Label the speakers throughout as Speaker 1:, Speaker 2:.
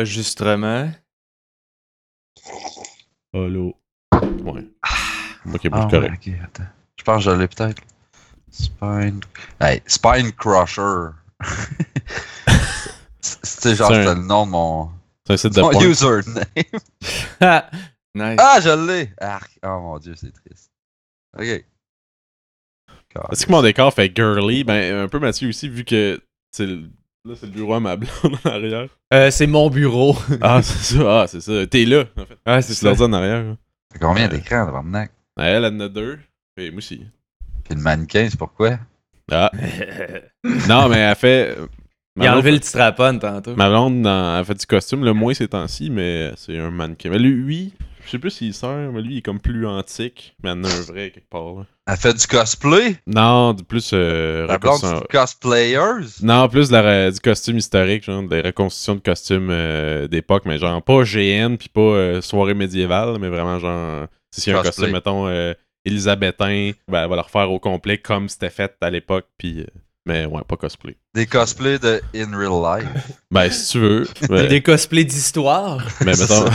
Speaker 1: L'enregistrement.
Speaker 2: Allô.
Speaker 3: Ouais.
Speaker 1: Ah.
Speaker 3: Ok, bon, c'est correct.
Speaker 4: Ah, ok, attends. Je pense que je l'ai peut-être. Spine. Hey, Spine Crusher. C'est- C'est genre
Speaker 3: C'est un-
Speaker 4: c'était le nom de mon,
Speaker 3: C'est un site de
Speaker 4: mon
Speaker 3: porn.
Speaker 4: username.
Speaker 1: Ha! nice.
Speaker 4: Ah, je l'ai! Arc. Oh mon dieu, c'est triste. Ok.
Speaker 3: Est-ce que mon décor fait girly? Ben, un peu Mathieu aussi, vu que c'est le- là, c'est le bureau à ma blonde en arrière.
Speaker 1: Euh, c'est mon bureau.
Speaker 3: Ah, c'est ça. Ah, c'est ça. T'es là, en fait.
Speaker 1: Ah,
Speaker 3: C'est l'ordi en arrière. là.
Speaker 4: T'as combien d'écrans devant le nac?
Speaker 3: Ah, Elle, elle en a deux. Et moi aussi.
Speaker 4: Puis le mannequin, c'est pourquoi?
Speaker 3: Ah. non, mais elle fait. euh,
Speaker 1: Il a enlevé le petit strapon tantôt.
Speaker 3: Ma blonde, dans- elle fait du costume, le moins ces temps-ci, mais c'est un mannequin. Mais lui, je sais plus s'il sert, mais lui, il est comme plus antique, mais il en a un vrai quelque part. là.
Speaker 4: Elle fait du cosplay?
Speaker 3: Non, du plus. euh,
Speaker 4: La blonde, c'est
Speaker 3: reconstitution-
Speaker 4: du cosplayers?
Speaker 3: Non, plus de la- du costume historique, genre des reconstitutions de costumes euh, d'époque, mais genre pas GN puis pas euh, soirée médiévale, mais vraiment genre. Si c'est un
Speaker 4: Cosplay.
Speaker 3: costume, mettons, euh, élisabétain, ben, elle va le refaire au complet comme c'était fait à l'époque, puis. euh, mais ouais, pas cosplay.
Speaker 4: Des cosplays de In Real Life.
Speaker 3: Ben, si tu veux.
Speaker 1: T'as
Speaker 3: mais,
Speaker 1: Des cosplays d'histoire.
Speaker 3: mais mettons.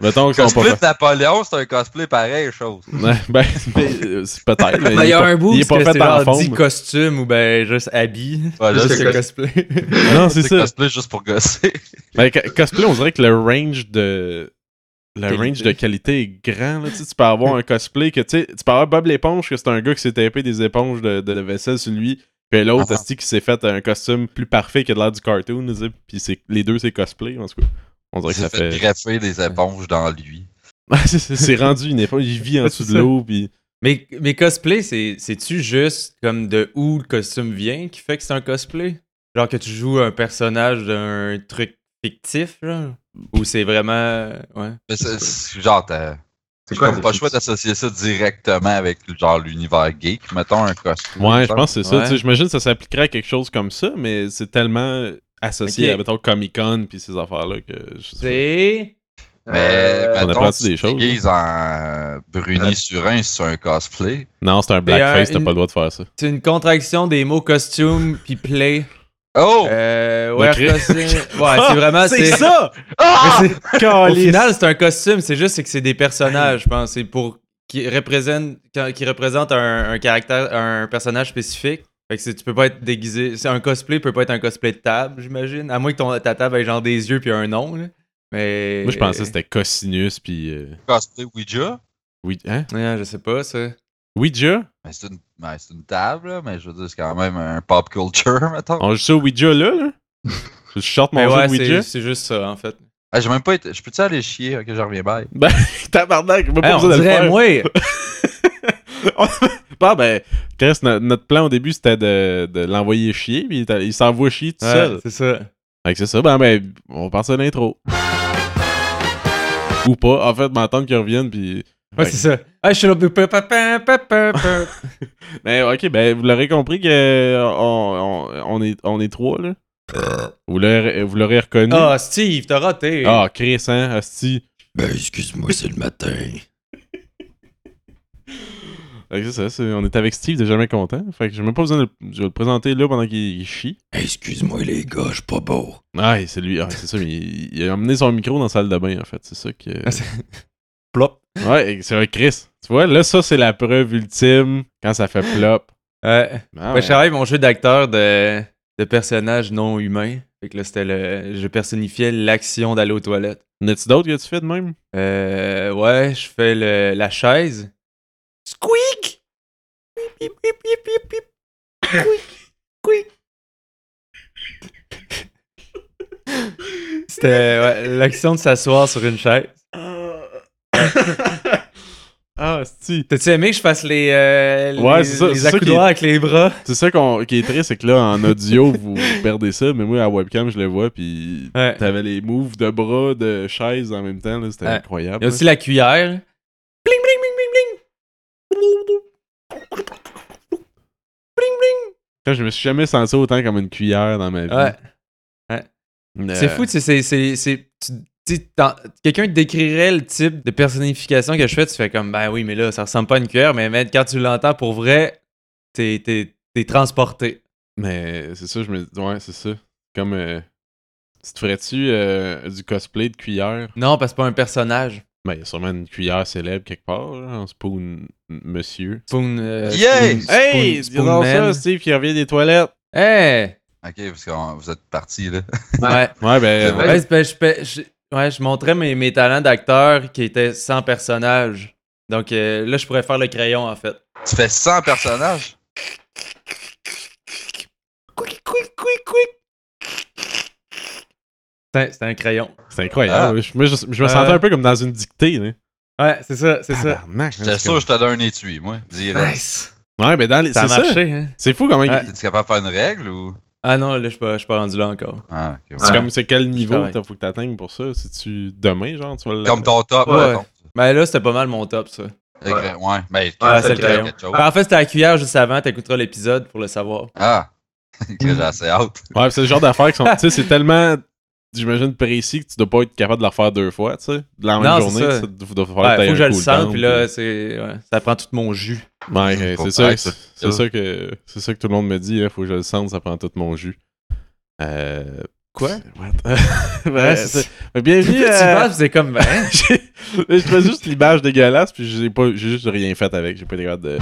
Speaker 3: mettons que sont pas
Speaker 4: cosplay de Napoléon, c'est un cosplay pareil, chose.
Speaker 3: Ouais, ben, mais, euh, c'est peut-être. mais
Speaker 1: Ben, il y a
Speaker 3: pas-
Speaker 1: un bout
Speaker 3: il
Speaker 1: où
Speaker 3: est pas
Speaker 1: c'est
Speaker 3: fait en
Speaker 1: genre
Speaker 3: forme.
Speaker 1: 10 costumes ou ben juste habits.
Speaker 4: Ouais, Ah, là,
Speaker 1: Juste
Speaker 4: c'est
Speaker 1: le
Speaker 4: cos-
Speaker 1: cosplay.
Speaker 3: Non, c'est ça.
Speaker 4: cosplay juste pour gosser.
Speaker 3: Ben, co- cosplay, on dirait que le range de. Le
Speaker 1: Qualité.
Speaker 3: range de qualité est grand. Là. Tu, sais, tu peux avoir un cosplay que tu sais, tu peux avoir Bob l'éponge, que c'est un gars qui s'est tapé des éponges de, de vaisselle sur lui. Puis l'autre,
Speaker 4: Ah.
Speaker 3: esti, qui s'est fait un costume plus parfait que de l'air du cartoon. tu sais, Puis c'est- les deux, c'est cosplay. En tout cas, on dirait
Speaker 4: Il
Speaker 3: que ça
Speaker 4: s'est fait
Speaker 3: fait.
Speaker 4: greffer des éponges dans lui.
Speaker 3: c'est c'est rendu une éponge. Il vit en
Speaker 1: Ouais,
Speaker 3: dessous
Speaker 1: c'est
Speaker 3: de
Speaker 1: ça.
Speaker 3: l'eau. Puis
Speaker 1: Mais, mais cosplay, c'est- c'est-tu juste comme de où le costume vient qui fait que c'est un cosplay? Genre que tu joues un personnage d'un truc fictif, genre? Ou c'est vraiment. Ouais.
Speaker 4: Mais c'est- c'est- genre, t'as
Speaker 5: C'est
Speaker 4: comme pas le choix d'associer ça directement avec genre l'univers geek. Mettons un cosplay.
Speaker 3: Ouais, je pense que c'est ça.
Speaker 1: Ouais.
Speaker 3: Tu sais, J'imagine que ça s'appliquerait à quelque chose comme ça, mais c'est tellement associé
Speaker 1: Ok.
Speaker 3: à, mettons, Comic-Con puis ces affaires-là que je sais
Speaker 1: C'est.
Speaker 4: Mais
Speaker 5: Euh,
Speaker 3: on
Speaker 4: mettons,
Speaker 3: apprend-tu
Speaker 4: tu
Speaker 3: des
Speaker 4: des
Speaker 3: choses,
Speaker 4: choses. en Bruni Surin, c'est un cosplay.
Speaker 3: pas. Non, c'est un blackface,
Speaker 1: un-
Speaker 3: t'as pas le droit de faire ça.
Speaker 1: C'est euh, une contraction des mots costume puis play.
Speaker 4: Oh!
Speaker 1: Euh, ouais,
Speaker 3: cri-
Speaker 1: costume. Ouais, Ah, c'est vraiment.
Speaker 3: ça!
Speaker 1: Mais c'est- Au final, c'est un costume, c'est juste c'est que c'est des personnages, je pense. C'est pour. qui représentent, qui qui représentent un, un caractère, un personnage spécifique. Fait que c'est- tu peux pas être déguisé. c'est Un cosplay peut pas être un cosplay de table, j'imagine. À moins que ton, ta table ait genre des yeux puis un nom, là. Mais.
Speaker 3: Moi, je pensais que c'était Cosinus puis. euh,
Speaker 4: Cosplay Ouija.
Speaker 3: oui, hein?
Speaker 1: Ouais, je sais pas, ça.
Speaker 3: Ouija?
Speaker 4: Mais c'est une, ouais, c'est une table, là, mais je veux dire, c'est quand même un pop culture, mettons.
Speaker 3: On joue ça au Ouija là, là? Je short
Speaker 1: Mais
Speaker 3: mon
Speaker 1: ouais,
Speaker 3: jeu Ouija?
Speaker 1: c'est- c'est juste ça, en fait.
Speaker 4: Ah, j'ai même pas été. Je peux-tu aller chier? Ok, je reviens, bye.
Speaker 3: Tabarnak, j'ai pas
Speaker 1: Hey, on
Speaker 3: besoin de le
Speaker 1: dirait,
Speaker 3: faire.
Speaker 1: moi,
Speaker 3: Bon, ben, Chris, no- notre plan au début, c'était de, de l'envoyer chier, puis il est allé- il s'envoie chier tout seul.
Speaker 1: Ouais, c'est ça.
Speaker 3: Fait que c'est ça, ben, ben, on passe à l'intro. Ou pas, en fait, m'entendre qu'ils reviennent, puis.
Speaker 1: Ouais,
Speaker 3: Fait
Speaker 1: c'est ça. Ah, je suis là. pa- pa- pa- pa- pa- pa.
Speaker 3: que- Ben, ok, ben, vous l'aurez compris que euh, on, on- on est, on est trois, là. Vous l'aurez vous l'aurez reconnu.
Speaker 1: Ah, Steve, t'as raté.
Speaker 3: Ah, Chris, hein, hostie. Ben, excuse-moi, c'est le matin. Fait que c'est ça, c'est- on est avec Steve de Jamais Content. Fait que j'ai même pas besoin de le, je vais le présenter là pendant qu'il il chie.
Speaker 6: Excuse-moi les gars, je suis pas beau.
Speaker 3: Ah, et c'est lui, ah, c'est ça, mais il, il a emmené son micro dans la salle de bain, en fait. C'est ça que.
Speaker 1: Ah, c'est- Plop.
Speaker 3: Ouais, et c'est un Chris. Tu vois, là, ça, c'est la preuve ultime quand ça fait plop.
Speaker 1: Ouais.
Speaker 3: Ah,
Speaker 1: Ben, je travaille mon jeu d'acteur de, de personnages non humains. Fait que là, c'était le. Je personnifiais l'action d'aller aux toilettes.
Speaker 3: N'as-tu d'autres que tu fais de même?
Speaker 1: Euh, ouais, je fais le, la chaise. Squeak! Bip, bip, bip, bip, bip. Squeak! Squeak! C'était ouais, l'action de s'asseoir sur une chaise.
Speaker 3: Ah, si.
Speaker 1: T'as-tu aimé que je fasse les, euh, les,
Speaker 3: Ouais, c'est ça,
Speaker 1: les
Speaker 3: c'est ça qui est-
Speaker 1: accoudoirs avec les bras?
Speaker 3: C'est ça qu'on- qui est triste, c'est que là, en audio, vous, vous perdez ça, mais moi, à webcam, je le vois, puis
Speaker 1: Ouais.
Speaker 3: T'avais les moves de bras, de chaise en même temps, là, c'était
Speaker 1: Ouais.
Speaker 3: incroyable.
Speaker 1: Il y a aussi la cuillère. Bling, bling, bling, bling, bling!
Speaker 3: Putain, Je me suis jamais senti autant comme une cuillère dans ma vie.
Speaker 1: Ouais.
Speaker 3: Mais- euh,
Speaker 1: C'est fou, tu sais, c'est- c'est- c'est- tu- tu sais, t'en- Quelqu'un te décrirait le type de personnification que je fais, tu fais comme, ben oui, mais là, ça ressemble pas à une cuillère, mais man, quand tu l'entends pour vrai, t'es t'es- t'es transporté.
Speaker 3: Mais c'est ça, je me dis, ouais, c'est ça. Comme. euh, Tu te ferais-tu euh, du cosplay de cuillère?
Speaker 1: Non, parce que c'est pas un personnage.
Speaker 3: Ben, il y a sûrement une cuillère célèbre quelque part, là, un spoon monsieur.
Speaker 1: Spoon. euh,
Speaker 4: Yeah!
Speaker 1: Spoon-
Speaker 3: Hey!
Speaker 1: Spoon
Speaker 3: Dis-donc ça,
Speaker 1: Man.
Speaker 3: Steve, qui revient des toilettes.
Speaker 1: Hey!
Speaker 4: Ok, parce que euh, vous êtes partis, là.
Speaker 1: Ouais.
Speaker 3: Ouais, ben,
Speaker 1: Ouais, c'est parce que je, je- ouais, je montrais mes, mes talents d'acteur qui étaient sans personnage. Donc euh, là, je pourrais faire le crayon en fait.
Speaker 4: Tu fais 100 personnages?
Speaker 1: C'est c'est un crayon.
Speaker 3: c'est
Speaker 4: Ah.
Speaker 3: incroyable. Je, moi, je, je me sentais
Speaker 1: Euh,
Speaker 3: un peu comme dans une dictée, là.
Speaker 1: Ouais, c'est ça, c'est ça.
Speaker 3: Tabarnak, hein,
Speaker 4: J'étais
Speaker 3: Ah. c'est
Speaker 4: sûr que je te donne un étui, moi. Direct.
Speaker 1: Nice!
Speaker 3: comme- Ouais, ben, dans les.
Speaker 1: Ça
Speaker 3: C'est
Speaker 1: a
Speaker 3: ça.
Speaker 1: marché, hein?
Speaker 3: C'est fou comment. il-
Speaker 1: Ouais.
Speaker 4: Ah, T'es-tu capable de faire une règle ou.
Speaker 1: Ah non, là, je suis pas, je suis pas rendu là encore.
Speaker 4: Ah, ok.
Speaker 3: C'est
Speaker 4: ouais.
Speaker 3: comme c'est quel niveau
Speaker 1: travaille.
Speaker 3: t'as faut que t'atteignes pour ça? Si tu demain, genre, tu vas le.
Speaker 4: Comme ton top,
Speaker 1: Ouais.
Speaker 4: ouais. ton-
Speaker 1: Mais là, c'était pas mal mon top, ça.
Speaker 4: le crayon, Ouais, mais
Speaker 1: Ah,
Speaker 4: c'est le crayon. quelque chose.
Speaker 1: Ben, en fait, c'était à la cuillère juste avant, t'écouteras l'épisode pour le savoir.
Speaker 4: Ah! que j'ai assez hâte.
Speaker 3: Ouais, c'est le genre d'affaires qui sont. tu sais, c'est tellement, j'imagine, précis que tu dois pas être capable de la refaire deux fois, tu sais. De la même
Speaker 1: Non,
Speaker 3: journée,
Speaker 1: c'est ça.
Speaker 3: tu dois- dois faire
Speaker 1: Ouais,
Speaker 3: tailler
Speaker 1: faut que je
Speaker 3: un
Speaker 1: le
Speaker 3: coup
Speaker 1: sente,
Speaker 3: temps,
Speaker 1: puis là, c'est. ouais, ça prend tout mon jus.
Speaker 3: puis- Ouais,
Speaker 4: Faut
Speaker 3: c'est ça.
Speaker 4: faire
Speaker 3: que-
Speaker 4: ça.
Speaker 3: C'est ça que c'est ça que tout le monde me dit, là, faut que je le sente, ça prend tout mon jus. Euh.
Speaker 1: Quoi?
Speaker 3: What?
Speaker 1: Ouais,
Speaker 3: ouais,
Speaker 1: c'est-
Speaker 3: c'est ça. Bienvenue euh,
Speaker 1: Plus Euh, tu
Speaker 3: à-
Speaker 1: passes, c'est comme. hein?
Speaker 3: J'ai- je fais juste l'image dégueulasse, puis j'ai pas, j'ai juste rien fait avec. J'ai pas été capable de.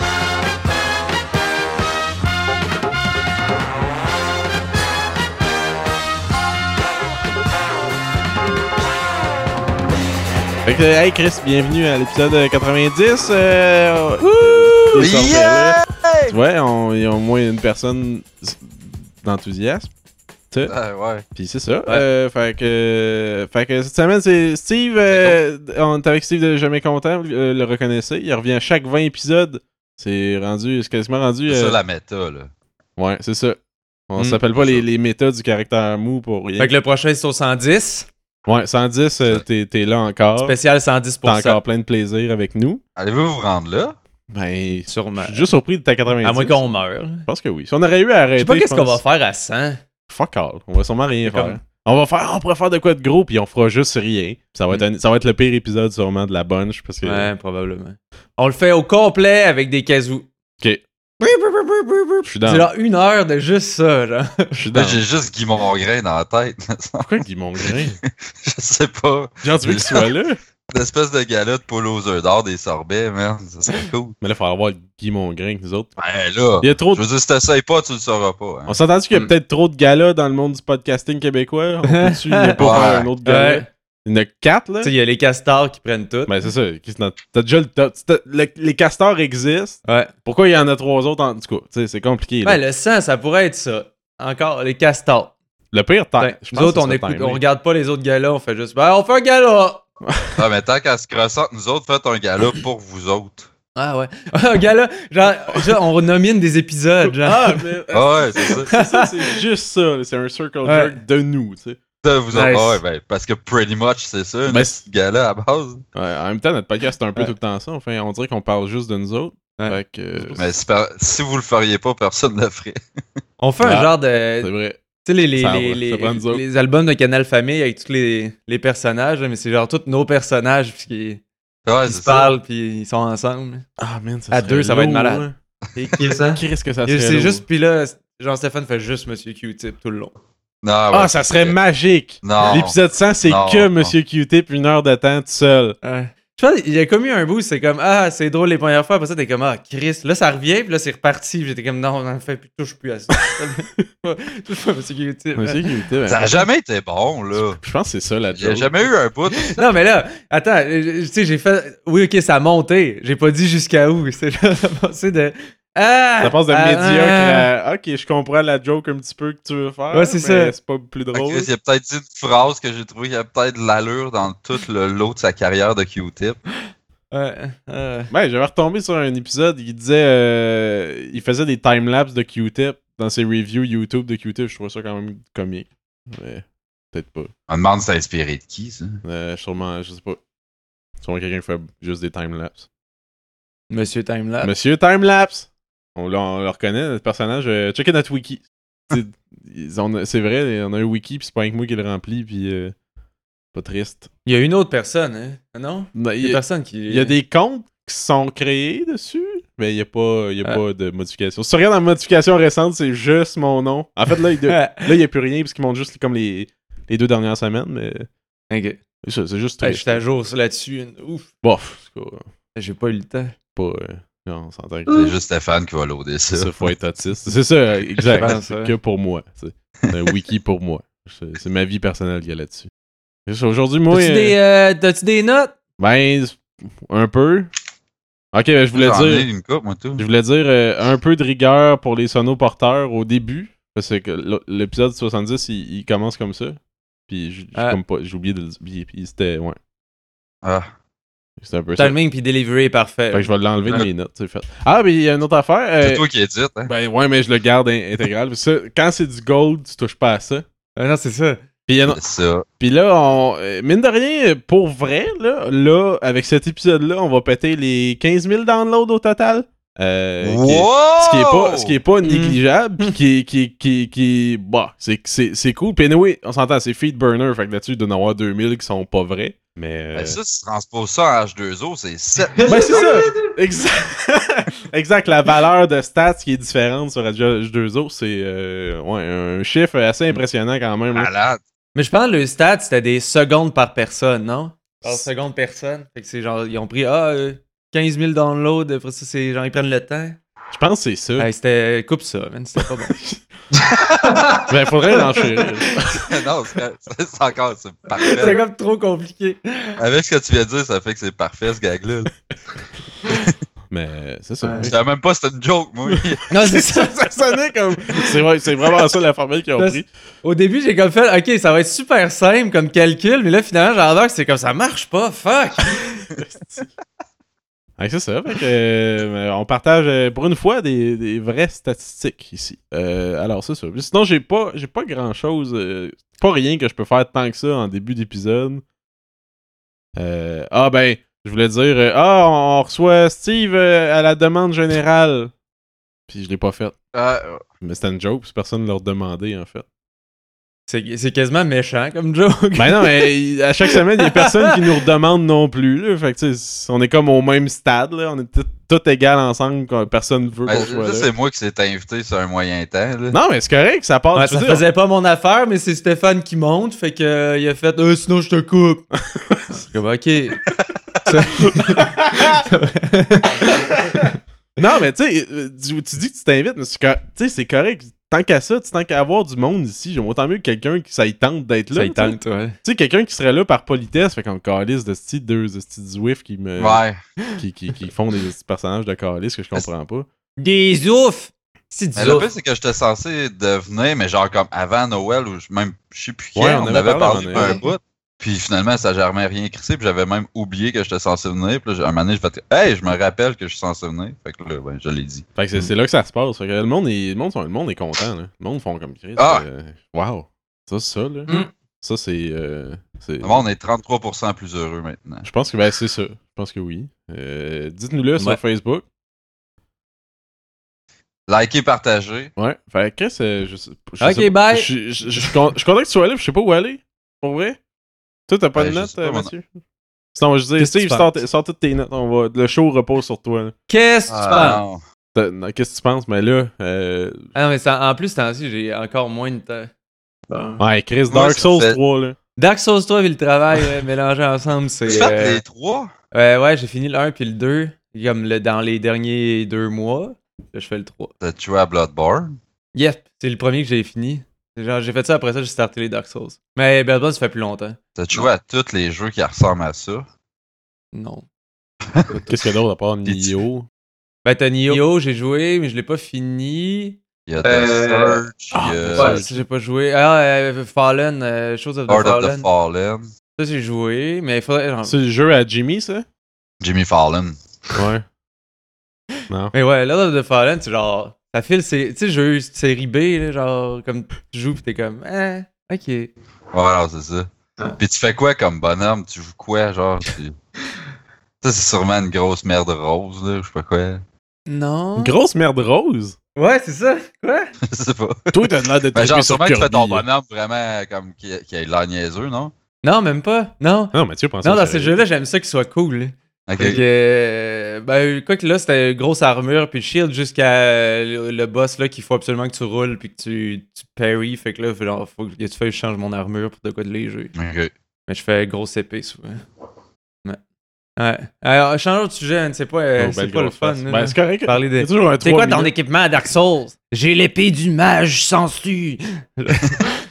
Speaker 3: Fait que, hey Chris, bienvenue à l'épisode 90. Euh, des sortes de-
Speaker 4: Yeah!
Speaker 3: Tu vois, on- il y a au moins une personne d'enthousiasme.
Speaker 4: Ah, ouais.
Speaker 3: Puis c'est ça. Euh, fait, que, fait que cette semaine, c'est Steve. euh, on est avec Steve de Jamais Content, vous, euh, le reconnaissez. Il revient à chaque 20 épisodes. C'est rendu, c'est quasiment rendu.
Speaker 4: C'est
Speaker 3: euh,
Speaker 4: ça la méta, là.
Speaker 3: Ouais, c'est ça. On
Speaker 1: Mm.
Speaker 3: s'appelle pas les, les méthodes du caractère mou pour rien.
Speaker 1: Fait que le prochain, c'est au 110.
Speaker 3: Ouais, 110, euh,
Speaker 4: Ça.
Speaker 3: t'es t'es là encore.
Speaker 1: Spécial
Speaker 3: T'as
Speaker 1: 110%.
Speaker 3: encore plein de plaisir avec nous.
Speaker 4: Allez-vous vous rendre là?
Speaker 3: Ben, je
Speaker 1: Sûrement.
Speaker 3: suis juste surpris de ta 90.
Speaker 1: À moins qu'on meure.
Speaker 3: Je pense que oui. Si on aurait eu à
Speaker 1: Je
Speaker 3: arrêter.
Speaker 1: sais pas qu'est-ce
Speaker 3: je
Speaker 1: qu'on va
Speaker 3: pense-
Speaker 1: faire à 100.
Speaker 3: Fuck all. On va sûrement rien
Speaker 1: C'est
Speaker 3: faire.
Speaker 1: comme-
Speaker 3: On va faire, on pourrait faire de quoi de gros, puis on fera juste rien. Puis Ça va, être un- ça va être le pire épisode sûrement de la bunch, parce que...
Speaker 1: Mm. Ouais, probablement. On le fait au complet avec des casous.
Speaker 3: Ok. Je suis dans.
Speaker 1: C'est genre une heure de juste ça, genre.
Speaker 3: Je suis
Speaker 4: Là,
Speaker 3: dans.
Speaker 4: j'ai juste Guy Mongrain dans la tête.
Speaker 3: Pourquoi Guy Mongrain?
Speaker 4: je sais pas.
Speaker 3: Genre, tu veux qu'il soit là?
Speaker 4: Une espèce de gala de poule aux œufs d'or des sorbets, man. Ça serait cool.
Speaker 3: Mais là, il faut avoir Guy Mongrain que nous autres.
Speaker 4: Ben là,
Speaker 3: Il y a trop
Speaker 4: je
Speaker 3: de...
Speaker 4: veux dire, si t'essayes pas, tu le sauras pas. hein.
Speaker 3: On s'est entendu qu'il y a
Speaker 1: Mm.
Speaker 3: peut-être trop de galas dans le monde du podcasting québécois. On peut-tu y a pas
Speaker 4: Ouais.
Speaker 3: faire un autre gala?
Speaker 1: Ouais.
Speaker 3: Il y en a quatre, là?
Speaker 1: Tu sais, il y a les castors qui prennent tout.
Speaker 3: Ben, c'est ça. Chris, t'as- T'as déjà le top. T'as- le- les castors existent.
Speaker 1: Ouais.
Speaker 3: Pourquoi il y en a trois autres en tout cas? Tu sais, c'est compliqué. là.
Speaker 1: Ouais, le sang, ça pourrait être ça. Encore, les castors.
Speaker 3: Le pire, t'as.
Speaker 1: Tiens, ben, nous autres, on, écoute, on regarde pas les autres galas, on fait juste. Ben, on fait un gala!
Speaker 4: Ah, mais tant qu'à se croissant, nous autres, faites un gala pour vous autres.
Speaker 1: Ah ouais. un gala, genre, genre, on nomine des épisodes, genre.
Speaker 3: Ah, mais.
Speaker 4: Ah ouais, c'est ça.
Speaker 3: c'est ça, c'est juste ça. là. C'est un circle
Speaker 1: Ouais.
Speaker 3: jerk de nous, tu sais.
Speaker 4: Ça, vous autres.
Speaker 1: Nice.
Speaker 4: Ah ouais, ben, parce que pretty much, c'est ça, un
Speaker 3: Ben,
Speaker 4: petit gala à base.
Speaker 3: Ouais, en même temps, notre podcast, c'est un peu
Speaker 1: Ouais.
Speaker 3: tout le temps ça. Enfin, on dirait qu'on parle juste de nous autres.
Speaker 1: Ouais.
Speaker 3: Fait que, euh,
Speaker 4: Mais si, par- si vous le feriez pas, personne ne le ferait.
Speaker 1: On fait un
Speaker 3: Ah,
Speaker 1: genre
Speaker 3: c'est
Speaker 1: de.
Speaker 3: vrai.
Speaker 1: Tu sais, les, les,
Speaker 3: Ça, ouais,
Speaker 1: les,
Speaker 3: ça
Speaker 1: les-
Speaker 3: prend nous autres.
Speaker 1: les albums de Canal Famille avec tous les, les personnages, là, mais c'est genre tous nos personnages puis qui
Speaker 4: Ouais,
Speaker 1: ils
Speaker 4: c'est
Speaker 1: se
Speaker 4: ça.
Speaker 1: parlent puis ils sont ensemble.
Speaker 3: Ah, man, ça
Speaker 1: À
Speaker 3: serait
Speaker 1: deux, ça va être
Speaker 3: lourd,
Speaker 1: malade.
Speaker 3: hein.
Speaker 1: Et qui ça?
Speaker 3: Qui risque que ça serait
Speaker 1: C'est
Speaker 3: lourd?
Speaker 1: juste, puis là, Jean-Stéphane fait juste Monsieur Q-Tip tout le long.
Speaker 4: Non,
Speaker 3: Ah,
Speaker 4: ouais,
Speaker 3: ça
Speaker 4: c'est
Speaker 3: serait
Speaker 4: vrai.
Speaker 3: magique!
Speaker 4: Non.
Speaker 3: L'épisode 100, c'est
Speaker 4: Non,
Speaker 3: que
Speaker 4: non.
Speaker 3: Monsieur Q-Tip, une heure de temps tout seul.
Speaker 1: Je pense qu'il y a comme eu un bout, c'est comme Ah, c'est drôle les premières fois, après ça, t'es comme Ah, Chris. Là, ça revient, puis là, c'est reparti. Puis J'étais comme Non, on en fait plus, touche plus à ça. touche pas à Monsieur Q-Tip.
Speaker 3: Monsieur Q-Tip,
Speaker 4: Ça a jamais été bon, là.
Speaker 3: je pense que c'est ça la
Speaker 4: Il y a
Speaker 3: joke.
Speaker 4: jamais eu un bout.
Speaker 1: Non, mais là, attends, euh, tu sais, j'ai fait. Oui, ok, ça a monté. J'ai pas dit jusqu'à où. C'est là, ça a passé de. Ah!
Speaker 3: Ça passe de
Speaker 1: ah,
Speaker 3: médiocre
Speaker 1: ah.
Speaker 3: à Ok, je comprends la joke un petit peu que tu veux faire.
Speaker 1: Ouais, c'est
Speaker 3: mais
Speaker 1: ça.
Speaker 3: C'est pas plus
Speaker 4: Fait que
Speaker 3: drôle.
Speaker 4: Chris, il a peut-être dit une phrase que j'ai trouvé qui a peut-être de l'allure dans tout le lot de sa carrière de Q-Tip.
Speaker 1: Ouais, euh,
Speaker 3: Ouais, Ben, j'avais retombé sur un épisode, il disait. euh, il faisait des timelapses de Q-Tip dans ses reviews YouTube de Q-Tip. Je trouvais ça quand même comique. Mais peut-être pas.
Speaker 4: On demande si c'est inspiré de qui, ça.
Speaker 3: Euh, sûrement, je sais pas. Sûrement quelqu'un qui fait juste des timelapses.
Speaker 1: Monsieur Timelapse.
Speaker 3: Monsieur Timelapse! On, l'a- on le reconnaît, notre personnage. euh, checkez notre wiki. C'est ils ont- c'est vrai, on a un wiki, puis c'est pas rien que moi qui le remplis, puis. euh, pas triste.
Speaker 1: Il y a une autre personne, hein? Non? Il y
Speaker 3: Non,
Speaker 1: a
Speaker 3: Il y, a-
Speaker 1: personne qui.
Speaker 3: il y a des comptes qui sont créés dessus, mais il n'y a, pas, il y a
Speaker 1: Ah.
Speaker 3: pas de modification. Si tu regardes la modification récente, c'est juste mon nom. En fait, là, il, de-
Speaker 1: Ouais.
Speaker 3: là, il n'y a plus rien, parce qu'ils montrent juste comme les, les deux dernières semaines, mais
Speaker 1: Ok.
Speaker 3: c'est ça, c'est juste
Speaker 1: Hey, je
Speaker 3: triste.
Speaker 1: suis à jour là-dessus. une- Ouf.
Speaker 3: Bof, c'est quoi,
Speaker 1: J'ai pas eu le temps.
Speaker 3: pas. euh, non, on s'entend que
Speaker 4: C'est juste Stéphane qui va loader
Speaker 3: c'est
Speaker 4: ça.
Speaker 3: ça, faut être autiste. C'est ça, exact.
Speaker 1: Je pense,
Speaker 3: c'est
Speaker 1: ouais.
Speaker 3: que pour moi. tu sais. C'est un wiki pour moi. C'est c'est ma vie personnelle qu'il y a là-dessus. C'est ça, Aujourd'hui, moi.
Speaker 1: T'as-tu
Speaker 3: euh,
Speaker 1: des, euh, t'as-tu des notes?
Speaker 3: Ben, un peu. Ok, ben, je voulais
Speaker 4: J'en ai
Speaker 3: dire.
Speaker 4: une coupe, moi, tout.
Speaker 3: Je voulais dire euh, un peu de rigueur pour les sonoporteurs au début. Parce que l- l'épisode 70, il, il commence comme ça. Puis j- j'ai
Speaker 1: Ah.
Speaker 3: comme pas- j'ai oublié de le dire. Puis, puis c'était. Ouais.
Speaker 4: Ah,
Speaker 3: C'était un peu ça.
Speaker 1: Timing puis delivery est parfait.
Speaker 3: Fait que je vais l'enlever de
Speaker 4: Ouais.
Speaker 3: mes notes, c'est fait. Ah, mais il y a une autre affaire.
Speaker 4: c'est
Speaker 3: euh,
Speaker 4: toi qui édites, hein?
Speaker 3: ben ouais, mais je le garde in- intégral. Parce que ça, quand c'est du gold, tu touches pas à ça.
Speaker 1: Ah non, c'est ça.
Speaker 3: Puis il y en a-
Speaker 4: C'est ça.
Speaker 3: Puis là, on, euh, mine de rien, pour vrai, là, là, avec cet épisode-là, on va péter les 15 000 downloads au total. Euh, qui est-
Speaker 4: Wow!
Speaker 3: Ce qui est pas, ce qui est pas négligeable,
Speaker 1: Mm.
Speaker 3: pis qui est, qui est- qui est- qui est- bah, c'est, c'est, c'est cool. Puis anyway, on s'entend, c'est feed burner, fait que là-dessus, il doit y en avoir 2000 qui sont pas vrais. Mais. euh,
Speaker 4: Ben, ça, si tu transposes ça en H2O, c'est 7
Speaker 3: ben, c'est ça! Exact. exact, la valeur de stats qui est différente sur H2O, c'est euh, ouais, un chiffre assez impressionnant quand même. là.
Speaker 4: malades.
Speaker 1: Mais je pense que le stade, c'était des secondes par personne, non? Par seconde personne. Fait que c'est genre, ils ont pris ah, euh, 15 000 downloads, après ça, c'est genre, ils prennent le temps.
Speaker 3: Je pense que c'est ça.
Speaker 1: Hey, c'était. Coupe ça, man, c'était pas bon.
Speaker 3: Ben, faudrait l'enchérir.
Speaker 4: non, c'est c'est encore c'est parfait.
Speaker 1: c'est comme trop compliqué.
Speaker 4: Avec ce que tu viens de dire, ça fait que c'est parfait, ce gag-là.
Speaker 3: Mais c'est ça.
Speaker 6: Ouais.
Speaker 4: Je savais même pas si c'était une joke, moi.
Speaker 1: Non, c'est ça.
Speaker 3: ça sonnait comme. C'est, vrai- c'est vraiment ça la formule qu'ils ont
Speaker 1: Parce-
Speaker 3: pris.
Speaker 1: Au début, j'ai comme fait, ok, ça va être super simple comme calcul, mais là, finalement, j'en que c'est comme ça marche pas, fuck.
Speaker 3: Ouais, c'est ça. Fait que, euh, on partage euh, pour une fois des, des vraies statistiques ici. Euh, alors, c'est ça. Sinon, j'ai pas, j'ai pas grand chose. pas rien que je peux faire tant que ça en début d'épisode. Euh, ah, ben, je voulais dire. euh, ah, on, on reçoit Steve euh, à la demande générale. Puis je l'ai pas fait.
Speaker 4: Euh,
Speaker 3: Mais c'était une joke, puis personne ne l'a demandé en fait.
Speaker 1: C'est c'est quasiment méchant comme joke.
Speaker 3: Ben non, mais il- à chaque semaine, il y a personne qui nous redemande non plus. Là. Fait que, tu sais, on est comme au même stade. Là. On est tout- tout égal ensemble. quand Personne veut
Speaker 4: ben,
Speaker 3: qu'on soit
Speaker 4: ça,
Speaker 3: là.
Speaker 4: c'est moi qui s'est invité sur un moyen temps. Là.
Speaker 3: Non, mais c'est correct, ça part.
Speaker 1: Ouais,
Speaker 3: Ah, tu veux
Speaker 1: ça
Speaker 3: dire,
Speaker 1: faisait pas mon affaire, mais c'est Stéphane qui monte, fait que euh, il a fait euh, sinon je te coupe. C'est comme ok.
Speaker 3: Non, mais tu sais, euh, tu, tu dis que tu t'invites, mais c'est cor- tu sais, c'est correct. Tant qu'à ça, tu- tant qu'à avoir du monde ici, j'aime autant mieux que quelqu'un qui ça y tente d'être là.
Speaker 1: Ça y
Speaker 3: tu sais.
Speaker 1: tente, ouais.
Speaker 3: Tu sais, quelqu'un qui serait là par politesse, fait comme calice de style deux de style Zwift qui me.
Speaker 4: Ouais.
Speaker 3: Qui, qui, qui font des petits personnages de calice que je comprends pas.
Speaker 1: Des ouf! C'est du
Speaker 3: Ben,
Speaker 4: Mais le pire,
Speaker 1: ouf.
Speaker 4: c'est que j'étais censé devenir, mais genre comme avant Noël, ou je- même, je sais plus quand,
Speaker 3: Ouais, on
Speaker 4: on,
Speaker 3: avait
Speaker 4: avait parlé
Speaker 3: parlé, on
Speaker 4: pour un
Speaker 3: avait-
Speaker 4: bout. Puis finalement, ça n'a jamais rien crissé, puis j'avais même oublié que j'étais censé venir. Puis là, j'ai- un moment donné, j'ai fait « Hey, je me rappelle que je suis censé venir. » Fait que là, ben, je l'ai dit.
Speaker 3: Fait que c'est- c'est là que ça se passe. Fait que le monde est, le monde, sont- le monde est content. Là. Le monde font comme Chris.
Speaker 4: Ah!
Speaker 3: euh, wow! Ça, c'est ça, là.
Speaker 1: Mm.
Speaker 3: Ça, c'est. euh, c'est-
Speaker 4: Bon, on est 33% plus heureux maintenant.
Speaker 3: Je pense que ben, c'est ça. Je pense que oui. Euh, Dites-nous-le sur
Speaker 1: Ouais.
Speaker 3: Facebook.
Speaker 4: Likez, partagez.
Speaker 3: Ouais. Fait que Chris, euh, je, sais- je
Speaker 1: Ok,
Speaker 3: sais pas.
Speaker 1: bye.
Speaker 3: Je, je- je- je suis con- je suis content que tu sois là, puis je sais pas où aller. Pour vrai? Toi, t'as pas
Speaker 4: Ben,
Speaker 3: de
Speaker 4: je
Speaker 3: notes,
Speaker 4: sais pas,
Speaker 3: euh,
Speaker 4: moi,
Speaker 3: Mathieu? Sinon, je dis,
Speaker 1: Qu'est-ce que tu
Speaker 3: Steve, sors,
Speaker 1: penses?
Speaker 3: sors toutes tes notes. On va, le show repose sur toi. là.
Speaker 1: Qu'est-ce que tu penses?
Speaker 4: Ah, non.
Speaker 3: T'as- non, Qu'est-ce que tu penses? Mais là, euh,
Speaker 1: Ah non, mais ça- en plus, temps-ci, j'ai encore moins de temps.
Speaker 3: ouais, Chris,
Speaker 4: Moi,
Speaker 3: Dark
Speaker 4: ça
Speaker 3: Souls
Speaker 4: fait-
Speaker 3: 3, là.
Speaker 1: Dark Souls 3 et le travail euh, mélangés ensemble,
Speaker 4: Tu
Speaker 1: c'est.
Speaker 4: fais
Speaker 1: euh,
Speaker 4: les trois?
Speaker 1: ouais, ouais, j'ai fini le 1 puis le 2, comme le, dans les derniers deux mois. Là, je fais le 3.
Speaker 4: T'as tué à Bloodborne?
Speaker 1: Yep, c'est le premier que j'ai fini. C'est Genre, j'ai fait ça après ça, j'ai starté les Dark Souls. Mais Bloodborne, ça fait plus longtemps.
Speaker 4: T'as joué à tous les jeux qui ressemblent à ça?
Speaker 1: Non.
Speaker 3: Qu'est-ce qu'il y a d'autre à part
Speaker 4: Pis tu-
Speaker 3: Nioh?
Speaker 1: Ben, t'as Nioh, j'ai joué, mais je l'ai pas fini.
Speaker 4: Il y a The
Speaker 6: Euh,
Speaker 4: Search,
Speaker 3: ah,
Speaker 4: il y a
Speaker 1: Ouais, ça, j'ai pas joué. Ah, euh, Fallen, euh, Shows of the
Speaker 4: Lord of
Speaker 1: Fallen.
Speaker 4: the Fallen,
Speaker 1: ça, j'ai joué, mais il faudrait.
Speaker 4: Ah.
Speaker 1: genre-
Speaker 3: C'est le jeu à Jimmy, ça?
Speaker 4: Jimmy Fallon.
Speaker 3: Ouais. non.
Speaker 1: Mais ouais, Lord of the Fallen, c'est genre. Ça file, c'est. Tu sais, jeu série B, là, genre, comme tu joues pis t'es comme. Eh, ok.
Speaker 4: Ouais, non, c'est ça. Puis tu fais quoi comme bonhomme? Tu joues quoi, genre? Tu... Ça, c'est sûrement une grosse merde rose, là, ou je sais pas quoi.
Speaker 1: Non.
Speaker 3: Une grosse merde rose.
Speaker 1: Ouais, c'est ça. Quoi?
Speaker 4: Je sais pas.
Speaker 3: Toi, t'as l'air de
Speaker 4: Mais
Speaker 3: triper
Speaker 4: Ben, genre,
Speaker 3: sur
Speaker 4: sûrement que tu fais ton
Speaker 3: Kirby, hein.
Speaker 4: bonhomme vraiment comme qui, qui a l'air niaiseux, non?
Speaker 1: Non, même pas. Non.
Speaker 3: Non, Mathieu pense
Speaker 1: Non,
Speaker 3: Ah, ça,
Speaker 1: dans ces
Speaker 3: c'est-
Speaker 1: jeux-là, j'aime ça qu'ils soient cool. là.
Speaker 4: Ok.
Speaker 1: Fait que, euh, ben, quoi que là, c'était une grosse armure, puis le shield jusqu'à euh, le, le boss là qu'il faut absolument que tu roules, puis que tu, tu parries. Fait que là, faut- genre, faut que tu fais, je change mon armure pour de quoi de léger.
Speaker 4: Ok.
Speaker 1: Mais je fais grosse épée souvent. Ouais. Ouais. Alors, changeons de sujet, man, c'est pas, euh,
Speaker 3: Oh,
Speaker 1: c'est
Speaker 3: belle
Speaker 1: pas le
Speaker 3: grosse
Speaker 1: fun.
Speaker 3: face.
Speaker 1: là,
Speaker 3: Ben,
Speaker 1: de
Speaker 3: c'est correct.
Speaker 1: parler
Speaker 3: C'est
Speaker 1: de.
Speaker 3: toujours un
Speaker 1: C'est quoi
Speaker 3: trois
Speaker 1: ton
Speaker 3: minutes.
Speaker 1: équipement à Dark Souls? J'ai l'épée du mage sensu.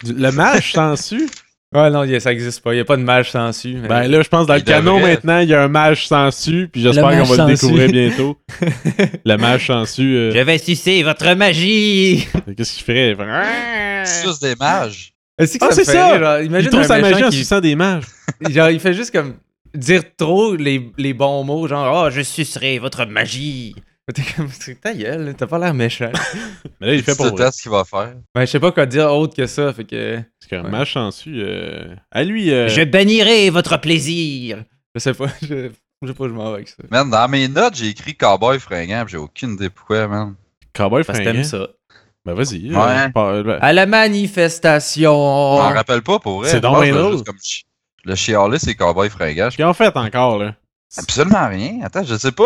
Speaker 3: Le mage sensu?
Speaker 1: Ouais, non, y a- ça existe pas. Y a pas de mage sensu. mais-
Speaker 3: Ben là, je pense dans le
Speaker 4: Il
Speaker 3: canon
Speaker 4: devrait.
Speaker 3: maintenant, il y a un mage sensu, puis j'espère
Speaker 1: Le
Speaker 3: qu'on
Speaker 1: mage
Speaker 3: va le
Speaker 1: sensu.
Speaker 3: découvrir bientôt. le mage sensu, euh,
Speaker 1: vais sucer votre magie!
Speaker 3: qu'est-ce qu'il ferait? Il ferait-
Speaker 4: C'est juste des mages.
Speaker 1: Est-ce que
Speaker 3: Ah,
Speaker 1: Ah, ça me
Speaker 3: c'est
Speaker 1: fait
Speaker 3: ça!
Speaker 1: rire, genre,
Speaker 3: Il
Speaker 1: imagine
Speaker 3: trouve
Speaker 1: un
Speaker 3: sa
Speaker 1: méchant
Speaker 3: magie en
Speaker 1: qui-
Speaker 3: suçant des mages.
Speaker 1: genre, il fait juste comme dire trop les, les bons mots, genre « Oh, je sucerai votre magie! » T'es comme « Ta gueule, là, t'as pas l'air méchant.
Speaker 3: Mais là, il fait
Speaker 4: C'est
Speaker 3: pour
Speaker 4: tout
Speaker 3: vrai.
Speaker 4: le ce qu'il va faire. »
Speaker 1: Ben, je sais pas quoi dire autre que ça, fait que...
Speaker 3: Parce qu'un
Speaker 1: Ouais.
Speaker 3: mage sensu, euh, à lui... euh,
Speaker 1: bannirai votre plaisir! » Je sais pas, je, je sais pas où je m'en vais avec ça.
Speaker 4: Man, dans mes notes, j'ai écrit cowboy fringant, pis j'ai aucune idée pourquoi, man.
Speaker 3: Cowboy
Speaker 1: Parce que t'aimes
Speaker 3: fringant.
Speaker 1: ça.
Speaker 3: Ben vas-y. euh,
Speaker 4: Ouais.
Speaker 3: par- ben,
Speaker 1: hein. À la manifestation!
Speaker 4: Je m'en rappelle pas pour vrai.
Speaker 3: Oh. C'est
Speaker 4: Je
Speaker 3: donc
Speaker 4: pense
Speaker 3: bien
Speaker 4: que je
Speaker 3: drôle.
Speaker 4: juste Comme... chi- Le chialé, c'est cowboy fringant. Je
Speaker 3: Qu'en fait encore, là?
Speaker 4: Absolument rien. Attends, je sais pas.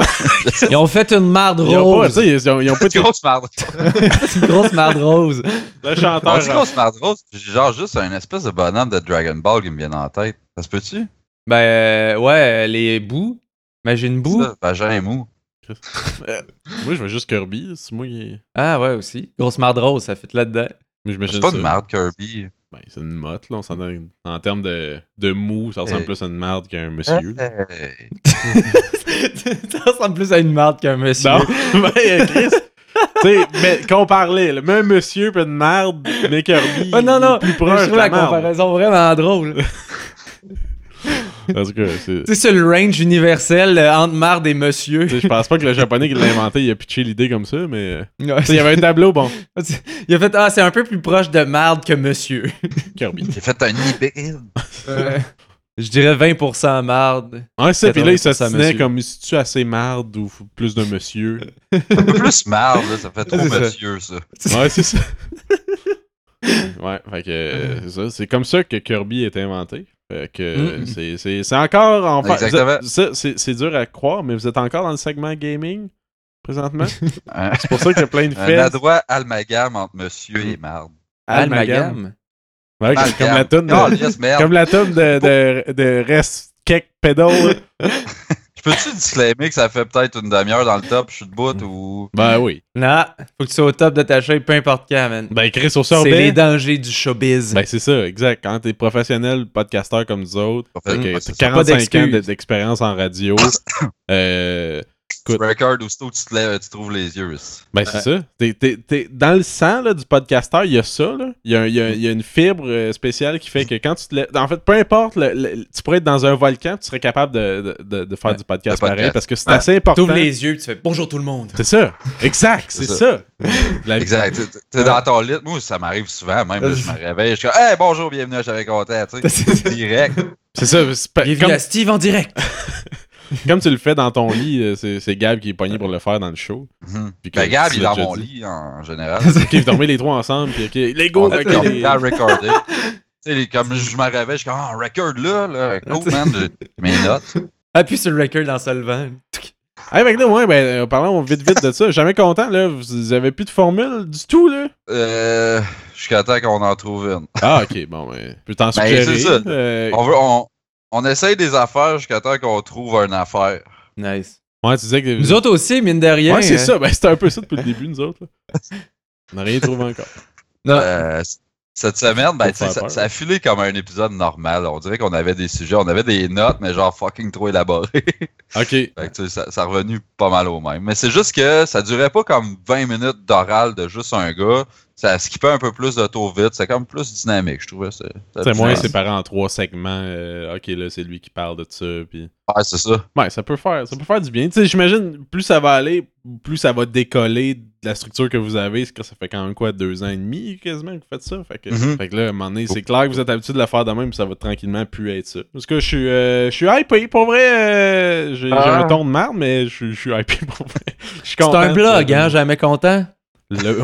Speaker 1: Ils ont fait une marde
Speaker 3: Ils ont pas,
Speaker 1: rose.
Speaker 3: tu sais, ils ont, ils ont pas
Speaker 4: Petite
Speaker 3: été...
Speaker 4: grosse marde.
Speaker 1: une grosse marde rose.
Speaker 3: Le
Speaker 4: On
Speaker 3: chanteur...
Speaker 4: dit grosse marde rose, pis j'ai genre juste un espèce de bonhomme de Dragon Ball qui me vient en tête. Ça se peut-tu?
Speaker 1: Ben, euh, ouais, les bouts. Imagine boue.
Speaker 4: Ça, Vagin et mou.
Speaker 3: Moi, je veux juste Kirby, c'est moi qui...
Speaker 1: Ah ouais, aussi. Grosse marde rose, ça fit là-dedans.
Speaker 4: C'est
Speaker 3: Mais j'imagine
Speaker 4: pas
Speaker 3: ça.
Speaker 4: une marde, Kirby.
Speaker 3: Ben, c'est une motte, là. On s'en donne- En termes de, de mou, ça ressemble
Speaker 4: Euh.
Speaker 3: plus à une marde qu'à un monsieur.
Speaker 1: Euh,
Speaker 3: là.
Speaker 4: Hey.
Speaker 1: ça ressemble plus à une marde qu'à un monsieur.
Speaker 3: Non, ben, Chris. tu sais, mais qu'on parlait, le même monsieur peut une merde, mais Kirby.
Speaker 1: Oh, non,
Speaker 3: il est
Speaker 1: non,
Speaker 3: plus
Speaker 1: je
Speaker 3: proche de
Speaker 1: trouve
Speaker 3: la
Speaker 1: la
Speaker 3: merde.
Speaker 1: comparaison vraiment drôle.
Speaker 3: En tout cas,
Speaker 1: tu
Speaker 3: c'est-
Speaker 1: sais, sur le range universel euh, entre marde et monsieur.
Speaker 3: tu sais, je pense pas que le japonais qui l'a inventé, il a pitché l'idée comme ça, mais. euh,
Speaker 1: Ouais,
Speaker 3: tu sais, Il y avait un tableau, bon,
Speaker 1: Il a fait Ah, c'est un peu plus proche de marde que monsieur.
Speaker 3: Kirby.
Speaker 4: J'ai fait un hybride.
Speaker 1: Euh, je dirais 20% marde.
Speaker 3: Ouais, c'est ça, puis là,
Speaker 1: 80%
Speaker 3: il s'assinait
Speaker 1: monsieur.
Speaker 3: comme si tu assez marde ou f- plus de monsieur.
Speaker 4: Un peu plus marde, là, ça fait trop
Speaker 1: C'est ça.
Speaker 4: monsieur, ça.
Speaker 3: Ouais, c'est ça. ouais, fait que euh, c'est ça. C'est comme ça que Kirby est inventé. Fait que euh,
Speaker 1: Mm.
Speaker 3: c'est- c'est c'est encore en fa-
Speaker 4: Exactement.
Speaker 3: vous êtes- ça, C'est c'est dur à croire, mais vous êtes encore dans le segment gaming présentement. c'est
Speaker 4: Un,
Speaker 3: pour ça qu'il y a plein de
Speaker 4: un
Speaker 3: fesses.
Speaker 4: adroit amalgame entre monsieur et marde.
Speaker 3: Almagam.
Speaker 1: Almagam.
Speaker 3: Ouais, comme, comme la tonne
Speaker 4: Oh,
Speaker 3: de,
Speaker 4: yes, merde.
Speaker 3: comme la toune de, de, de Rest Cake Pedal.
Speaker 4: Je peux-tu disclaimer que ça fait peut-être une demi-heure dans le top, je suis de bout ou.
Speaker 3: ben oui.
Speaker 1: Non, faut que tu sois au top de ta shape, peu importe quand, man.
Speaker 3: Ben Chris au
Speaker 1: c'est les
Speaker 3: sorbet.
Speaker 1: dangers du showbiz.
Speaker 3: Ben c'est ça, exact. Quand t'es professionnel, podcasteur comme nous autres,
Speaker 4: En fait,
Speaker 3: fait que
Speaker 4: ouais,
Speaker 3: t'as
Speaker 4: c'est ça.
Speaker 3: 45 ans
Speaker 1: d'excuses.
Speaker 3: de- d'expérience en radio. euh,
Speaker 4: Tu recordes aussitôt que tu te lèves, tu trouves les yeux. c'est-
Speaker 3: Ben, c'est ça. T'es- t'es- t'es- dans le sang là, du podcasteur, il y a ça. là. Il y a, il y a- il y a une fibre euh, spéciale qui fait que quand tu te lèves. En fait, peu importe, le- le- tu pourrais être dans un volcan, tu serais capable de, de- de- de faire
Speaker 1: Ouais.
Speaker 3: du podcast,
Speaker 4: Le podcast.
Speaker 3: pareil parce que c'est
Speaker 4: Ouais.
Speaker 3: assez important.
Speaker 1: T'ouvres les yeux et tu fais Bonjour tout le monde.
Speaker 3: C'est ça. Exact, c'est
Speaker 4: C'est
Speaker 3: ça. La-
Speaker 4: Exact. T'es- T'es dans ton lit. Moi, ça m'arrive souvent, même. là, je me réveille, je suis comme, hey, bonjour, bienvenue à J'avais content, tu sais. Direct.
Speaker 3: C'est ça. c'est pas-
Speaker 1: Bienvenue
Speaker 3: Comme,
Speaker 1: à Steve en direct.
Speaker 3: comme tu le fais dans ton lit, euh, c'est c'est Gab qui est pogné pour le faire dans le show.
Speaker 4: Mhm.
Speaker 3: Puis que
Speaker 4: Ben, Gab,
Speaker 3: tu
Speaker 4: il est
Speaker 3: l'as
Speaker 4: dans
Speaker 3: déjà
Speaker 4: mon
Speaker 3: dit.
Speaker 4: lit, en général.
Speaker 3: Ok, vous dormez les trois ensemble. Puis, ok, les go,
Speaker 4: On a
Speaker 3: ok,
Speaker 4: comme
Speaker 3: les-
Speaker 4: bien recordé. Tu sais, les- comme je me réveille, je suis comme, ah, record là, là, cool, man. j'ai Mes notes.
Speaker 1: Appuie sur le record en se levant.
Speaker 3: Hey, fait que là, ouais, ben, euh, parlons vite, vite de ça. Jamais content, là. Vous avez plus de formule du tout, là.
Speaker 4: Euh, Jusqu'à temps qu'on en trouve une.
Speaker 3: Ah, ok, bon, ben, je peux t'en
Speaker 4: Ben,
Speaker 3: suggérer.
Speaker 4: c'est ça.
Speaker 3: euh,
Speaker 4: On, veut, on, on essaye des affaires jusqu'à temps qu'on trouve une affaire.
Speaker 1: Nice.
Speaker 3: Ouais, tu disais que.
Speaker 1: Nous autres aussi, mine de rien.
Speaker 3: ouais, c'est
Speaker 1: hein.
Speaker 3: ça. Ben, c'était un peu ça depuis le début, nous autres. là. On n'a rien trouvé encore.
Speaker 1: Non.
Speaker 4: Euh, c- cette semaine, ben,
Speaker 3: Faut
Speaker 4: tu sais,
Speaker 3: faire
Speaker 4: ça,
Speaker 3: peur.
Speaker 4: ça a filé comme un épisode normal. On dirait qu'on avait des sujets, on avait des notes, mais genre fucking trop élaborées.
Speaker 3: Ok.
Speaker 4: Fait que, tu sais, ça, ça a revenu pas mal au même. Mais c'est juste que ça durait pas comme 20 minutes d'oral de juste un gars. Ça skippait un peu plus de tour vite. C'est comme plus dynamique, je trouvais. C'est
Speaker 3: C'est moins
Speaker 4: ouais,
Speaker 3: séparé en trois segments. euh, ok, là, c'est lui qui parle de ça. Puis...
Speaker 4: ouais, c'est ça.
Speaker 3: Ouais, ça peut faire, ça peut faire du bien. Tu sais, j'imagine, plus ça va aller, plus ça va décoller de la structure que vous avez. C'est que ça fait quand même quoi, deux ans et demi quasiment que vous faites ça. Fait que,
Speaker 4: Mhm.
Speaker 3: fait que là, à un moment donné, c'est clair que vous êtes habitué de la faire de même, puis ça va tranquillement plus être ça. Parce que je suis, euh, je suis hypé pour vrai. euh, j'ai j'ai
Speaker 4: Ah.
Speaker 3: un ton de marde, mais je, suis- je suis hypé pour vrai. Je suis
Speaker 1: C'est
Speaker 3: content,
Speaker 1: un blog,
Speaker 3: ça.
Speaker 1: hein, jamais content.
Speaker 3: Le,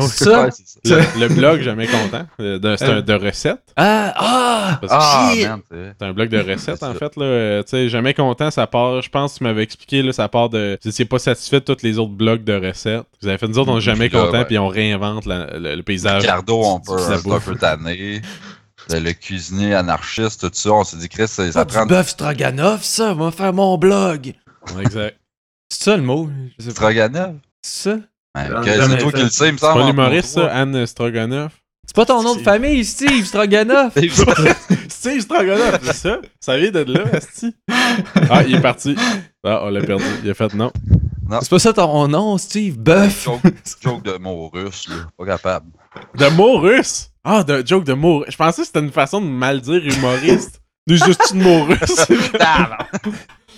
Speaker 1: Ça?
Speaker 4: Ouais, c'est ça.
Speaker 3: le- le blog Jamais Content, euh, de, c'est un- de recettes.
Speaker 1: Ah, ah!
Speaker 3: Parce que
Speaker 4: Ah,
Speaker 1: Shit!
Speaker 4: man, c'est vrai.
Speaker 3: C'est un blog de recettes,
Speaker 4: C'est
Speaker 3: en
Speaker 4: ça.
Speaker 3: fait. Là. Euh, tu sais, Jamais Content, ça part, je pense que tu m'avais expliqué, là, ça part de. Vous étiez pas satisfait de tous les autres blogs de recettes. Vous avez fait, nous autres, on est Jamais
Speaker 4: Puis là,
Speaker 3: Content,
Speaker 4: ouais.
Speaker 3: puis on réinvente la- le, le paysage.
Speaker 4: Ricardo, on
Speaker 3: Ça
Speaker 4: peut un
Speaker 3: bouffe.
Speaker 4: peu tanné. Le, le cuisinier anarchiste, tout ça. On s'est dit, Chris, ça,
Speaker 1: Pas
Speaker 4: ça
Speaker 1: du
Speaker 4: prend
Speaker 1: bœuf stroganoff, ça, va faire mon blog.
Speaker 3: Ouais, Exact.
Speaker 1: C'est ça le mot? Je sais pas.
Speaker 4: Stroganov.
Speaker 1: C'est ça?
Speaker 4: Ouais,
Speaker 2: Non,
Speaker 4: ok,
Speaker 2: jamais
Speaker 4: C'est toi
Speaker 2: fait.
Speaker 4: qui le sais, il me
Speaker 3: C'est
Speaker 4: semble.
Speaker 3: pas
Speaker 4: en-
Speaker 3: l'humoriste,
Speaker 4: en-
Speaker 3: ça, Anne Stroganoff.
Speaker 1: C'est pas ton nom de famille, Steve Stroganoff?
Speaker 3: Steve Stroganoff, c'est ça? Ça vient de là, Asti. Ah, il est parti. Ah, on l'a perdu. Il a fait non.
Speaker 1: C'est pas ça ton nom, Steve? Bœuf?
Speaker 4: Joke, joke de mots russes, là. Pas capable.
Speaker 3: De mot russe? Ah, de joke de mot russe. Je pensais que c'était une façon de mal dire humoriste. Des juste de mot russe.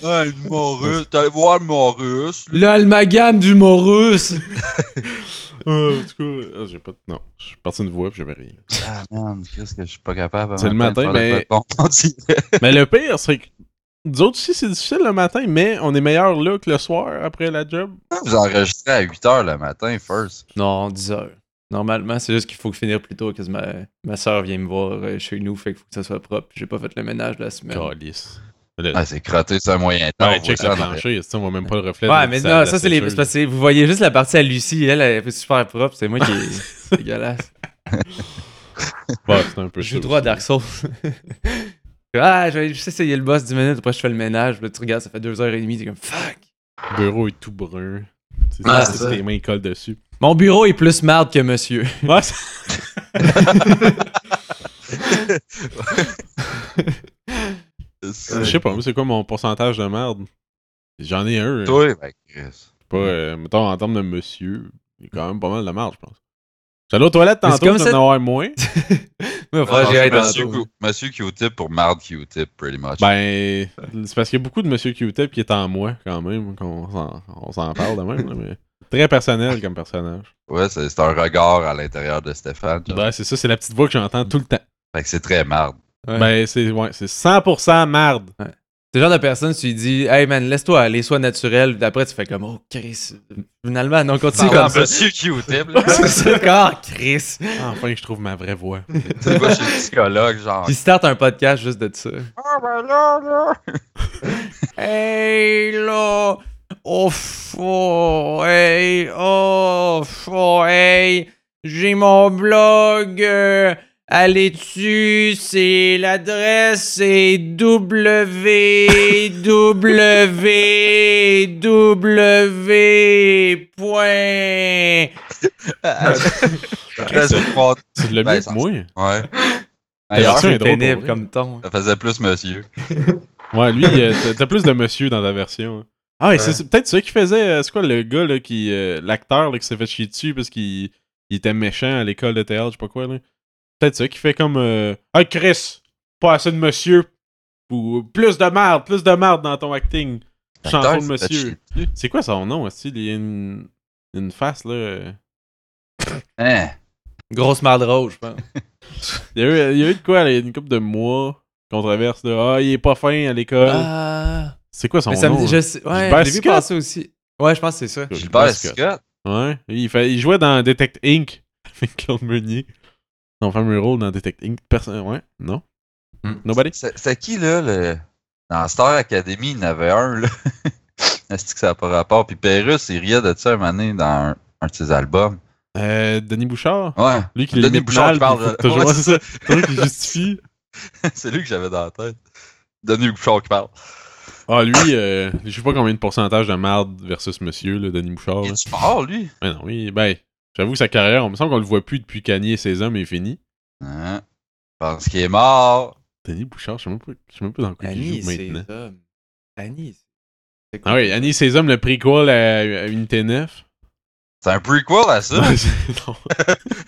Speaker 4: Ah, le mot russe. T'allais voir le mot russe.
Speaker 1: L'almagam du Morus!
Speaker 3: Euh, en tout cas, ah, j'ai pas de- Non, je suis parti une voix puis j'avais rien.
Speaker 4: Ah, man, Chris, que je suis pas capable.
Speaker 3: C'est le matin, mais-
Speaker 4: mais. On dirait.
Speaker 3: Mais le pire, c'est que nous autres aussi, c'est difficile le matin, mais on est meilleur là que le soir après la job.
Speaker 4: Vous enregistrez à 8 h le matin, first.
Speaker 1: Non, 10 heures. Normalement, c'est juste qu'il faut finir plus tôt que ma, ma soeur vient me voir euh, chez nous, fait qu'il faut que ça soit propre. J'ai pas fait le ménage de la semaine.
Speaker 3: Calice. Le...
Speaker 4: Ah, c'est crotté, c'est un moyen temps.
Speaker 3: Ouais,
Speaker 4: on
Speaker 3: check
Speaker 4: voit ça en
Speaker 3: le
Speaker 4: arrière.
Speaker 3: plancher, ça, on voit même pas le reflet.
Speaker 1: Ouais,
Speaker 3: de-
Speaker 1: mais
Speaker 3: de-
Speaker 1: non,
Speaker 3: de-
Speaker 1: ça,
Speaker 3: de-
Speaker 1: c'est les. c'est parce que vous voyez juste la partie à Lucie, elle, elle est super propre, c'est moi qui. C'est dégueulasse.
Speaker 3: Ouais, c'est un peu
Speaker 1: Je joue
Speaker 3: chaud.
Speaker 1: droit à Dark Souls. ah, je vais juste essayer le boss 10 minutes, après je fais le ménage, là, tu regardes, ça fait 2h30, t'es comme fuck!
Speaker 3: Le bureau est tout brun. C'est
Speaker 2: Ah,
Speaker 3: c'est
Speaker 2: c'est ça.
Speaker 3: les mains collent dessus.
Speaker 1: Mon bureau est plus marde que monsieur.
Speaker 3: Ouais, c'est- je sais pas, moi, c'est quoi mon pourcentage de merde? J'en ai un. hein.
Speaker 4: Toi, ben, Chris.
Speaker 3: pas, euh, mettons, en termes de monsieur, il y a quand même pas mal de marge, je pense. J'allais aux toilettes
Speaker 1: Mais c'est
Speaker 3: tantôt,
Speaker 1: comme
Speaker 3: ça
Speaker 1: ça-
Speaker 3: en avoir moins.
Speaker 1: Moi,
Speaker 2: Ah, j'ai
Speaker 1: j'y aille
Speaker 2: hâte
Speaker 4: monsieur,
Speaker 2: tantôt.
Speaker 4: Q- monsieur Q-tip pour Mard Q-tip, pretty much.
Speaker 3: Ben, c'est parce qu'il y a beaucoup de monsieur Q-Tip qui est en moi, quand même, qu'on s'en- on s'en parle de même, là, mais... Très personnel comme personnage.
Speaker 4: Ouais, c'est c'est un regard à l'intérieur de Stéphane. genre.
Speaker 3: Ben, c'est ça, c'est la petite voix que j'entends tout le temps.
Speaker 4: Fait que c'est très marde.
Speaker 1: Ouais.
Speaker 3: Ben, c'est ouais, c'est 100% marde.
Speaker 1: C'est le genre de personne, tu lui dis, hey man, laisse-toi aller, sois naturel. Puis après, tu fais comme, oh Chris. Finalement, non, continue comme ça.
Speaker 4: monsieur Ah, Q-tip, là.
Speaker 1: C'est ça, corps, Chris.
Speaker 3: Enfin, je trouve ma vraie voix.
Speaker 4: tu vas chez le psychologue, genre.
Speaker 1: Puis start un podcast juste de ça.
Speaker 4: Ah, ben là, là.
Speaker 1: Hey là, oh, fou, hey, oh, fou, hey, j'ai mon blog. euh, Allez dessus, c'est l'adresse, c'est www.
Speaker 4: Là, c'est froid.
Speaker 3: Tu l'as
Speaker 4: Ben,
Speaker 3: mieux que
Speaker 4: ça- Ah,
Speaker 3: moi.
Speaker 4: Ouais.
Speaker 3: D'ailleurs,
Speaker 4: D'ailleurs,
Speaker 3: c'est drôle
Speaker 1: Pénible
Speaker 3: pour
Speaker 1: comme ton.
Speaker 4: ça faisait plus monsieur.
Speaker 3: Ouais, lui, euh, t'as- t'as plus de monsieur dans ta version. hein. Ah, et c'est c'est peut-être celui qui faisait. euh, c'est quoi le gars, là, qui. euh, L'acteur, là, qui s'est fait chier dessus parce qu'il il était méchant à l'école de théâtre, je sais pas quoi, là. Peut-être celui qui fait comme. Euh, hey, Chris, pas assez de monsieur. Ou plus de merde, plus de merde dans ton acting. Chanson de monsieur. C'est quoi son nom, aussi Il y a une, une face, là. euh.
Speaker 4: Hein.
Speaker 1: Grosse marde rouge, je pense.
Speaker 3: Il y a eu, il y a eu de quoi, là, il y a une couple de mois, controverse, là. Ah, il est pas fin à l'école.
Speaker 1: Ah.
Speaker 3: C'est quoi son
Speaker 1: Mais ça me
Speaker 3: nom?
Speaker 1: dit,
Speaker 3: là?
Speaker 1: je sais. Ouais,
Speaker 3: Gilbert
Speaker 1: je l'ai vu
Speaker 3: Scott.
Speaker 1: passer aussi. Ouais, je pense que c'est ça.
Speaker 4: Gilbert Scott.
Speaker 3: Ouais, il, fait, il jouait dans Detect Inc. avec Claude Meunier. Son fameux rôle dans Detect Inc. Personne, ouais, non.
Speaker 1: Hmm.
Speaker 3: Nobody.
Speaker 4: C'est c'est qui, là, le... Dans Star Academy, il y en avait un, là. Est-ce que ça n'a pas rapport? Puis Pérus, il riait de ça un moment donné dans un, un de ses albums.
Speaker 3: Euh, Denis Bouchard.
Speaker 4: Ouais.
Speaker 3: Lui qui
Speaker 4: Denis
Speaker 3: l'imite
Speaker 4: Bouchard
Speaker 3: mal,
Speaker 4: qui parle,
Speaker 3: puis il
Speaker 4: euh,
Speaker 3: faut Toujours,
Speaker 4: ouais,
Speaker 3: c'est ça. Toujours qu'il justifie.
Speaker 4: c'est lui que j'avais dans la tête. Denis Bouchard qui parle.
Speaker 3: Ah, lui, euh, je sais pas combien de pourcentage de marde versus monsieur, là, Denis Bouchard.
Speaker 4: Il
Speaker 3: là.
Speaker 4: est fort, lui.
Speaker 3: Mais non, oui, ben, j'avoue que sa carrière, on me semble qu'on le voit plus depuis Kanye et ses hommes est fini.
Speaker 4: Hein? Je pense qu'il est mort.
Speaker 3: Denis Bouchard, je sais même pas, je sais même pas dans quoi il
Speaker 1: Annie,
Speaker 3: joue
Speaker 1: c'est
Speaker 3: maintenant.
Speaker 1: ça. Annie. c'est-
Speaker 3: Ah oui, Annie et ses hommes, le prequel à, à Unité 9.
Speaker 4: C'est un prequel à ça.
Speaker 3: Non, c'est- non.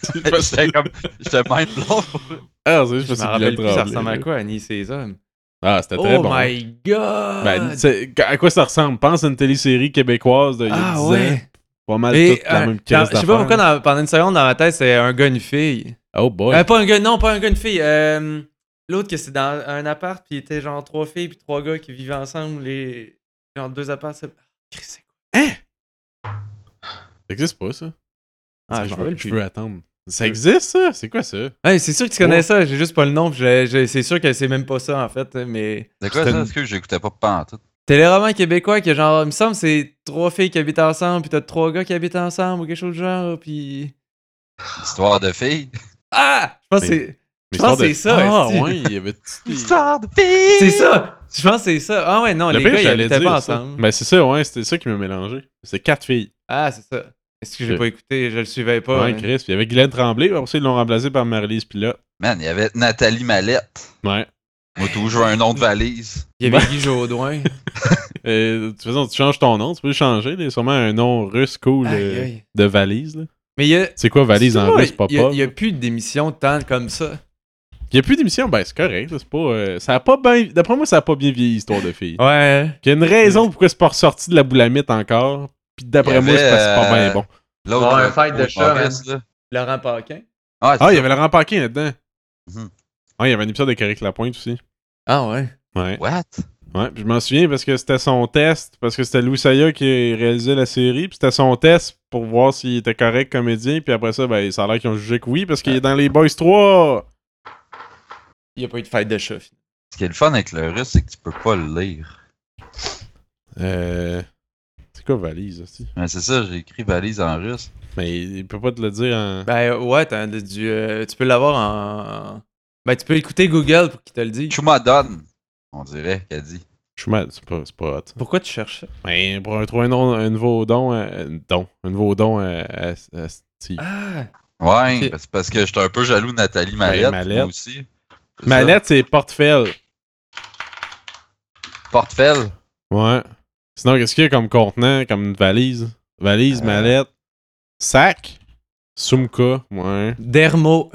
Speaker 3: C'est pas ça.
Speaker 4: J'étais comme. J'étais mind blown.
Speaker 3: Ah, c'est juste
Speaker 1: Je me
Speaker 3: parce que
Speaker 1: rappelle
Speaker 3: Guylaine
Speaker 1: plus, ça
Speaker 3: Tremblay,
Speaker 1: ressemble à
Speaker 3: là.
Speaker 1: quoi, Annie, ces hommes?
Speaker 3: Ah, c'était très
Speaker 1: Oh
Speaker 3: bon.
Speaker 1: my god!
Speaker 3: Ben, c'est- à quoi ça ressemble? Pense à une télésérie québécoise de il y a
Speaker 1: ah
Speaker 3: 10 ans.
Speaker 1: ouais!
Speaker 3: Pas mal
Speaker 1: Et,
Speaker 3: toute la
Speaker 1: euh,
Speaker 3: même
Speaker 1: dans-
Speaker 3: case
Speaker 1: je sais pas
Speaker 3: d'affaires.
Speaker 1: pourquoi, dans- pendant une seconde, dans ma tête, c'est un gars, une fille.
Speaker 3: Oh boy.
Speaker 1: Euh, pas un gars, non, pas un gars, une fille. euh, L'autre, que c'est dans un appart, puis il était genre trois filles, puis trois gars qui vivaient ensemble, les. Genre deux apparts. c'est- Ah, Christ, c'est-
Speaker 3: Ça existe pas, ça.
Speaker 1: Ah, je
Speaker 3: je,
Speaker 1: me rappelle
Speaker 3: veux,
Speaker 1: plus.
Speaker 3: attendre. Ça existe, ça? C'est quoi ça?
Speaker 1: Ouais, c'est sûr que tu
Speaker 3: Oh.
Speaker 1: connais ça, j'ai juste pas le nom. puis j'ai- j'ai- C'est sûr que c'est même pas ça en fait, hein, mais.
Speaker 4: C'est quoi
Speaker 3: C'est
Speaker 4: ça?
Speaker 3: une-
Speaker 4: Est-ce que j'écoutais pas pantoute?
Speaker 1: Téléroman québécois que genre, il me semble, c'est trois filles qui habitent ensemble, puis t'as trois gars qui habitent ensemble ou quelque chose du genre, puis.
Speaker 4: Histoire de filles?
Speaker 1: Ah! Je pense que
Speaker 3: Mais-
Speaker 1: c'est. Je
Speaker 3: Mais
Speaker 1: pense
Speaker 3: histoire de-
Speaker 1: que c'est ça,
Speaker 3: Ah,
Speaker 1: esti.
Speaker 3: ouais, il y avait.
Speaker 4: Histoire de filles!
Speaker 1: C'est ça! Je pense que c'est ça. Ah ouais, non,
Speaker 3: Le
Speaker 1: les
Speaker 3: pire,
Speaker 1: gars, ils
Speaker 3: j'allais
Speaker 1: habitaient pas
Speaker 3: dire ça.
Speaker 1: ensemble.
Speaker 3: Ben, c'est ça, ouais, c'était ça qui m'a mélangé. C'est quatre filles.
Speaker 1: Ah, c'est ça. Est-ce que j'ai
Speaker 3: Je-
Speaker 1: pas écouté? Je le suivais
Speaker 3: Ouais,
Speaker 1: pas. mais-
Speaker 3: Chris. Puis il y avait Guylaine Tremblay, après ça, ils l'ont remplacé par Marie-Lise Pilote.
Speaker 4: Man, il y avait Nathalie Mallette.
Speaker 3: Ouais.
Speaker 4: Moi, toujours un nom de valise.
Speaker 1: Il y avait Guy Jodoin.
Speaker 3: Euh, de toute façon, tu changes ton nom, tu peux le changer. là. sûrement un nom russe cool
Speaker 1: Aïe,
Speaker 3: euh,
Speaker 1: aïe.
Speaker 3: de valise. là.
Speaker 1: Mais il y a.
Speaker 3: C'est quoi valise en
Speaker 1: Ouais,
Speaker 3: russe, pas
Speaker 1: il y a-
Speaker 3: pop?
Speaker 1: Il y a plus d'émissions tant comme ça.
Speaker 3: Il y a plus d'émission, ben c'est correct. là, C'est pas, euh, ça a pas bien. D'après moi, ça a pas bien vieilli, histoire de filles.
Speaker 1: Ouais.
Speaker 3: Puis Il y a une raison pourquoi c'est pas ressorti de la boulamite encore. Puis
Speaker 4: Il y
Speaker 3: d'après moi, c'est parce que c'est pas
Speaker 4: avait,
Speaker 3: bien bon.
Speaker 4: L'autre.
Speaker 2: Ouais,
Speaker 4: euh,
Speaker 2: un fight de chat,
Speaker 4: humoriste, là.
Speaker 1: Laurent Paquin.
Speaker 4: Ah, c'est
Speaker 3: Ah, il y
Speaker 4: ça.
Speaker 3: avait Laurent Paquin là-dedans.
Speaker 4: Mhm.
Speaker 3: Ah, il y avait un épisode de Caric Lapointe aussi.
Speaker 1: Ah ouais.
Speaker 3: Ouais.
Speaker 4: What?
Speaker 3: Ouais, puis je m'en souviens parce que c'était son test, parce que c'était Louis Saya qui réalisait la série, puis c'était son test pour voir s'il était correct comédien, puis après ça, ben, ça a l'air qu'ils ont jugé que oui, parce qu'il est dans les Boys 3.
Speaker 1: Il n'y a pas eu de fête de chat. finalement.
Speaker 4: Ce qui est le fun avec le russe, c'est que tu peux pas le lire.
Speaker 3: Euh. C'est quoi valise aussi?
Speaker 4: Mais c'est ça, j'ai écrit valise en russe.
Speaker 3: Mais il il peut pas te le dire en.
Speaker 1: Ben euh, ouais, t'as de- du, euh, tu peux l'avoir en. Ben tu peux écouter Google pour qu'il te le dise.
Speaker 4: Chumadon, on dirait qu'elle dit.
Speaker 3: Je suis mal, c'est pas, c'est pas hot.
Speaker 1: Pourquoi tu cherches ça?
Speaker 3: Ben, pour un, trouver un, nom- un nouveau don, à- un don, un nouveau don à, à, à Steve.
Speaker 1: Ah!
Speaker 4: Ouais,
Speaker 1: Ok.
Speaker 4: ben, c'est parce que j'étais un peu jaloux de Nathalie Mallette.
Speaker 3: Ben, Mallette.
Speaker 4: moi aussi. C'est
Speaker 3: Mallette, c'est portefeuille.
Speaker 4: ça. Portefeuille.
Speaker 3: Ouais. Sinon, qu'est-ce qu'il y a comme contenant, comme une valise? Valise,
Speaker 4: Euh.
Speaker 3: mallette, sac, sumka, ouais.
Speaker 1: Dermo.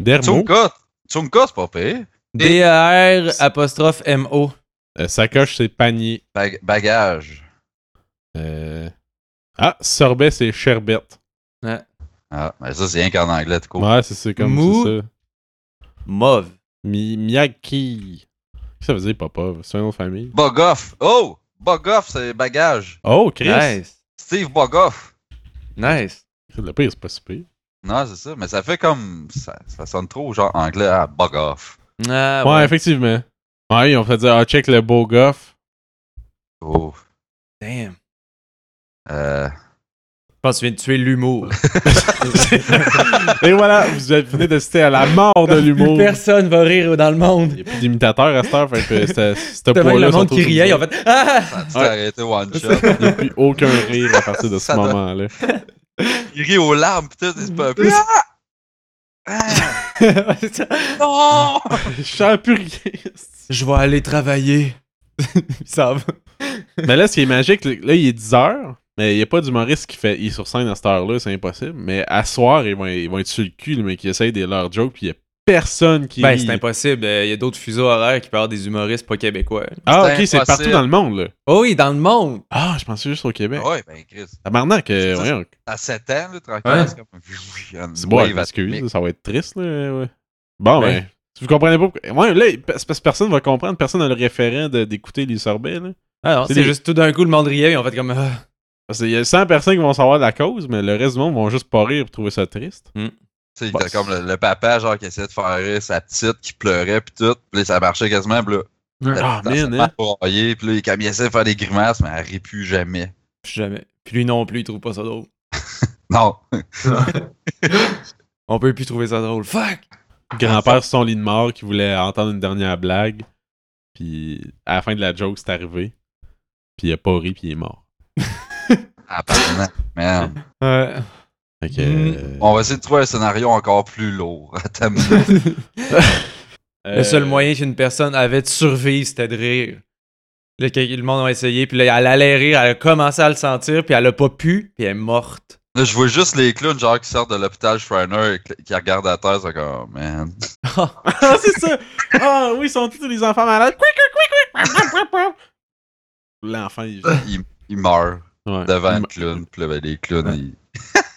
Speaker 3: Dermo,
Speaker 4: Tsumka. Tsumka, c'est pas pire.
Speaker 1: D-A-R E apostrophe M-O.
Speaker 3: euh, sacoche, c'est panier.
Speaker 4: Bag- bagage.
Speaker 3: Euh, Ah, sorbet, c'est sherbet.
Speaker 4: Ah, mais ça, c'est rien qu'en anglais, de coup.
Speaker 3: Ouais, c'est c'est comme
Speaker 1: Oh. Mou.
Speaker 3: c'est ça.
Speaker 1: Mauve.
Speaker 3: Mi Miyaki. Qu'est-ce que Ça veut dire Popov, c'est un nom de famille.
Speaker 4: Bogoff. Oh! Bogoff, c'est bagage.
Speaker 3: Oh, Chris!
Speaker 1: Nice.
Speaker 4: Steve Bogoff.
Speaker 1: Nice.
Speaker 3: Le pire, c'est pas si pire.
Speaker 4: Non, c'est ça. Mais ça fait comme. Ça, ça sonne trop genre anglais. Ah, Bogoff.
Speaker 1: Ah,
Speaker 3: ouais.
Speaker 1: ouais.
Speaker 3: effectivement. Ouais, ils ont fait dire, ah, check le beau goff.
Speaker 4: Oh.
Speaker 1: Damn.
Speaker 4: Euh,
Speaker 1: Je pense que tu viens de tuer l'humour.
Speaker 3: Et voilà, vous venez de citer à la mort de l'humour.
Speaker 1: Personne va rire dans le
Speaker 3: Il n'y
Speaker 1: monde.
Speaker 3: a plus d'imitateurs à cette heure, fait que c'était- c'était
Speaker 1: T'as même
Speaker 3: point-là
Speaker 1: le
Speaker 3: sont
Speaker 1: monde
Speaker 3: tous
Speaker 1: qui riait,
Speaker 3: nous
Speaker 1: en fait. Ah!
Speaker 4: ça a dû
Speaker 3: Ouais.
Speaker 4: arrêté one shot.
Speaker 3: autres. Il n'y a plus aucun rire à partir de ce
Speaker 4: Ça doit-
Speaker 3: moment-là.
Speaker 4: Il rit aux larmes, putain, c'est pas un peu. Ah! non!
Speaker 3: Je sens plus rien.
Speaker 1: Je vais aller travailler. Ça va.
Speaker 3: mais là, ce qui est magique, là, il est 10h, mais il n'y a pas d'humoriste qui fait. Il est sur scène à cette heure-là, c'est impossible. Mais à soir, ils vont, ils vont être sur le cul, mais qui essayent des leurs jokes, puis il n'y a personne qui.
Speaker 1: Ben,
Speaker 3: rit.
Speaker 1: c'est impossible. Euh, Il y a d'autres fuseaux horaires qui peuvent avoir des humoristes pas québécois.
Speaker 3: Ah,
Speaker 4: c'est
Speaker 3: ok, c'est partout
Speaker 4: impossible.
Speaker 3: dans le monde, là.
Speaker 1: Oh oui, dans le monde.
Speaker 3: Ah, je pensais juste au Québec.
Speaker 4: Ouais, ben Chris,
Speaker 3: Tabarnak,
Speaker 4: C'est-
Speaker 3: euh, voyons.
Speaker 4: à 7 ans, là, tranquille,
Speaker 1: Ouais.
Speaker 4: c'est comme oui, une
Speaker 3: C'est bon,
Speaker 4: wave
Speaker 3: excuse,
Speaker 4: atomique.
Speaker 3: ça va être triste, là. ouais. Bon,
Speaker 1: Ouais.
Speaker 3: ben. Si vous comprenez pas pourquoi. Ouais, là, c'est parce que personne va comprendre, personne n'a le référent de- d'écouter les sorbets, là.
Speaker 1: Ah non,
Speaker 3: C'est
Speaker 1: c'est
Speaker 3: des-
Speaker 1: juste tout d'un coup le monde riait et on fait comme. ah.
Speaker 3: Parce qu'il y a 100 personnes qui vont savoir la cause, mais le reste du monde vont juste pas rire pour trouver ça triste.
Speaker 4: Tu sais,
Speaker 3: Bah,
Speaker 4: t'as comme le, le papa, genre, qui essayait de faire rire sa petite, qui pleurait, pis tout. Pis là, ça marchait quasiment, pis là.
Speaker 3: Ah,
Speaker 4: dans
Speaker 3: man,
Speaker 4: sa
Speaker 3: hein.
Speaker 4: barre broyée, Pis là, comme il essayait de faire des grimaces, mais elle rit plus jamais.
Speaker 1: Puis jamais. Puis lui non plus, il trouve pas ça drôle.
Speaker 4: Non.
Speaker 1: On peut plus trouver ça drôle. Fuck!
Speaker 3: hein. Grand-père sur son lit de mort qui voulait entendre une dernière blague. Puis à la fin de la joke, c'est arrivé. Puis il a pas ri, puis il est mort.
Speaker 4: Apparemment. Man.
Speaker 1: Ouais.
Speaker 3: Fait que,
Speaker 1: Mm.
Speaker 3: euh,
Speaker 4: On va essayer de trouver un scénario encore plus lourd. Attends, une minute.
Speaker 3: euh,
Speaker 1: Le seul moyen qu'une personne avait de survivre, c'était de rire. Là, que- le monde a essayé, puis là, elle allait rire, elle a commencé à le sentir, puis elle a pas pu, puis elle est morte.
Speaker 4: là, je vois juste les clowns, genre, qui sortent de l'hôpital Shriner, et qui- qui regardent à terre, c'est comme, man.
Speaker 3: Ah, c'est ça! Ah, oui, ils sont tous les enfants malades. Quick, quick, quick, quick. L'enfant, il.
Speaker 4: Il, il meurt
Speaker 3: Ouais.
Speaker 4: devant
Speaker 3: Il
Speaker 4: un
Speaker 3: me-
Speaker 4: clown, pis là, ben, les clowns, ils.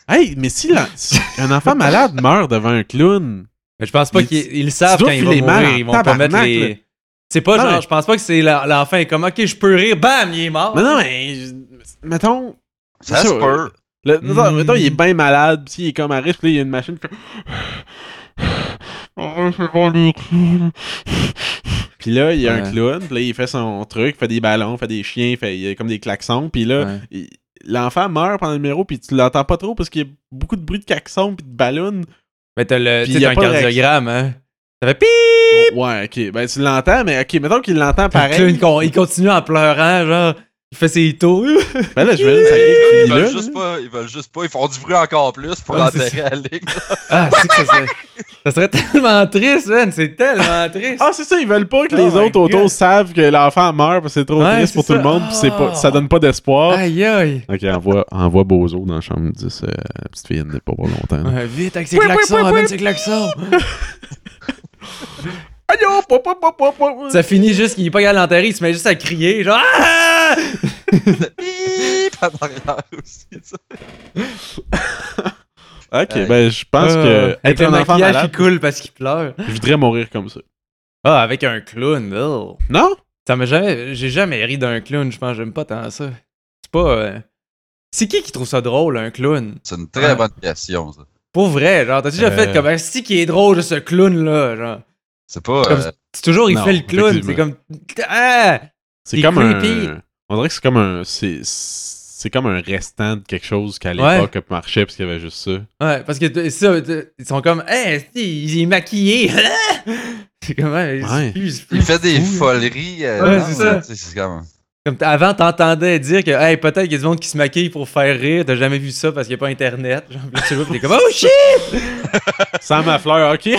Speaker 3: Hey, mais si, la- si un enfant malade meurt devant un clown,
Speaker 1: Mais je pense pas
Speaker 3: Mais
Speaker 1: qu'ils
Speaker 3: tu-
Speaker 1: ils le savent
Speaker 3: tu dois
Speaker 1: quand ils vont
Speaker 3: filer mal
Speaker 1: mourir.
Speaker 3: en
Speaker 1: Ils vont pas mettre
Speaker 3: tabarnak, là.
Speaker 1: les. C'est pas
Speaker 3: Non,
Speaker 1: genre,
Speaker 3: mais-
Speaker 1: je pense pas que c'est la- l'enfant est comme, ok, je peux rire, bam, il est mort.
Speaker 3: Non, non, mais. je- Mettons.
Speaker 4: Ça
Speaker 3: C'est
Speaker 4: se
Speaker 3: sûr,
Speaker 4: peut.
Speaker 3: Le, mettons,
Speaker 1: Mm.
Speaker 3: mettons, il est bien malade, pis il est comme à risque, pis là, il y a une machine qui fait. Oh, c'est bon, les clowns. Puis là, il y a un
Speaker 1: Ouais.
Speaker 3: clown, puis là, il fait son truc, fait des ballons, fait des chiens, fait, il y a comme des klaxons, puis là,
Speaker 1: Ouais.
Speaker 3: il- l'enfant meurt pendant le numéro, puis tu l'entends pas trop parce qu'il y a beaucoup de bruit de klaxons, puis de ballons.
Speaker 1: Mais t'as le. Tu
Speaker 3: Puis
Speaker 1: sais,
Speaker 3: y a
Speaker 1: t'as un
Speaker 3: pas de réaction.
Speaker 1: cardiogramme, hein. Ça fait pip!
Speaker 3: Ouais, ok, ben tu l'entends, mais ok, mettons qu'il l'entend
Speaker 1: Puis le
Speaker 3: pareil.
Speaker 1: clown, il continue en pleurant, genre. Il fait ses tours.
Speaker 3: Ben là, je vais ça y est,
Speaker 4: Ils
Speaker 3: il est
Speaker 4: veulent
Speaker 3: là,
Speaker 4: Ben, juste
Speaker 3: là.
Speaker 4: pas, ils veulent juste pas, ils font du bruit encore plus pour
Speaker 1: hein. Ouais,
Speaker 4: l'enterrer à la ligne.
Speaker 1: Ah, c'est que ça serait... ça serait tellement triste, man. C'est tellement triste.
Speaker 3: Ah, c'est ça, ils veulent pas que
Speaker 1: Oh
Speaker 3: les
Speaker 1: my
Speaker 3: autres autour
Speaker 1: God.
Speaker 3: savent que l'enfant meurt parce que c'est trop
Speaker 1: Ouais, c'est
Speaker 3: triste pour tout
Speaker 1: ça.
Speaker 3: le monde, puis c'est pas,
Speaker 1: Ah.
Speaker 3: ça donne pas d'espoir.
Speaker 1: Aïe, aïe.
Speaker 3: Ok, envoie, envoie Bozo dans la chambre 10. euh, la petite fille, elle n'est pas pour longtemps. là.
Speaker 1: Ouais, vite avec ses klaxons, amène ses klaxons.
Speaker 3: Aïe, oh, pop, pop, pop, pop, pop.
Speaker 1: Ça finit juste qu'il est pas à l'enterrer, il se met juste à crier, genre. Ah!
Speaker 4: Bip! En arrière aussi, ça.
Speaker 3: Ok,
Speaker 4: Ouais.
Speaker 3: ben je pense
Speaker 1: Ah,
Speaker 3: que
Speaker 1: Avec
Speaker 3: être
Speaker 1: le
Speaker 3: un enfant
Speaker 1: maquillage
Speaker 3: malade,
Speaker 1: qui coule parce qu'il pleure.
Speaker 3: je voudrais mourir comme ça.
Speaker 1: Ah, avec un clown, oh.
Speaker 3: Non?
Speaker 1: Ça m'a jamais. J'ai jamais ri d'un clown, je pense. J'aime pas tant ça. C'est pas. euh, C'est qui qui trouve ça drôle, un clown
Speaker 4: C'est une très
Speaker 1: Ouais.
Speaker 4: bonne question, ça.
Speaker 1: Pour vrai, genre, t'as déjà
Speaker 3: Euh.
Speaker 1: fait comme. Ah, C'est qui est drôle de ce clown-là, genre.
Speaker 4: C'est pas.
Speaker 1: Comme-
Speaker 4: euh,
Speaker 1: C'est toujours, il
Speaker 3: Non,
Speaker 1: fait le clown. C'est
Speaker 3: effectivement.
Speaker 1: comme. Ah
Speaker 3: C'est
Speaker 1: C'est
Speaker 3: comme
Speaker 1: creepy.
Speaker 3: un. On dirait que c'est comme un. C'est c'est comme un restant de quelque chose qu'à l'époque marchait parce qu'il y avait juste ça.
Speaker 1: Ouais, parce que t- ça, t- ils sont comme. Hey, si, il est maquillé. hein? c'est comme. Hey, c'est
Speaker 3: Ouais.
Speaker 1: plus- c'est plus
Speaker 4: il fait des
Speaker 1: fou, là.
Speaker 4: foleries. euh,
Speaker 1: Ouais,
Speaker 4: non,
Speaker 1: c'est ça.
Speaker 4: tu sais, C'est comme.
Speaker 1: Comme t- avant, t'entendais dire que hey, peut-être qu'il y a du monde qui se maquille pour faire rire, t'as jamais vu ça parce qu'il n'y a pas internet. Genre, puis là, tu vois, puis t'es comme Oh shit!
Speaker 3: Sans ma fleur, ok.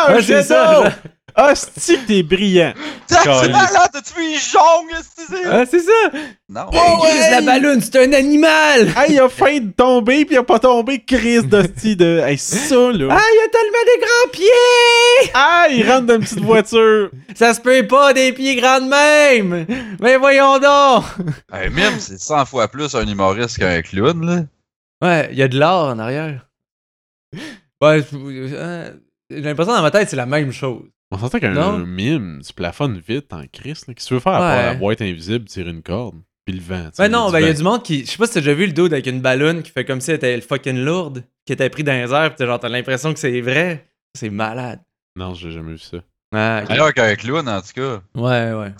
Speaker 3: Ah,
Speaker 1: Ouais, c'est ça, genre.
Speaker 3: Ah, que t'es brillant.
Speaker 4: T'as
Speaker 3: Caliste.
Speaker 4: là, t'as-tu vu, il jongle, c'est- c'est-
Speaker 1: Ah, c'est ça!
Speaker 4: Non.
Speaker 1: Hey, Chris, la ballonne, c'est un animal!
Speaker 3: Hey, il a faim de tomber, puis il a pas tombé. Chris d'hostie de. Hey, ça, là.
Speaker 1: Ah, il a tellement des grands pieds!
Speaker 3: Ah, il rentre dans une petite voiture.
Speaker 1: Ça se peut pas, des pieds grands de même! Mais voyons donc!
Speaker 4: Un mime, c'est 100 fois plus un humoriste qu'un clown, là.
Speaker 1: Ouais, il y a de l'art en arrière. Ouais, je- euh, j'ai l'impression dans ma tête, c'est la même chose.
Speaker 3: On s'entend qu'un
Speaker 1: Non?
Speaker 3: mime, tu plafonnes vite en Chris. Là. Qu'est-ce que tu veux faire à part
Speaker 1: Ouais.
Speaker 3: la boîte invisible, tirer une corde, puis le vent? tu
Speaker 1: Ouais,
Speaker 3: sais,
Speaker 1: non, ben, il y a du
Speaker 3: vent.
Speaker 1: monde qui. Je sais pas si t'as déjà vu le dude avec une ballonne qui fait comme si elle était fucking lourde, qui était pris dans les airs, pis t'as genre, t'as l'impression que c'est vrai. C'est malade.
Speaker 3: Non, j'ai jamais vu ça.
Speaker 1: Ah, ok.
Speaker 4: Meilleur qu'un clown, en tout cas.
Speaker 1: Ouais, ouais.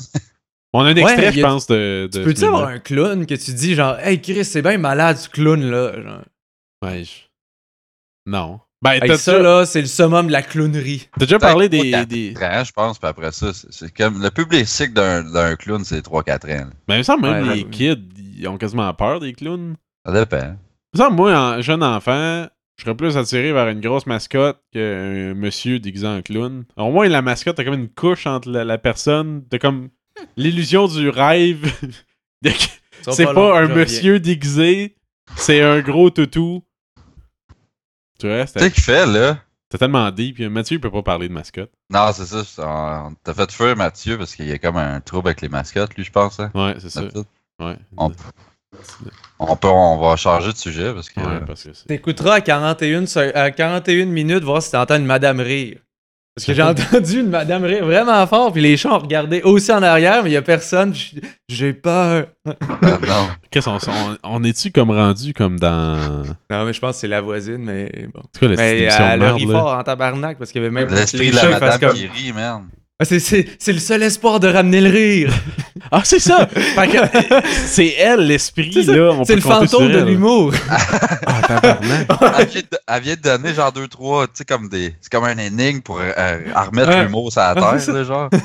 Speaker 3: On a un extrait,
Speaker 1: il y
Speaker 3: je
Speaker 1: a-
Speaker 3: pense, de. de
Speaker 1: Tu
Speaker 3: ce
Speaker 1: peux-tu
Speaker 3: mime-là.
Speaker 1: avoir un clown que tu dis genre, hey Chris, c'est bien malade ce clown-là? genre?
Speaker 3: Ouais, je- Non. Ben,
Speaker 1: Hey,
Speaker 3: t'as,
Speaker 1: ça,
Speaker 3: déjà-
Speaker 1: là, c'est le summum de la clownerie.
Speaker 3: t'as déjà parlé
Speaker 4: Peut-être
Speaker 3: des.
Speaker 4: trois,
Speaker 3: des...
Speaker 4: quatre ans, je pense, puis après ça, c'est- c'est comme. Le public cycle d'un d'un clown, c'est 3-4 ans. là.
Speaker 3: Ben, il me semble même
Speaker 1: Ouais,
Speaker 3: les
Speaker 1: ouais.
Speaker 3: kids, ils ont quasiment peur des clowns.
Speaker 4: Ça dépend.
Speaker 3: Il me semble, moi, en jeune enfant, je serais plus attiré vers une grosse mascotte qu'un monsieur déguisé en clown. Au moins, la mascotte, t'as comme une couche entre la, la personne. T'as comme l'illusion du rêve. de que- C'est pas, un monsieur déguisé, c'est un gros toutou. Tu vois,
Speaker 4: Tu sais
Speaker 3: c'était
Speaker 4: qu'il fait, là?
Speaker 3: c'était tellement dit. Puis Mathieu, il peut pas parler de mascotte.
Speaker 4: Non, c'est ça. c'est- On on t'a fait feu, Mathieu, parce qu'il y a comme un trouble avec les mascottes, lui, je pense. Hein.
Speaker 3: Ouais, c'est ça.
Speaker 4: That's it.
Speaker 3: Ouais.
Speaker 4: On, on peut, on va changer de sujet parce que.
Speaker 3: Ouais, parce que c'est-
Speaker 1: T'écouteras à 41, sec- à 41 minutes voir si t'entends une madame rire. Parce que j'ai entendu une madame rire vraiment fort, puis les chats ont regardé aussi en arrière, mais il y a personne. puis j'ai- J'ai peur.
Speaker 4: Ah, non.
Speaker 3: Chris, on, on- on est-tu comme rendu comme dans.
Speaker 1: Non, mais je pense que c'est la voisine, mais bon.
Speaker 3: C'est quoi la
Speaker 1: Mais euh,
Speaker 3: émission de
Speaker 1: elle a ri
Speaker 3: merde, là?
Speaker 1: fort en tabarnak parce qu'il y avait même.
Speaker 4: L'esprit
Speaker 1: les
Speaker 4: de la
Speaker 1: chats, ils fassent
Speaker 4: madame
Speaker 1: comme-
Speaker 4: qui rit, man.
Speaker 1: Ah, c'est- C'est c'est le seul espoir de ramener le rire.
Speaker 3: Ah, c'est ça! Fait que, c'est elle, l'esprit,
Speaker 1: C'est ça.
Speaker 3: là. on
Speaker 1: C'est
Speaker 3: peut
Speaker 1: le
Speaker 3: compter sur
Speaker 1: fantôme de
Speaker 3: elle.
Speaker 1: l'humour.
Speaker 3: Ah, tabarnak.
Speaker 4: Elle vient, de, elle vient de donner genre 2-3, tu sais, comme des. C'est comme un énigme pour euh, euh, remettre
Speaker 1: Ouais.
Speaker 4: l'humour sur la
Speaker 1: Ah, c'est
Speaker 4: terre, là, genre.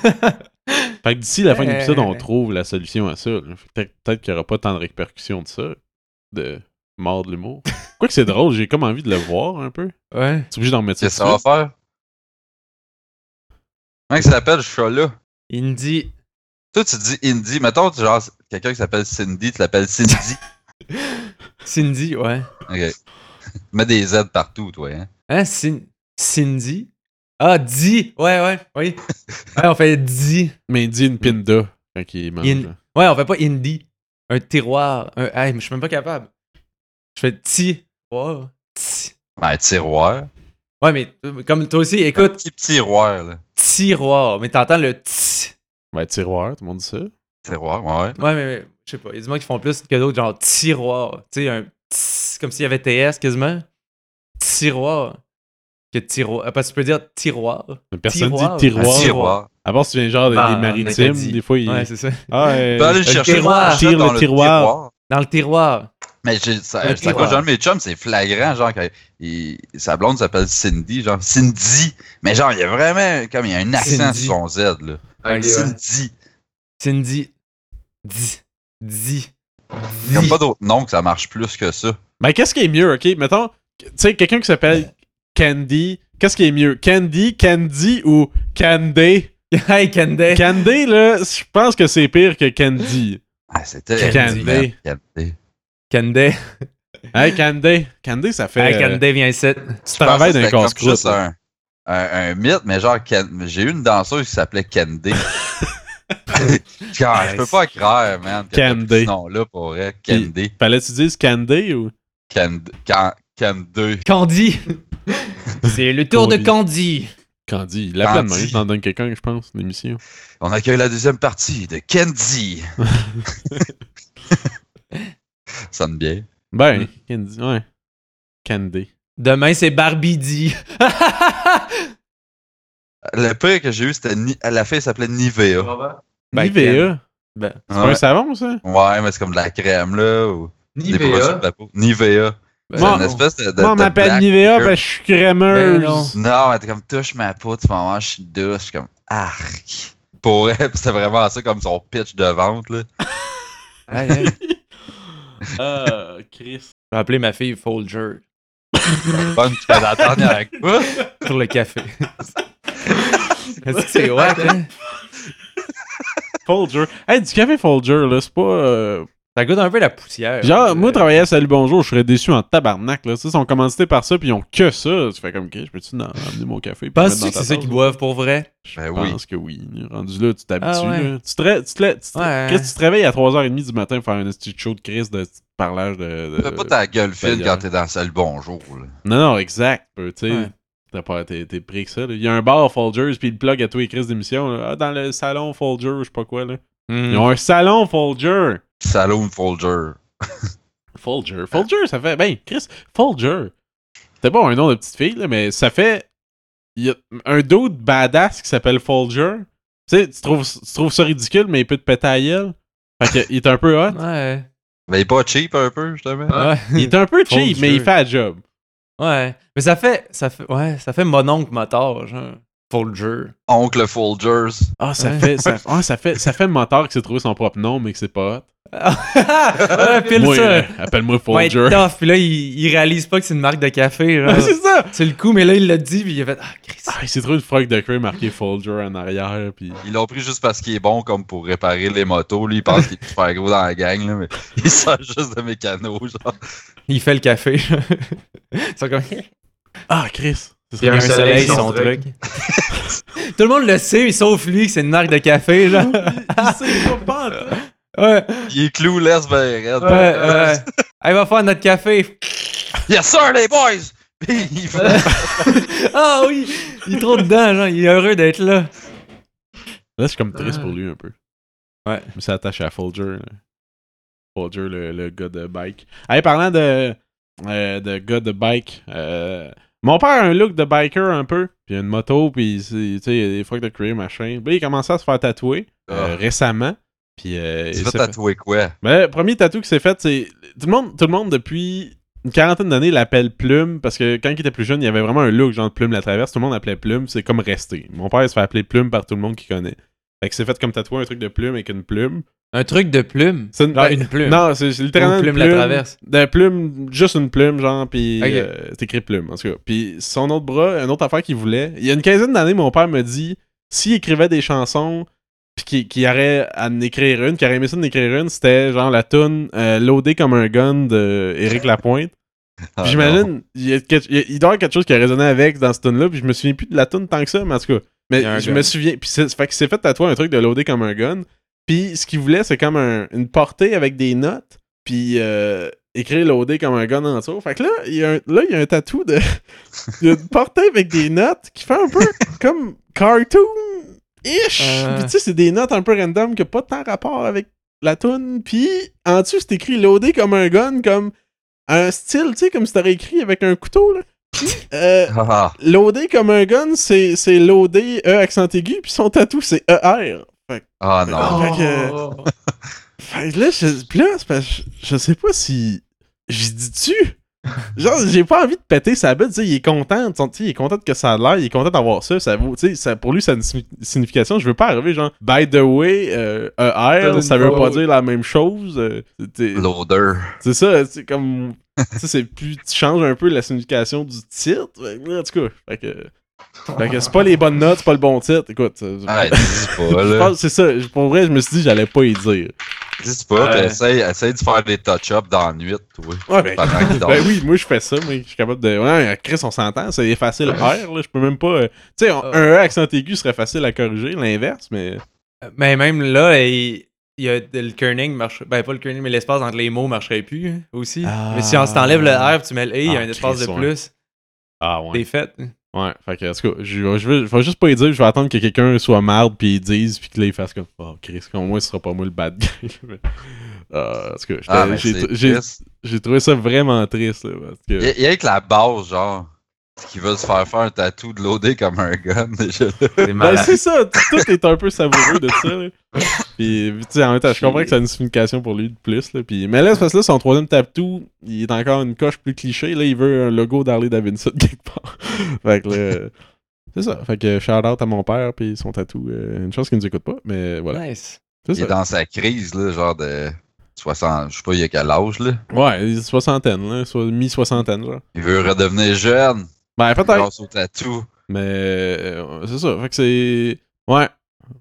Speaker 3: Fait que d'ici la fin de l'épisode, on
Speaker 1: Euh.
Speaker 3: trouve la solution à ça. là. Fait que peut-être- Peut-être qu'il n'y aura pas tant de répercussions de ça. De mort de l'humour. Quoi que c'est drôle, j'ai comme envie de le voir un peu.
Speaker 1: Ouais.
Speaker 3: T'es obligé d'en remettre ça.
Speaker 4: Qu'est-ce que ça va
Speaker 3: dessus?
Speaker 4: faire? Comment il s'appelle, ce chat-là?
Speaker 1: Il me dit.
Speaker 4: Toi, tu dis Indy. Mettons, tu- genre, quelqu'un qui s'appelle Cindy, tu l'appelles Cindy.
Speaker 1: Cindy, ouais.
Speaker 4: ok. Mets des Z partout, toi, hein.
Speaker 1: Hein, Cin- Cindy? Ah, Di! Ouais, ouais, oui. Ouais, on fait Di.
Speaker 3: Mais il dit une pinda quand il mange.
Speaker 1: In-
Speaker 3: là.
Speaker 1: Ouais, on fait pas Indie. Un tiroir. Un... Hey, mais je suis même pas capable. Je fais Ti. Wow. Ti.
Speaker 4: Ben, Un tiroir.
Speaker 1: Ouais, mais euh, comme toi aussi, écoute,
Speaker 4: Petit tiroir, là.
Speaker 1: tiroir. Mais t'entends le Ti.
Speaker 3: Ben, tiroir, tout le monde dit ça.
Speaker 4: Tiroir, ouais.
Speaker 1: Ouais, mais, mais je sais pas. Il y a du monde qui font plus que d'autres, genre tiroir. Tu sais, un Ti. comme s'il y avait TS quasiment. Tiroir. Que tiroir. Parce que tu peux dire tiroir.
Speaker 3: Personne
Speaker 1: Tiroir.
Speaker 3: dit tiroir.
Speaker 1: Ah,
Speaker 3: Avant
Speaker 4: Tiroir.
Speaker 3: À part si tu viens genre des,
Speaker 1: Bah,
Speaker 3: des
Speaker 1: on a
Speaker 3: maritimes,
Speaker 1: dit.
Speaker 3: des fois, ils.
Speaker 1: Ouais, c'est ça.
Speaker 3: ah, euh,
Speaker 4: Tu peux aller le
Speaker 3: euh,
Speaker 4: chercher
Speaker 1: tiroir.
Speaker 4: dans
Speaker 3: Tire le
Speaker 4: dans
Speaker 3: tiroir.
Speaker 1: Dans le tiroir.
Speaker 4: Mais j'ai- ça,
Speaker 1: Un
Speaker 4: ça
Speaker 1: tiroir.
Speaker 4: cause genre de mes chums, c'est flagrant, genre, que il- sa blonde s'appelle Cindy, genre, Cindy. Mais genre, il y a vraiment, comme, il y a un accent
Speaker 1: Cindy.
Speaker 4: sur son Z, là.
Speaker 1: Ok, ouais.
Speaker 4: Cindy.
Speaker 1: Cindy. Di. Di.
Speaker 4: Il n'y a pas d'autre nom que ça marche plus que ça.
Speaker 3: Mais ben, qu'est-ce qui est mieux, ok? Mettons, tu sais, quelqu'un qui s'appelle Candy, qu'est-ce qui est mieux? Candy, Candy ou Candy?
Speaker 1: Hey, Candy.
Speaker 3: Candy, là, je pense que c'est pire que Candy.
Speaker 4: Ah, c'était...
Speaker 1: Candy.
Speaker 4: Man, Candy.
Speaker 1: Candy.
Speaker 3: Hey, Candy. Candy, ça fait.
Speaker 1: Hey, Candy, viens ici.
Speaker 3: euh, tu travailles
Speaker 4: Je pensais que Bah, c'était
Speaker 3: dans un
Speaker 4: comme
Speaker 3: casse-croûte.
Speaker 4: juste
Speaker 3: là.
Speaker 4: un, un, un mythe, mais genre, Can- j'ai eu une danseuse qui s'appelait Candy. Car, je peux pas croire, man. que
Speaker 3: Candy.
Speaker 4: t'as pris ce nom-là pour vrai. Candy.
Speaker 3: Fallait que tu dises Candy ou.
Speaker 4: Candy. Can- Candy.
Speaker 1: Candy. C'est le tour de
Speaker 3: Candy.
Speaker 1: Candy.
Speaker 3: Candy. La pleine main,
Speaker 4: Candy.
Speaker 3: je t'en donne quelqu'un, je pense, l'émission.
Speaker 4: On accueille la deuxième partie de Candy. Sonne bien. Hmm.
Speaker 3: Ben, Candy, ouais. Candy.
Speaker 1: Demain, c'est Barbie D.
Speaker 4: Le pire que j'ai eu, c'était Ni- la fille s'appelait Nivea.
Speaker 1: Ben,
Speaker 3: Nivea.
Speaker 1: Ben,
Speaker 3: C'est pas
Speaker 4: Ouais.
Speaker 3: un savon, ça?
Speaker 4: Ouais, mais c'est comme de la crème, là. Ou des produits
Speaker 2: Nivea.
Speaker 4: de la peau. Nivea.
Speaker 1: Ben,
Speaker 4: C'est
Speaker 3: Moi,
Speaker 4: une espèce de. de-
Speaker 3: Moi, on
Speaker 4: de
Speaker 3: m'appelle
Speaker 4: black
Speaker 3: Nivea
Speaker 4: sugar.
Speaker 3: parce que je suis
Speaker 1: Ben non.
Speaker 3: crémeuse.
Speaker 4: Non, mais t'es comme touche ma peau, tu m'en manges, je suis douce. Je suis comme arc. Pour elle, pis c'était vraiment ça comme son pitch de vente, là.
Speaker 3: Ah, Chris.
Speaker 1: Je vais appeler ma fille Folger
Speaker 4: Bonne, tu fais la dernière avec moi.
Speaker 1: pour le café. Est-ce que c'est wack, hein?
Speaker 3: Folger. Hey, du café Folger, là, c'est pas. euh,
Speaker 1: Ça goûte un peu la
Speaker 4: Euh,
Speaker 1: poussière. euh,
Speaker 3: Genre, moi, travailler à Salut Bonjour, je serais déçu en tabarnak, là. Tu sais, Ils sont commencités par ça, puis ils ont que ça. Tu fais comme, ok, je peux-tu en- amener mon café? puis
Speaker 1: Penses-tu
Speaker 3: le mettre dans
Speaker 1: que
Speaker 3: ta
Speaker 1: c'est ça
Speaker 3: tasse?
Speaker 1: qu'ils boivent pour vrai?
Speaker 4: Ben
Speaker 3: Je
Speaker 4: oui.
Speaker 3: pense que oui. Rendu là, tu t'habitues.
Speaker 1: Ah ouais.
Speaker 3: là. Tu te, ré- tu te lè- tu te-
Speaker 1: Ouais.
Speaker 3: Chris, tu te réveilles à 3h30 du matin pour faire un petit show de Chris de petit parlage de. de-
Speaker 4: Fais pas ta gueule fine
Speaker 3: d'ailleurs.
Speaker 4: quand t'es dans le salle bonjour, là.
Speaker 3: Non, non, exact. peu, Tu sais,
Speaker 1: Ouais.
Speaker 3: t'as pas- t'es t'es pris que ça. là. Il y a un bar Folgers, puis il plug à tous les Chris d'émission. là. Ah, dans le salon Folger, je sais pas quoi. là.
Speaker 1: Hmm.
Speaker 4: Hmm.
Speaker 3: Ils ont un salon Folger.
Speaker 4: Saloon Folger.
Speaker 3: Folger. Folger, ça fait. Ben, Chris, Folger. C'était pas un nom de petite fille, là, mais ça fait. Il y a un dude badass qui s'appelle Folger. Tu sais, tu trouves, tu trouves ça ridicule, mais il peut te péter à la gueule. Fait qu'il est un peu hot.
Speaker 1: Ouais.
Speaker 4: Mais il est pas cheap un peu, justement.
Speaker 1: Ouais.
Speaker 3: Il est un peu cheap,
Speaker 1: Folger.
Speaker 3: mais il fait la job.
Speaker 1: Ouais. Mais ça fait. Ça fait ouais, ça fait mon oncle moteur, genre. Folger.
Speaker 4: Oncle Folgers.
Speaker 3: Ah, ça,
Speaker 1: Ouais.
Speaker 3: fait, ça, ah, ça fait. Ça fait le menteur qui s'est trouvé son propre nom, mais que c'est pas hot.
Speaker 1: ouais, pile
Speaker 3: Moi,
Speaker 1: ça.
Speaker 3: euh, appelle-moi
Speaker 1: Ouais,
Speaker 3: Folger.
Speaker 1: tough. Puis là, il, il réalise pas que c'est une marque de café. genre.
Speaker 3: c'est ça!
Speaker 1: c'est le coup, mais là, il l'a dit, puis il a fait Ah, Christ.
Speaker 3: Ah, il s'est trouvé une froc de creux marqué Folger en arrière, puis.
Speaker 4: Ils l'ont pris juste parce qu'il est bon, comme pour réparer les motos. Lui, il pense qu'il est super gros dans la gang, là, mais il sort juste de mécano, genre.
Speaker 1: Il fait le café. Ils sont comme.
Speaker 3: Ah, Chris! Ce
Speaker 2: Il y a
Speaker 1: Il y
Speaker 3: serait
Speaker 1: a un
Speaker 3: un-
Speaker 1: soleil, son truc. Tout le monde le sait, sauf lui, que c'est une marque de café, genre. Ouais,
Speaker 4: Il est clouless, ben,
Speaker 1: ouais,
Speaker 4: raide.
Speaker 1: ouais. Elle va faire notre café.
Speaker 4: Yes, sir, les boys! il fait-
Speaker 1: Ah oui! Il est trop dedans, genre. Il est heureux d'être là.
Speaker 3: Là, je suis comme triste pour lui un peu.
Speaker 1: Ouais.
Speaker 3: Mais ça attache à Folger. là. Folger, le, le gars de bike. Allez, parlant de, euh, de gars de bike, euh, mon père a un look de biker un peu. Puis il a une moto, puis il- tu sais, il a des fois de cuir, machin. Puis il a commencé à se faire tatouer euh,
Speaker 4: Ah.
Speaker 3: récemment. Puis, euh, il
Speaker 4: Tu vas
Speaker 3: s'est
Speaker 4: tatouer quoi?
Speaker 3: ben, le premier tatou qui s'est fait, c'est. Tout le monde, tout le monde depuis une quarantaine d'années l'appelle Plume parce que quand il était plus jeune, il y avait vraiment un look genre de Plume la traverse. Tout le monde appelait Plume, c'est comme resté. Mon père il se fait appeler Plume par tout le monde qui connaît. Fait que c'est fait comme tatouer un truc de plume avec une plume.
Speaker 1: Un truc de plume.
Speaker 3: C'est une,
Speaker 1: Genre
Speaker 3: ben,
Speaker 1: une plume.
Speaker 3: Non, c'est c'est littéralement
Speaker 1: Ou
Speaker 3: une
Speaker 1: Plume la traverse.
Speaker 3: De plume, juste une plume, genre, puis
Speaker 1: Ok.
Speaker 3: euh, c'est écrit plume, en tout cas. Puis son autre bras, une autre affaire qu'il voulait. Il y a une quinzaine d'années, mon père me dit s'il écrivait des chansons, puis qu'il qu'il aurait à en écrire une, qu'il aurait aimé ça en écrire une, c'était genre la tune euh, Loadé comme un gun de Éric Lapointe.
Speaker 4: Ah,
Speaker 3: Puis j'imagine, il, y a quelque- il y a- il doit y avoir quelque chose qui a résonné avec dans cette tune-là, puis je me souviens plus de la tune tant que ça, mais en tout cas.
Speaker 1: Il y a un
Speaker 3: Mais je
Speaker 1: gun.
Speaker 3: me souviens, puis c'est fait qu'il s'est fait tatouer un truc de loader comme un gun, puis ce qu'il voulait, c'est comme un- une portée avec des notes, puis euh, écrire loader comme un gun en dessous. Fait que là, il y a un, là, il y a un tatou de. il y a une portée avec des notes qui fait un peu comme cartoon-ish.
Speaker 1: Euh.
Speaker 3: Puis tu sais, c'est des notes un peu random qui n'ont pas tant rapport avec la tune. Puis en dessous, c'est écrit loader comme un gun, comme un style, tu sais, comme si t'aurais écrit avec un couteau, là. Euh,
Speaker 4: Ah,
Speaker 3: loader comme un gun, c'est c'est loader E accent aigu, puis son tatou, c'est ER.
Speaker 4: ah, non.
Speaker 3: Fait que- Fait que là, je, pis là, c'est parce que je, je sais pas si. J'y dis-tu? Genre, j'ai pas envie de péter sa bête, tu sais, il est content, tu sais, il est content que ça a l'air, il est content d'avoir ça, ça vaut, tu sais, ça, pour lui, ça a une signi- signification, je veux pas arriver, genre, by the way, euh, ER, ça veut pas dire la même chose, euh, t'es-
Speaker 4: L'odeur.
Speaker 3: c'est ça, c'est comme. ça, c'est plus. Tu changes un peu la signification du titre. Fait que, En tout cas, fait que. fait que c'est pas les bonnes notes, c'est pas le bon titre. Écoute. euh,
Speaker 4: Ah, dis pas,
Speaker 3: je
Speaker 4: là.
Speaker 3: pense que c'est ça. Je- Pour vrai, je me suis dit, j'allais pas y dire.
Speaker 4: Dis pas,
Speaker 3: Ouais.
Speaker 4: pis essaye, essaye de faire des touch-ups dans la nuit, toi.
Speaker 3: Ouais, ben,
Speaker 4: Pendant qu'il dort.
Speaker 3: ben oui, moi, je fais ça. Moi, je suis capable de. Ouais, Chris, on s'entend. C'est effacer le R. Là, je peux même pas. euh, Tu sais, on- un E accent aigu serait facile à corriger, l'inverse, mais.
Speaker 1: Mais même là, il, il y a le kerning marche. Ben, pas le kerning, mais l'espace entre les mots marcherait plus hein, aussi.
Speaker 3: Ah.
Speaker 1: Mais si on s'enlève le R, puis tu mets le E, il y a
Speaker 3: Ah,
Speaker 1: un espace de
Speaker 3: Chris, ouais.
Speaker 1: plus.
Speaker 3: Ah
Speaker 1: T'es fait. hein.
Speaker 3: Ouais, fait que, en tout cas, je, je, vais, je vais juste pas y dire, je vais attendre que quelqu'un soit marde puis il dise, puis que là, il fasse comme, oh Chris, au moins, ce sera pas moi le bad guy. Mais, euh, en tout cas, j'étais-
Speaker 4: Ah, mais
Speaker 3: j'ai-
Speaker 4: c'est
Speaker 3: j'ai-
Speaker 4: triste.
Speaker 3: j'ai trouvé ça vraiment triste, là, parce que.
Speaker 4: Il y a- il y a que la base, genre, qui veut se faire faire un tatou de l'OD comme un gun, déjà. là.
Speaker 1: T'es
Speaker 3: Ben,
Speaker 1: malade.
Speaker 3: c'est ça, t- tout est un peu savoureux de ça, là. Puis, tu sais, en même temps, je comprends que ça a une signification pour lui de plus, là. Puis, mais là, c'est parce que là, son troisième tatou, il est encore une coche plus cliché, là, il veut un logo d'Harley Davidson quelque part. fait que là. C'est ça. Fait que shout out à mon père puis son tatou. euh, une chose qu'il nous écoute pas, mais voilà.
Speaker 1: Nice.
Speaker 3: C'est
Speaker 4: Il est
Speaker 3: ça.
Speaker 4: dans sa crise, là, genre de 60, je sais pas, il y a quel âge, là.
Speaker 3: Ouais, il est soixantaine, là, soit mi-soixantaine, genre.
Speaker 4: Il veut redevenir jeune,
Speaker 3: Ben, peut-être.
Speaker 4: grâce au tatou.
Speaker 3: Mais euh, c'est ça, fait que c'est. Ouais.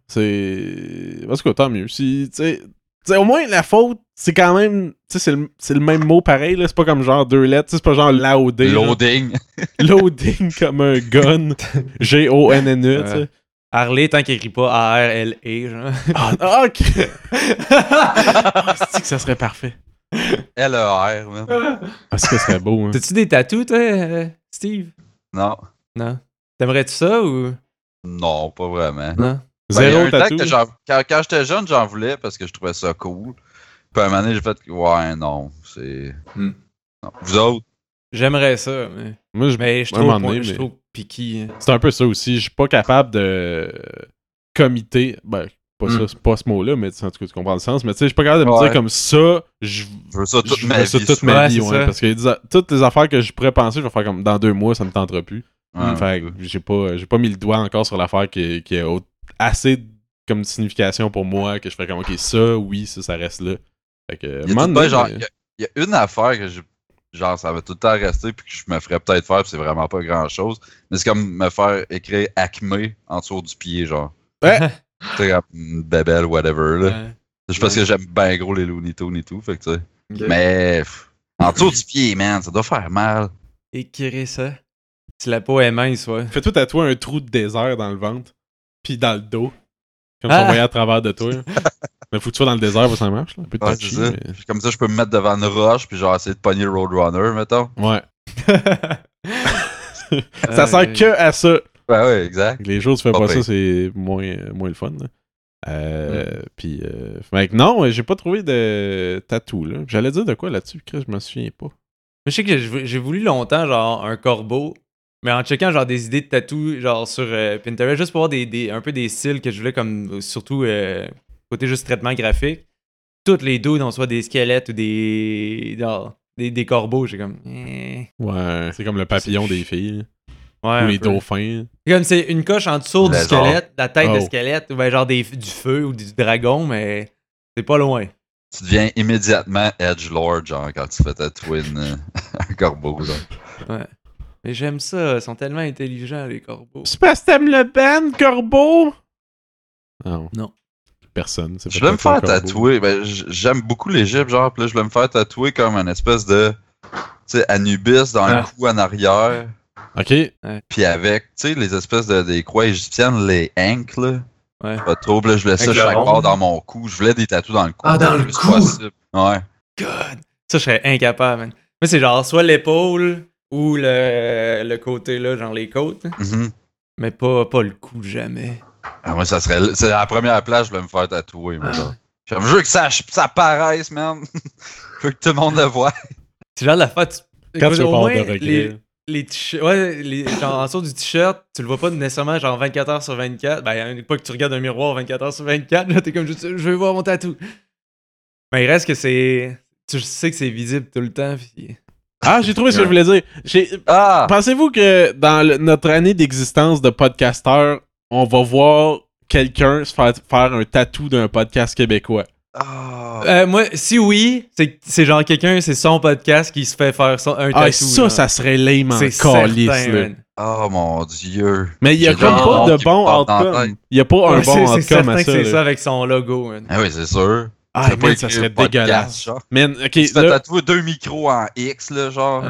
Speaker 3: C'est. Parce que tant mieux. Si, tu sais- tu sais, au moins, la faute, c'est quand même. Tu sais, c'est le, c'est le même mot pareil, là. C'est pas comme genre deux lettres. tu sais, C'est pas genre laodé. genre.
Speaker 4: Loading.
Speaker 3: Loading comme un gun. G-O-N-N-E, E, tu sais.
Speaker 1: Harley, tant qu'il écrit pas A-R-L-E, E, genre.
Speaker 3: Ah, ok.
Speaker 1: Ah,
Speaker 3: cest que ça serait parfait?
Speaker 4: E LER, man.
Speaker 3: Ah, c'est que ça serait beau, hein.
Speaker 1: T'as-tu des tatous, toi, euh, Steve?
Speaker 4: Non.
Speaker 1: Non. T'aimerais-tu ça ou.
Speaker 4: Non, pas vraiment.
Speaker 1: Non.
Speaker 4: Ben, il y a
Speaker 3: Zéro
Speaker 4: un temps
Speaker 3: tatou.
Speaker 4: que j'en- quand quand j'étais jeune, j'en voulais parce que je trouvais ça cool. Puis à un moment donné, j'ai fait, ouais, non, c'est.
Speaker 1: Hmm.
Speaker 4: Non. Vous autres,
Speaker 1: J'aimerais ça, mais.
Speaker 3: Moi, je-
Speaker 1: Mais je
Speaker 3: Un moment
Speaker 1: trouve,
Speaker 3: donné,
Speaker 1: je
Speaker 3: mais-
Speaker 1: trouve piqué. hein.
Speaker 3: C'est un peu ça aussi. Je suis pas capable de comité. Ben, pas ça,
Speaker 1: Mm.
Speaker 3: c'est pas ce mot-là, mais tu- en tout cas, tu comprends le sens. Mais tu sais, je suis pas capable de me
Speaker 4: Hmm. Ouais.
Speaker 3: dire comme ça, je,
Speaker 4: je veux ça toute
Speaker 3: je
Speaker 4: ma
Speaker 3: fais
Speaker 4: vie.
Speaker 3: ça toute
Speaker 4: ça.
Speaker 3: ma
Speaker 1: Ouais,
Speaker 3: vie.
Speaker 1: c'est
Speaker 3: ouais,
Speaker 1: ça.
Speaker 3: parce que les a- toutes les affaires que je pourrais penser, je vais faire comme dans deux mois, ça me tentera plus.
Speaker 4: Ouais.
Speaker 3: Fait que j'ai pas, j'ai pas mis le doigt encore sur l'affaire qui, est- qui a au- assez de- comme signification pour moi, que je ferais comme, ok, ça, oui, ça, ça reste là. Fait que,
Speaker 4: Il y, a tout le
Speaker 3: moment
Speaker 4: temps,
Speaker 3: donné, ben,
Speaker 4: genre,
Speaker 3: mais-
Speaker 4: il y a- il y a une affaire que je, genre, ça va tout le temps rester puis que je me ferais peut-être faire, puis c'est vraiment pas grand chose. Mais c'est comme me faire écrire Acme en dessous du pied, genre.
Speaker 3: Ouais.
Speaker 4: Tu sais, comme une bébelle, whatever, là.
Speaker 1: Ouais.
Speaker 4: C'est parce que j'aime bien gros les Looney Tunes et tout, fait que tu sais.
Speaker 1: Ok.
Speaker 4: Mais, pff, en dessous du pied, man, ça doit faire mal.
Speaker 1: Écrire ça. Si la peau est mince, ouais.
Speaker 3: Fais-toi tatouer un trou de désert dans le ventre, puis dans le dos, comme si
Speaker 1: Ah.
Speaker 3: on voyait à travers de toi. là. mais faut que tu sois dans le désert, pour que ça marche. Là. Un peu
Speaker 4: Ouais,
Speaker 3: touchy,
Speaker 4: c'est ça.
Speaker 3: mais-
Speaker 4: Puis comme ça, je peux me mettre devant une roche puis genre essayer de pogner le Roadrunner, mettons.
Speaker 3: Ouais.
Speaker 1: Ah,
Speaker 3: ça sert
Speaker 1: oui.
Speaker 3: que à ça.
Speaker 4: Ouais, ouais, exact.
Speaker 3: Les jours, tu fais
Speaker 4: Pas
Speaker 3: pas ça,
Speaker 4: pire.
Speaker 3: c'est moins, euh, moins le fun. là. Euh, Puis, euh, fait que non, j'ai pas trouvé de tatou. là. J'allais dire de quoi là-dessus, Chris, je me souviens pas.
Speaker 1: Mais Je sais que j'ai j'ai voulu longtemps, genre, un corbeau. Mais en checkant, genre, des idées de tatou, genre, sur euh, Pinterest, juste pour voir des, des- un peu des styles que je voulais, comme, euh, surtout, euh, côté juste traitement graphique. Toutes les dos, ont soit des squelettes ou des. genre, des, des corbeaux, j'ai comme. eh.
Speaker 3: Ouais. C'est comme le papillon des filles,
Speaker 1: Ouais,
Speaker 3: ou
Speaker 1: un
Speaker 3: les
Speaker 1: peu.
Speaker 3: dauphins.
Speaker 1: C'est Comme c'est une coche en dessous du
Speaker 4: Lézard.
Speaker 1: squelette, la tête de
Speaker 3: Oh.
Speaker 1: squelette, ou ben, genre des, du feu ou du dragon, mais c'est pas loin.
Speaker 4: Tu deviens immédiatement Edgelord, genre, quand tu te fais tatouer une- un corbeau, genre.
Speaker 1: Mais j'aime ça, ils sont tellement intelligents, les corbeaux.
Speaker 3: C'est parce que t'aimes le band, corbeau? Non.
Speaker 1: Non.
Speaker 3: Personne. c'est
Speaker 4: Je
Speaker 3: pas
Speaker 4: voulais me faire
Speaker 3: corbeau.
Speaker 4: tatouer. Ben, j- J'aime beaucoup l'Égypte, genre. Puis là, je voulais me faire tatouer comme un espèce de. Tu sais, Anubis dans le
Speaker 1: Ah.
Speaker 4: cou en arrière.
Speaker 3: Ok.
Speaker 4: Puis avec, tu sais, les espèces de des croix égyptiennes, les ankh, là.
Speaker 1: Ouais.
Speaker 4: Pas de trouble, là, je voulais ça
Speaker 1: Avec le
Speaker 4: chaque
Speaker 1: rond.
Speaker 4: part dans mon cou. Je voulais des tatous dans le cou.
Speaker 6: Ah, dans
Speaker 4: le
Speaker 6: le
Speaker 4: plus
Speaker 6: cou!
Speaker 4: possible. Ouais.
Speaker 1: God! Ça, je serais incapable, man. Moi, c'est genre soit l'épaule ou le, le côté, là, genre les côtes,
Speaker 4: Mhm.
Speaker 1: mais pas, pas le cou, jamais.
Speaker 4: Ah, moi, ça serait. C'est la première place, je voulais me faire tatouer, moi, genre. J'aime- Je veux que ça, ça paraisse, man. je veux que tout le monde le voie.
Speaker 1: C'est genre la fois. Tu...
Speaker 3: Quand
Speaker 1: Écoute,
Speaker 3: tu veux
Speaker 1: au
Speaker 3: pas avoir
Speaker 1: moins,
Speaker 3: de regrets.
Speaker 1: les, les t-shirts- ouais, les, genre, en dessous du t-shirt, tu le vois pas nécessairement genre 24 heures sur 24. Ben, à une époque, tu regardes un miroir 24 heures sur 24, là, t'es comme juste, je veux voir mon tatou. Mais il reste que c'est. Tu sais que c'est visible tout le temps. Puis...
Speaker 3: Ah, j'ai trouvé ce que je voulais dire. J'ai-
Speaker 4: Ah!
Speaker 3: Pensez-vous que dans le- notre année d'existence de podcasteur, on va voir quelqu'un se faire, faire un tatou d'un podcast québécois?
Speaker 4: Ah!
Speaker 1: Euh, moi, si oui, c'est c'est genre quelqu'un, c'est son podcast qui se fait faire son- un
Speaker 3: ah,
Speaker 1: tatou.
Speaker 3: ça,
Speaker 1: genre.
Speaker 3: ça serait lame en
Speaker 1: c'est
Speaker 3: calice,
Speaker 1: certain,
Speaker 3: là.
Speaker 1: man.
Speaker 4: Oh mon dieu!
Speaker 3: Mais il y a
Speaker 4: J'ai
Speaker 3: comme
Speaker 4: genre honte
Speaker 3: pas de
Speaker 4: qui
Speaker 3: bon
Speaker 4: me porte dans la
Speaker 3: outcome.
Speaker 4: tête.
Speaker 3: Il y a pas un
Speaker 1: Ouais, c'est-
Speaker 3: bon
Speaker 1: c'est
Speaker 3: outcome
Speaker 1: certain que
Speaker 3: à ça.
Speaker 1: c'est
Speaker 3: là.
Speaker 1: ça avec son logo. man.
Speaker 4: Ah oui, c'est sûr.
Speaker 3: Ah,
Speaker 4: T'as pas
Speaker 3: man,
Speaker 4: écrit
Speaker 3: ça serait
Speaker 4: podcast,
Speaker 3: dégueulasse.
Speaker 4: genre.
Speaker 3: Man, ok,
Speaker 4: Tu te fais
Speaker 3: là,
Speaker 4: tatouer deux micros en X, là, genre.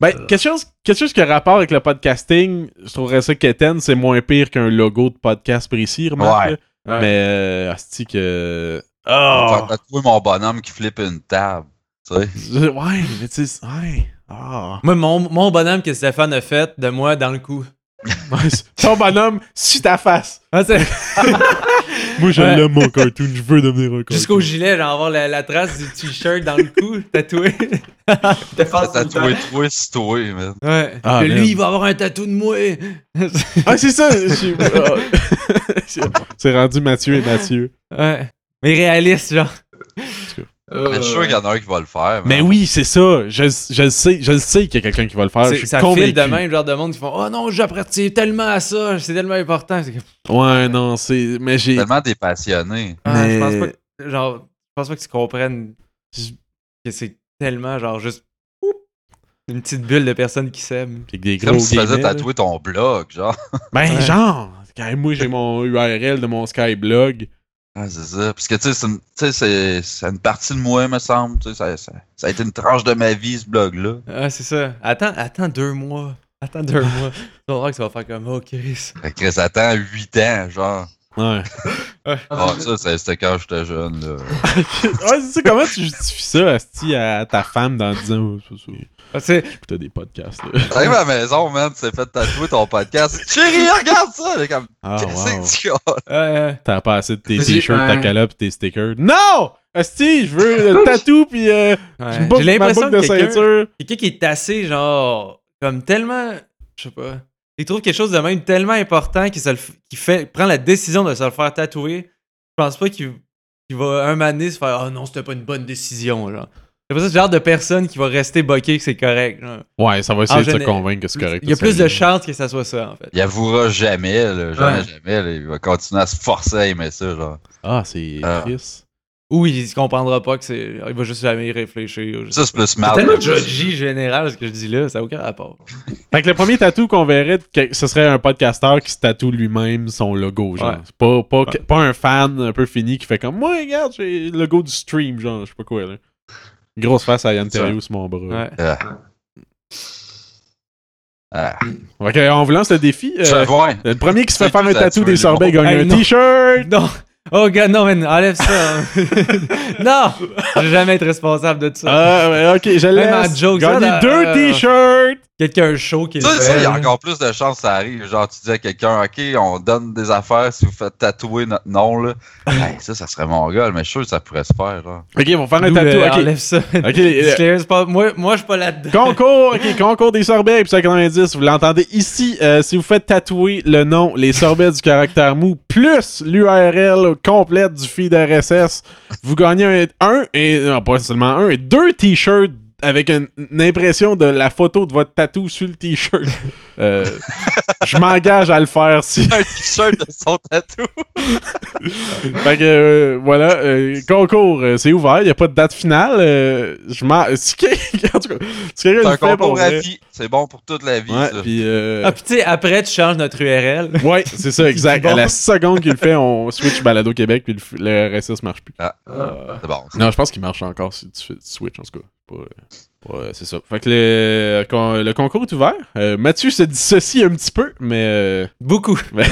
Speaker 3: ben, quelque, chose, quelque chose qui a rapport avec le podcasting, je trouverais ça qu'Étienne, c'est moins pire qu'un logo de podcast précis, remarque.
Speaker 4: Ouais.
Speaker 3: là.
Speaker 1: Ouais.
Speaker 3: Mais, euh, asti que...
Speaker 4: Je vais
Speaker 3: Ah!
Speaker 4: faire tatouer mon bonhomme qui flippe une table. Tu sais.
Speaker 3: Je- Ouais, mais tu sais, ouais. Ah.
Speaker 1: Moi, mon, mon bonhomme que Stéphane a fait de moi dans le coup.
Speaker 3: Ouais, c'est- Ton bonhomme, si ta face.
Speaker 1: Ah, c'est-
Speaker 3: Moi, je
Speaker 1: Ouais.
Speaker 3: l'aime, mon cartoon. Je veux devenir un cartoon.
Speaker 1: Jusqu'au gilet, genre avoir la, la trace du t-shirt dans le cou, tatoué. Te
Speaker 4: T'as
Speaker 1: passe tout le temps.
Speaker 4: tatoué toi, c'est toi, man.
Speaker 1: Ouais.
Speaker 3: Ah,
Speaker 1: Que
Speaker 3: man.
Speaker 1: lui, il va avoir un tatou de moi.
Speaker 3: Ah, c'est ça. j'ai- Ah. C'est- c'est rendu Mathieu et Mathieu.
Speaker 1: ouais. Mais réaliste, genre.
Speaker 4: Mais je suis sûr qu'il y en a un qui va le faire.
Speaker 3: Euh. Mais
Speaker 4: man.
Speaker 3: oui, c'est ça. Je, je le sais, je le sais qu'il y a quelqu'un qui va le faire. Ah, Je
Speaker 1: C'est-
Speaker 3: suis
Speaker 1: ça
Speaker 3: convaincu.
Speaker 1: file de même, genre de monde qui font Oh non, j'apprécie tellement à ça, c'est tellement important. C'est que-
Speaker 3: Ouais, non, c'est. Mais j'ai.
Speaker 4: Tellement des passionnés.
Speaker 1: Ah,
Speaker 3: Mais-
Speaker 1: Je pense pas que, genre, je pense pas que tu comprennes
Speaker 3: Je-
Speaker 1: que c'est tellement, genre, juste oup, une petite bulle de personnes qui s'aiment.
Speaker 3: Avec des
Speaker 4: C'est comme
Speaker 3: gros
Speaker 4: si tu faisais
Speaker 3: guillemets, là.
Speaker 4: tatouer ton blog, genre.
Speaker 3: Ben,
Speaker 1: Ouais.
Speaker 3: genre. Quand même, moi, j'ai mon URL de mon Skyblog.
Speaker 4: Ah, c'est ça. Parce que, tu sais, c'est une- tu sais, c'est c'est une partie de moi, me semble. Tu sais, ça, ça, ça a été une tranche de ma vie, ce blog-là.
Speaker 1: Ah, c'est ça. Attends, attends deux mois. Attends deux mois. Tu vas voir que ça va faire comme Oh, Chris.
Speaker 4: Fait que ça attend 8 ans, genre.
Speaker 3: Ouais.
Speaker 4: Ah, ça, c'est- c'était quand j'étais jeune, là.
Speaker 3: ouais, Ah, c'est ça. Comment tu justifies ça, Asti, à ta femme dans 10 ans? Ouais, c'est ça.
Speaker 1: Ah, c'est-
Speaker 3: J'écoutais des podcasts, là.
Speaker 4: T'arrives à la maison, man, tu t'es fait tatouer ton podcast. Chérie, regarde ça! Elle est comme,
Speaker 3: Ah,
Speaker 4: qu'est-ce
Speaker 3: wow.
Speaker 4: que tu as?
Speaker 1: ouais,
Speaker 3: T'as pas assez de tes
Speaker 2: Vas-y,
Speaker 3: t-shirts, ta
Speaker 2: ouais.
Speaker 3: calope, tes stickers. Non! Asti, je veux le tatou pis euh,
Speaker 1: ouais.
Speaker 3: je boucle
Speaker 1: J'ai
Speaker 3: ma
Speaker 1: l'impression que
Speaker 3: boucle de
Speaker 1: quelqu'un-
Speaker 3: ceinture.
Speaker 1: quelqu'un qui est assez, genre, comme tellement, je sais pas, il trouve quelque chose de même tellement important qu'il se le f- qu'il fait, prend la décision de se le faire tatouer. Je pense pas qu'il qu'il va un mané se faire, oh non, c'était pas une bonne décision, genre. C'est pas ça, ce genre de personne qui va rester boqué que c'est correct. genre.
Speaker 3: Ouais, ça va essayer
Speaker 1: En
Speaker 3: de te
Speaker 1: géné-
Speaker 3: convaincre que c'est correct.
Speaker 1: Ah, Il y a
Speaker 3: parce
Speaker 1: plus
Speaker 3: que-
Speaker 1: de chances que ça soit ça, en fait.
Speaker 4: Il avouera jamais, là. Jamais,
Speaker 2: Ouais.
Speaker 4: jamais, là. Il va continuer à se forcer à aimer ça, genre.
Speaker 3: Ah, c'est
Speaker 4: Ah.
Speaker 3: triste.
Speaker 1: Ou il se comprendra pas que c'est. Il va juste jamais y réfléchir. ou je sais
Speaker 4: Ça, c'est plus mal.
Speaker 2: C'est tellement
Speaker 1: pas. Judgy général, ce que je dis là, ça n'a aucun rapport.
Speaker 3: Fait que le premier tatou qu'on verrait, que- ce serait un podcasteur qui se tatoue lui-même son logo, genre.
Speaker 1: Ouais.
Speaker 3: C'est Pas, pas, que- pas un fan un peu fini qui fait comme, moi, regarde, j'ai le logo du stream, genre, je sais pas quoi, là. Grosse face à Yann
Speaker 4: C'est
Speaker 3: Terriot sur mon bras.
Speaker 1: Ouais.
Speaker 4: Ah.
Speaker 3: Ok, on vous lance le défi. euh,
Speaker 4: Je vais voir.
Speaker 3: le premier qui se
Speaker 4: C'est
Speaker 3: fait faire
Speaker 4: tout
Speaker 3: un
Speaker 4: à
Speaker 3: tatou
Speaker 4: tuer,
Speaker 3: des
Speaker 4: les
Speaker 3: sorbets
Speaker 4: bons.
Speaker 3: gagne
Speaker 1: Hey,
Speaker 3: un
Speaker 1: non.
Speaker 3: t-shirt.
Speaker 1: Non! Oh, gars, non, man, enlève ça! hein. non! Je vais jamais être responsable de tout ça.
Speaker 3: Ah, ouais, ok, je
Speaker 1: Même en
Speaker 3: laisse.
Speaker 1: joke, ça,
Speaker 3: Gagner
Speaker 1: là,
Speaker 3: deux
Speaker 1: euh,
Speaker 3: t-shirts.
Speaker 1: Quelqu'un chaud qui est.
Speaker 4: Ça, ça, il y a encore plus de chances que ça arrive. Genre, tu dis à quelqu'un, OK, on donne des affaires si vous faites tatouer notre nom, là. Hey, ça, ça serait mon gars, mais je suis sûr que ça pourrait se faire, genre.
Speaker 3: Ok, ils vont faire un
Speaker 1: D'où le
Speaker 3: tatou. Ok,
Speaker 1: Enlève ça.
Speaker 3: ok. euh,
Speaker 1: Disclaimer, c'est pas- Moi, moi, je suis pas là-dedans.
Speaker 3: Concours, ok, concours des sorbets et 90, vous l'entendez ici. euh, si vous faites tatouer le nom, les sorbets du caractère mou, plus l'URL complète du feed RSS, vous gagnez un, un et non, pas seulement un, et deux t-shirts avec une, une impression de la photo de votre tatou sur le t-shirt. Euh, je m'engage à le faire si.
Speaker 4: Un t-shirt de son tatou.
Speaker 3: Fait que euh, voilà, euh, concours, euh, c'est ouvert, il n'y a pas de date finale. euh, je m'en. Si quelqu'un en tout cas, si quelqu'un
Speaker 4: C'est
Speaker 3: le
Speaker 4: un
Speaker 3: fait pour
Speaker 4: concours à
Speaker 3: vrai-
Speaker 4: vie. C'est bon pour toute la vie,
Speaker 3: Ouais,
Speaker 4: ça.
Speaker 3: puis, euh,
Speaker 1: Ah, puis tu sais, après, tu changes notre URL.
Speaker 3: Ouais, c'est ça, exact.
Speaker 1: Bon.
Speaker 3: À la seconde qu'il le fait, on switch Balado Québec, puis le, f- le RSS marche plus.
Speaker 4: Ah.
Speaker 3: Euh,
Speaker 4: C'est bon.
Speaker 3: Non, je pense qu'il marche encore si tu fais- tu switch, en tout cas. Pas, euh, pas, euh, c'est ça. Fait que le, euh, con- le concours est ouvert. Euh, Mathieu se dissocie un petit peu, mais. euh,
Speaker 1: Beaucoup.
Speaker 4: Mais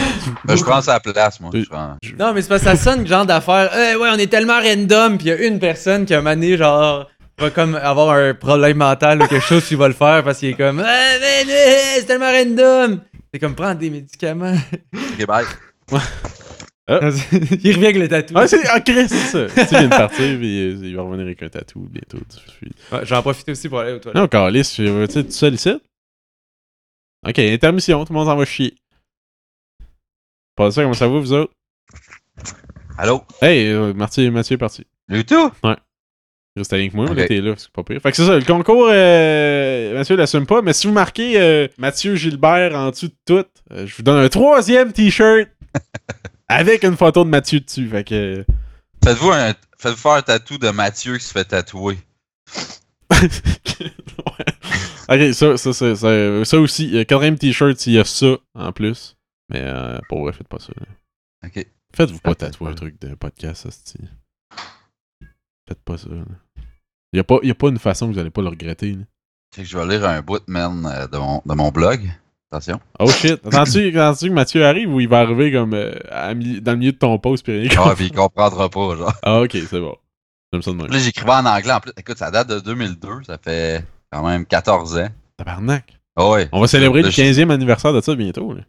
Speaker 4: Ben, je prends sa place, moi.
Speaker 3: Euh,
Speaker 4: Je prends-
Speaker 1: Non, mais c'est parce que ça sonne genre d'affaire. Eh ouais, on est tellement random, pis y a une personne qui a mané, genre, va comme avoir un problème mental ou quelque chose, tu va le faire parce qu'il est comme. Eh, mais, mais, c'est tellement random! C'est comme prendre des médicaments.
Speaker 4: Ok, bye.
Speaker 3: Ah.
Speaker 1: il revient avec le tatou.
Speaker 3: Ah, c'est ah, Chris, c'est ça. tu viens de partir, puis euh, il va revenir avec un tatou bientôt. Tu suis-
Speaker 1: Ouais, J'en profite aussi pour aller aux toilettes.
Speaker 3: Non, Carlis, tu tu sais, tu sollicites? Ok, intermission, tout le monde s'en va chier. Pas ça, comment ça va, vous autres?
Speaker 4: Allô?
Speaker 3: Hey, euh, Mathieu, Mathieu est parti.
Speaker 4: Le tout?
Speaker 3: Restez avec moi,
Speaker 4: Ok.
Speaker 3: là, t'es là, c'est pas pire. Fait que c'est ça, le concours, euh, Mathieu l'assume pas, mais si vous marquez euh, Mathieu Gilbert en dessous de tout, euh, je vous donne un troisième t-shirt avec une photo de Mathieu dessus. Fait que. euh,
Speaker 4: Faites-vous un, faites-vous faire un tatou de Mathieu qui se fait tatouer.
Speaker 3: Ouais. ok, ça, ça, ça, ça, ça aussi, euh, quatrième t-shirt, s'il y a ça en plus. Mais euh, pour vrai, faites pas ça. là.
Speaker 4: Ok.
Speaker 3: Faites-vous pas tatouer un truc de podcast, hostie. Faites pas ça. Il n'y a, pas- y a pas une façon que vous allez pas le regretter. là.
Speaker 4: Fait que Je vais lire un bout man, euh, de, mon, de mon blog. Attention.
Speaker 3: Oh shit! Attends-tu attends-tu que Mathieu arrive ou il va arriver comme euh, à mi- dans le milieu de ton post puis rien que-
Speaker 4: Ah, puis il comprendra pas, genre.
Speaker 3: Ah ok, c'est bon. J'aime ça de même.
Speaker 4: Là, j'écrivais en anglais en plus. Écoute, ça date de 2002, ça fait quand même 14 ans.
Speaker 3: Tabarnak!
Speaker 4: Ah ouais.
Speaker 3: On va célébrer le
Speaker 4: Là, je-
Speaker 3: 15e anniversaire de ça bientôt. là.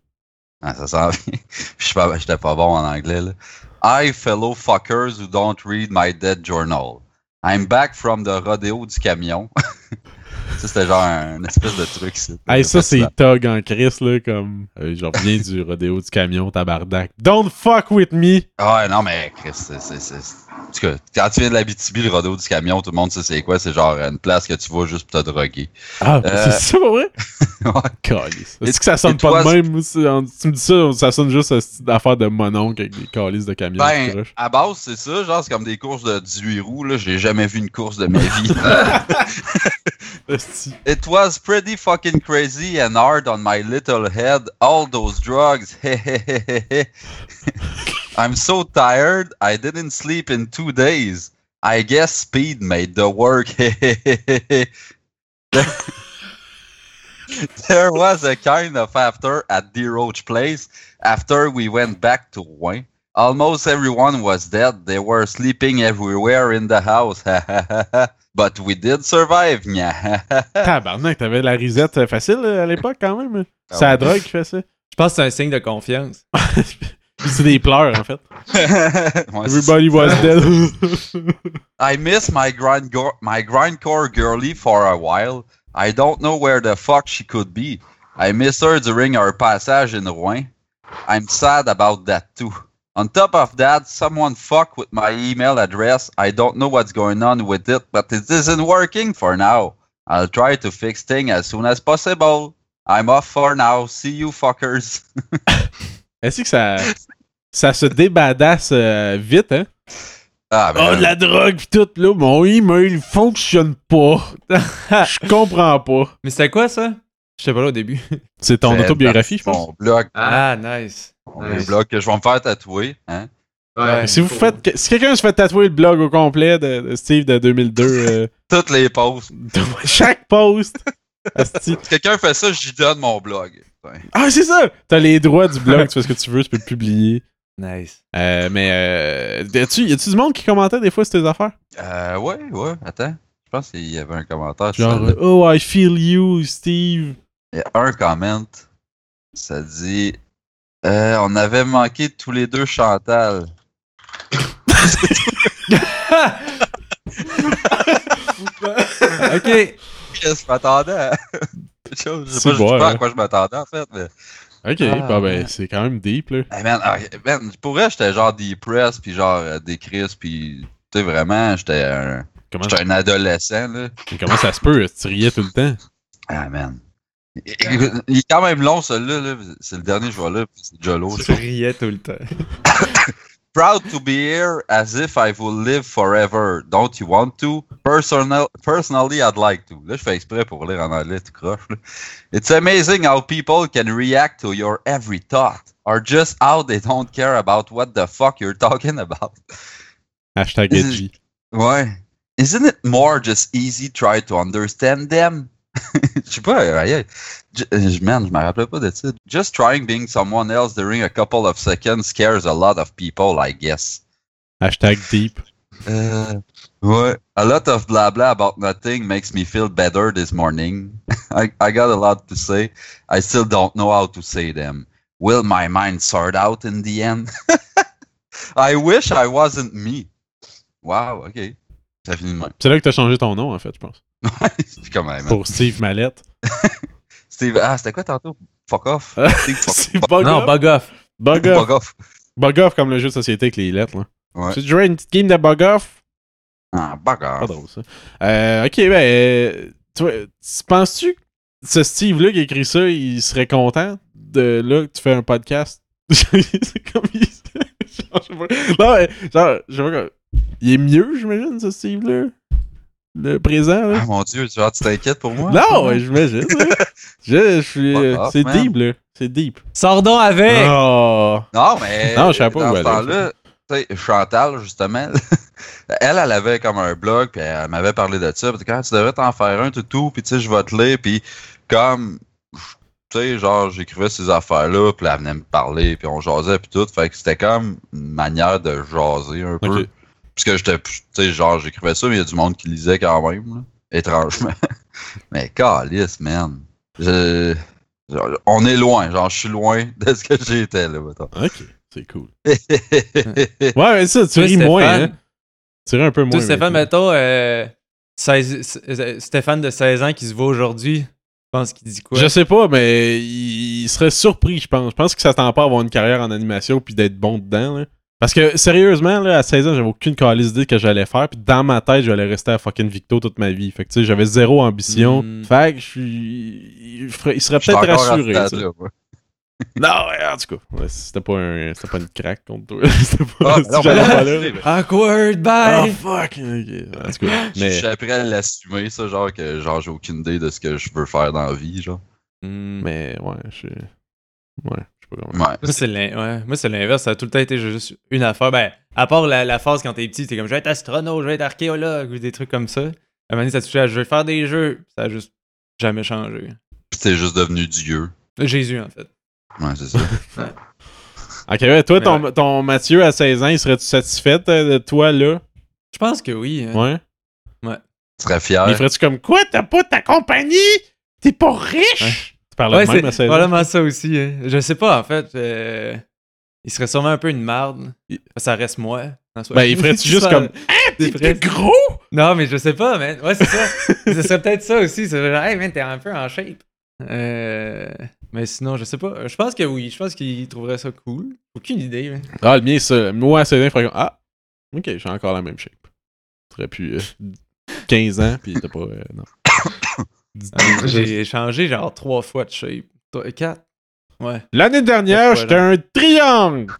Speaker 4: Ah, ça sent bien. Je suis pas- J'étais pas bon en anglais, là. I, fellow fuckers who don't read my dead journal. I'm back from the rodeo du camion. ça, c'était genre un espèce de truc, ça.
Speaker 3: Hey, ça, c'est Tog en Chris, là, comme. Euh, je reviens du rodéo du camion, tabarnak. Don't fuck with me!
Speaker 4: Ah, non, mais Chris, c'est. c'est- c'est- En tout cas, quand tu viens de l'Abitibi, le rodeo du camion, tout le monde sait c'est quoi. C'est genre une place que tu vas juste pour te droguer.
Speaker 3: Ah,
Speaker 4: Euh.
Speaker 3: c'est ça pour vrai? Oh,
Speaker 4: Ouais.
Speaker 3: Calice.
Speaker 4: Et-
Speaker 3: Est-ce que ça
Speaker 4: et
Speaker 3: sonne pas de
Speaker 4: toi,
Speaker 3: même? moi, c'est- en- Tu me dis ça, ça sonne juste cette affaire de mononcle avec des calices de camion. qui
Speaker 4: Ben,
Speaker 3: crochent.
Speaker 4: à base, c'est ça. Genre, c'est comme des courses de 18 roues, là. J'ai jamais vu une course de ma vie.
Speaker 3: Esti.
Speaker 4: It was pretty fucking crazy and hard on my little head. All those drugs. I'm so tired. I didn't sleep in two days. I guess speed made the work. there was a kind of after at the Roach place after we went back to Rouen. Almost everyone was dead. They were sleeping everywhere in the house. but we did survive.
Speaker 3: Tabarnak, t'avais la risette euh, facile euh, à l'époque, quand même.
Speaker 4: Ah
Speaker 3: C'est la drogue qui fait ça.
Speaker 1: Je pense que c'est un signe de confiance.
Speaker 3: c'est des pleurs, en fait.
Speaker 4: Ouais, Ah, c'est ça.
Speaker 3: Everybody was dead.
Speaker 4: I miss my grind my grindcore girlie for a while. I don't know where the fuck she could be. I miss her during our passage in Rouen. I'm sad about that too. On top of that, someone fucked with my email address. I don't know what's going on with it, but it isn't working for now. I'll try to fix thing as soon as possible. I'm off for now. See you fuckers.
Speaker 3: Est-ce que ça. Ça se débadasse euh, vite, hein?
Speaker 4: Ah,
Speaker 3: Oh,
Speaker 4: man.
Speaker 3: de la drogue pis tout, là, mon email fonctionne pas. Je comprends pas.
Speaker 1: Mais c'était quoi ça? J'étais pas là au début.
Speaker 3: C'est ton
Speaker 4: C'est
Speaker 3: autobiographie, je pense.
Speaker 4: Mon blog,
Speaker 1: Ah, nice.
Speaker 4: mon blog que je vais me faire tatouer, hein.
Speaker 1: Ouais.
Speaker 3: Si vous faites, que- si quelqu'un se fait tatouer le blog au complet de, de Steve de 2002, euh,
Speaker 4: Toutes les posts.
Speaker 3: chaque post, asti.
Speaker 4: Si quelqu'un fait ça, j'y donne mon blog.
Speaker 3: ah c'est ça, t'as les droits du blog, tu fais ce que tu veux, tu peux le publier.
Speaker 1: Nice.
Speaker 3: Euh, mais euh, tu y a-tu du monde qui commentait des fois sur tes affaires?
Speaker 4: Euh, ouais, ouais, attends. Je pense qu'il y avait un commentaire. sur
Speaker 3: Genre,
Speaker 4: celle-là.
Speaker 3: oh I feel you, Steve.
Speaker 4: Il y a un comment. Ça dit euh, On avait manqué tous les deux Chantal.
Speaker 1: ok.
Speaker 4: Qu'est-ce que je m'attendais à Autre chose, Je sais
Speaker 3: C'est
Speaker 4: pas, je sais
Speaker 3: bon,
Speaker 4: pas à
Speaker 3: hein.
Speaker 4: quoi je m'attendais en fait. Mais...
Speaker 3: Ok,
Speaker 1: Ah,
Speaker 3: bah ben
Speaker 1: ouais.
Speaker 3: c'est quand même deep là.
Speaker 4: Hey, man, ah, man, pour vrai, j'étais genre depressed, puis genre euh, décris, puis tu sais, vraiment, j'étais un,
Speaker 3: Comment,
Speaker 4: j'étais un adolescent. Là.
Speaker 3: comment ça se peut, euh, tu riais tout le temps?
Speaker 4: Ah, man. Il il est quand même long, celui-là. là. C'est le dernier que je vois là, puis c'est déjà lourd, je
Speaker 1: Je riais tout le temps.
Speaker 4: Proud to be here as if I will live forever. Don't you want to? Personal, personally, I'd like to. Là, je fais exprès pour lire en anglais, tu croches. là. It's amazing how people can react to your every thought or just how they don't care about what the fuck you're talking about.
Speaker 3: Hashtag
Speaker 4: Is it-
Speaker 3: edgy.
Speaker 4: Ouais. Isn't it more just easy try to understand them? je sais pas, ailleurs. Je, je- man, je me rappelais pas de ça. Just trying being someone else during a couple of seconds scares a lot of people, I guess.
Speaker 3: Hashtag deep.
Speaker 4: Uh, what? A lot of blah blah about nothing makes me feel better this morning. I, I got a lot to say. I still don't know how to say them. Will my mind sort out in the end? I wish I wasn't me. Wow, ok. Ça finit de même.
Speaker 3: C'est là que t'as changé ton nom, en fait, je pense.
Speaker 4: C'est quand même.
Speaker 3: Pour Steve Mallette.
Speaker 4: Steve, ah, c'était quoi tantôt? Fuck off. Steve, fuck,
Speaker 3: C'est Bug
Speaker 1: Non,
Speaker 3: Off.
Speaker 1: bug off.
Speaker 3: Bug Off.
Speaker 4: fuck off.
Speaker 3: Bug Off comme le jeu de société avec les lettres, là.
Speaker 4: Ouais.
Speaker 3: Tu jouais une petite game de Bug Off,
Speaker 4: Ah, bug
Speaker 3: Pas
Speaker 4: off.
Speaker 3: drôle, ça. Euh, ok, ben. euh, tu vois, tu- penses-tu que ce Steve-là qui a écrit ça, il serait content de là que tu fais un podcast? c'est comme il. genre, je sais pas. Non, mais, genre, je sais pas quoi. Il est mieux, j'imagine, ce Steve-là? Le présent, là?
Speaker 4: Ah, mon dieu, genre, tu t'inquiètes pour moi?
Speaker 3: non, ouais, j'imagine. là. je, je suis.
Speaker 4: Ah,
Speaker 3: euh,
Speaker 4: Fuck off,
Speaker 3: c'est
Speaker 4: man.
Speaker 3: deep, là. C'est deep.
Speaker 1: Sors donc avec!
Speaker 3: Oh.
Speaker 1: Ah.
Speaker 4: Non, mais.
Speaker 3: Non, je savais pas
Speaker 4: dans
Speaker 3: où
Speaker 4: ce
Speaker 3: aller.
Speaker 4: temps-là, tu sais, Chantal, justement, elle, elle avait comme un blog, puis elle m'avait parlé de ça. Puis quand tu devrais t'en faire un, tout, tout, puis tu sais, je vais te lire, puis comme. Tu sais, genre, j'écrivais ces affaires-là, puis elle venait me parler, puis on jasait, puis tout. Fait que c'était comme une manière de jaser un peu.
Speaker 3: Ok.
Speaker 4: Parce que j'étais. Tu sais, genre, j'écrivais ça, mais il y a du monde qui lisait quand même, là, étrangement. mais calice, man. Je. genre, On est loin, genre je suis loin de ce que j'étais là, mettons.
Speaker 3: Ok, c'est cool. Ouais, mais ça, tu
Speaker 1: Toi,
Speaker 3: ris moins,
Speaker 1: Stéphane.
Speaker 3: hein? Tu ris un peu moins.
Speaker 1: Toi, Stéphane,
Speaker 3: maintenant.
Speaker 1: mettons, euh, 16 euh, Stéphane de 16 ans qui se voit aujourd'hui, je pense qu'il dit quoi?
Speaker 3: Je sais pas, mais il il serait surpris, je pense. Je pense qu'il s'attend pas à avoir une carrière en animation puis d'être bon dedans. là. Parce que sérieusement, là, à 16 ans, j'avais aucune calice d'idée que j'allais faire. Puis dans ma tête, j'allais rester à fucking Victo toute ma vie. Fait que tu sais, j'avais zéro ambition.
Speaker 1: Mm.
Speaker 3: Fait que je suis. Il, ferait- il serait
Speaker 4: Je suis
Speaker 3: peut-être
Speaker 4: encore à ce
Speaker 3: rassuré. tu sais.
Speaker 4: stade-là, moi.
Speaker 3: Non, ouais, en tout cas. Ouais, c'était pas, un, c'était pas une craque contre toi. c'était pas.
Speaker 4: Ah,
Speaker 3: si
Speaker 4: non,
Speaker 3: j'allais
Speaker 4: mais
Speaker 3: pas
Speaker 4: non,
Speaker 3: là.
Speaker 4: mais
Speaker 1: Awkward,
Speaker 3: Ah,
Speaker 1: bye!
Speaker 3: fuck! ok. En tout cas,
Speaker 4: Je
Speaker 3: mais-
Speaker 4: je suis après à l'assumer, ça, genre que genre j'ai aucune idée de ce que je veux faire dans la vie, genre.
Speaker 3: Ah.
Speaker 1: Mm.
Speaker 3: Mais ouais, je. Ouais, je sais pas comment.
Speaker 4: Ouais.
Speaker 1: Moi, c'est l'in- ouais, moi, c'est l'inverse. Ça a tout le temps été juste une affaire. Ben, à part la, la phase quand t'es petit, t'es comme je vais être astronaute, je vais être archéologue, ou des trucs comme ça. À un moment donné, ça touchait à je vais faire des jeux. Ça a juste jamais changé.
Speaker 4: Puis t'es juste devenu Dieu.
Speaker 1: Jésus, en fait.
Speaker 4: Ouais, c'est ça.
Speaker 3: Ok, ouais, toi,
Speaker 1: Mais
Speaker 3: ton, ton Mathieu à 16 ans, il serait-tu satisfait euh, de toi, là?
Speaker 1: Je pense que oui. hein.
Speaker 3: Ouais.
Speaker 4: tu serais fier.
Speaker 3: Mais ferais-tu comme quoi? T'as pas ta compagnie? T'es pas riche? Tu parles
Speaker 1: Ouais,
Speaker 3: de même à
Speaker 1: c'est
Speaker 3: 16 ans.
Speaker 1: probablement ça aussi. hein. Je sais pas, en fait. euh, il serait sûrement un peu une marde.
Speaker 3: Il-
Speaker 1: Ça reste moi. Non, c'est
Speaker 3: Ben,
Speaker 1: pas-
Speaker 3: il ferait-tu juste
Speaker 1: Ça-
Speaker 3: comme, hein,
Speaker 1: des
Speaker 3: T'es
Speaker 1: frais-
Speaker 3: plus gros?
Speaker 1: Non, mais je sais pas, man. Ouais, c'est ça. Ce serait peut-être ça aussi. C'est genre, hey, man, t'es un peu en shape. Euh, Mais sinon, je sais pas. Je pense que oui. Je pense qu'il trouverait ça cool. Aucune idée, man.
Speaker 3: Ah, le mien, ça. Moi à 16 ans, il ferait comme, ah, ok, j'ai encore la même shape. Tu serais plus euh, 15 ans, pis t'as pas. euh, non.
Speaker 1: Euh, J'ai changé genre trois fois de shape. Toi, Quatre? Ouais.
Speaker 3: L'année dernière,
Speaker 1: Cette
Speaker 3: j'étais un triangle!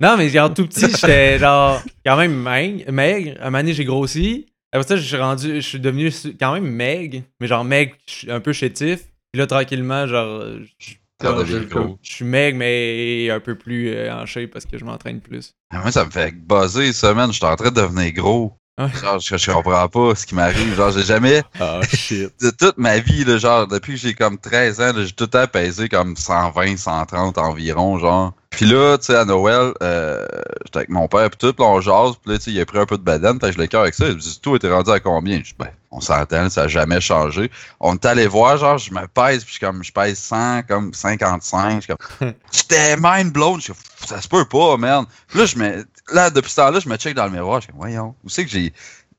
Speaker 1: Non, mais genre tout petit, j'étais genre quand même maigre. maigre. À un moment donné, j'ai grossi. Après ça, je suis rendu, je suis devenu su- quand même maigre, mais genre maigre, je suis un peu chétif. Puis là, tranquillement, genre, je,
Speaker 4: Ça
Speaker 1: genre,
Speaker 4: devient
Speaker 1: je-
Speaker 4: gros.
Speaker 1: je suis maigre, mais un peu plus euh, en shape parce que je m'entraîne plus.
Speaker 4: Ah, Moi, ça me fait buzzer, ça, man. Je suis en train de devenir gros.
Speaker 1: Ouais.
Speaker 4: Genre, je, je comprends pas ce qui m'arrive. Genre, j'ai jamais,
Speaker 3: Ah, shit.
Speaker 4: de toute ma vie, là, genre, depuis que j'ai comme 13 ans, là, j'ai tout le temps pesé comme 120, 130 environ, genre. Puis là, tu sais, à Noël, euh, j'étais avec mon père, puis tout, puis on jase, puis là, tu sais, il a pris un peu de badane, fait que je l'ai cœur avec ça. Il me dit, tout était rendu à combien? Je dis, ben, on s'entend, ça a jamais changé. On est allé voir, genre, je me pèse, puis je suis comme, je pèse 100, comme 55, je suis comme, j'étais mind blown, je suis comme, ça se peut pas, man. Puis là, je me, là, depuis ce temps-là, je me check dans le miroir, je suis comme, voyons, où c'est que j'ai,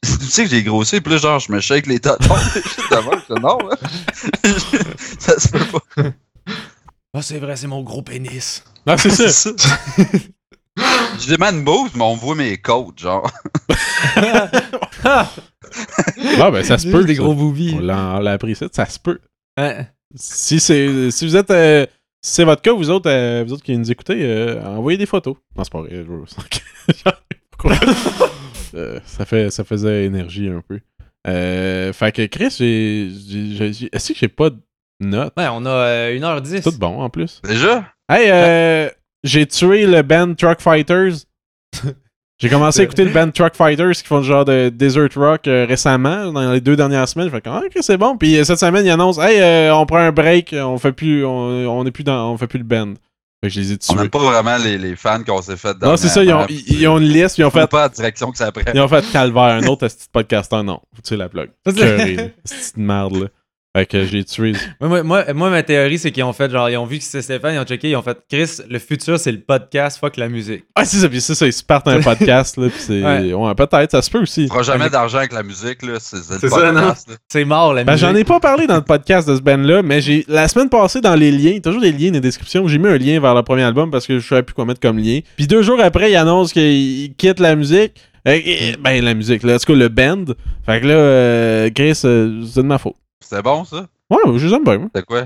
Speaker 4: tu sais que j'ai grossi, puis là, genre, je me shake les tâtons. Justement, je dis, non, hein. ça se peut pas.
Speaker 1: Ah, c'est vrai, c'est mon gros pénis.
Speaker 3: Non, c'est ça.
Speaker 4: Je demande move, mais on voit mes côtes, genre.
Speaker 1: Ah,
Speaker 3: Ah, ben, ça se peut.
Speaker 1: des
Speaker 3: ça.
Speaker 1: gros boobies.
Speaker 3: On l'a on l'a appris ça, ça se peut.
Speaker 1: Hein?
Speaker 3: Si, c'est- si vous êtes. euh, si c'est votre cas, vous autres, euh, vous autres qui nous écoutez, euh, envoyez des photos. Non, c'est pas vrai. je veux- Pourquoi? Euh, ça, fait, ça faisait énergie un peu. Euh, fait que Chris, j'ai- j'ai- j'ai- j'ai- est-ce que j'ai pas de notes?
Speaker 1: Ouais, on a euh, 1h10.
Speaker 3: Tout bon en plus.
Speaker 4: Déjà?
Speaker 3: Hey, euh, j'ai tué le band Truck Fighters. J'ai commencé à écouter le band Truck Fighters qui font le genre de Desert Rock euh, récemment, dans les deux dernières semaines. Je fais comme, ah, ok, c'est bon. Puis euh, cette semaine, ils annoncent, hey, euh, on prend un break, on fait plus, on, on est plus dans, on fait plus le band. Fait que je les ai tués.
Speaker 4: On n'aime pas vraiment les, les fans qu'on s'est fait dans
Speaker 3: Non, c'est ça, ils ont, ils- ils ont une liste, puis ils ont fait,
Speaker 4: pas la direction que ça prend.
Speaker 3: ils ont fait calvaire, un autre petit podcasteur, non. Faut tuer la plug.
Speaker 1: Ça, c'est-
Speaker 3: Curé, là. Cette petite merde, là. Fait que j'ai tué.
Speaker 1: Moi, moi, moi, moi, ma théorie, c'est qu'ils ont fait genre, ils ont vu que c'était Stéphane, ils ont checké, ils ont fait Chris, le futur, c'est le podcast, fuck la musique.
Speaker 3: Ah, c'est ça, puis c'est ça, ils se partent un podcast, là, pis c'est. Ouais,
Speaker 1: Ouais.
Speaker 3: peut-être, ça se peut
Speaker 4: Tu
Speaker 3: aussi.
Speaker 4: feras jamais d'argent avec la musique, là. C'est c'est le
Speaker 2: C'est ça,
Speaker 4: podcast, là.
Speaker 1: C'est mort, la
Speaker 3: Ben,
Speaker 1: musique.
Speaker 3: j'en ai pas parlé dans le podcast de ce band-là, mais j'ai la semaine passée dans les liens, toujours des liens dans les descriptions, j'ai mis un lien vers le premier album parce que je savais plus quoi mettre comme lien. Puis deux jours après, il annonce qu'il quitte la musique. Euh, euh, ben, la musique, là, en tout cas, le band. Fait que là, euh, Chris, euh, c'est de ma faute.
Speaker 4: C'était bon, ça?
Speaker 3: Ouais, je les aime bien. moi.
Speaker 4: C'était quoi?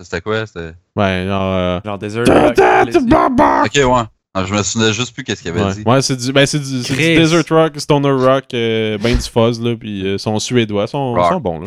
Speaker 4: C'était quoi? C'était...
Speaker 3: Ben, genre. euh,
Speaker 1: Genre Desert Rock.
Speaker 3: Tête, baba!
Speaker 4: Ok, ouais. Non, je me souvenais juste plus qu'est-ce qu'il avait dit.
Speaker 3: Ouais, ouais, c'est du, ben, c'est du, c'est du
Speaker 1: Chris.
Speaker 3: Desert Rock, Stoner Rock, euh, ben du fuzz, là, puis euh, sont suédois, sont,
Speaker 4: Rock.
Speaker 3: sont bons, là.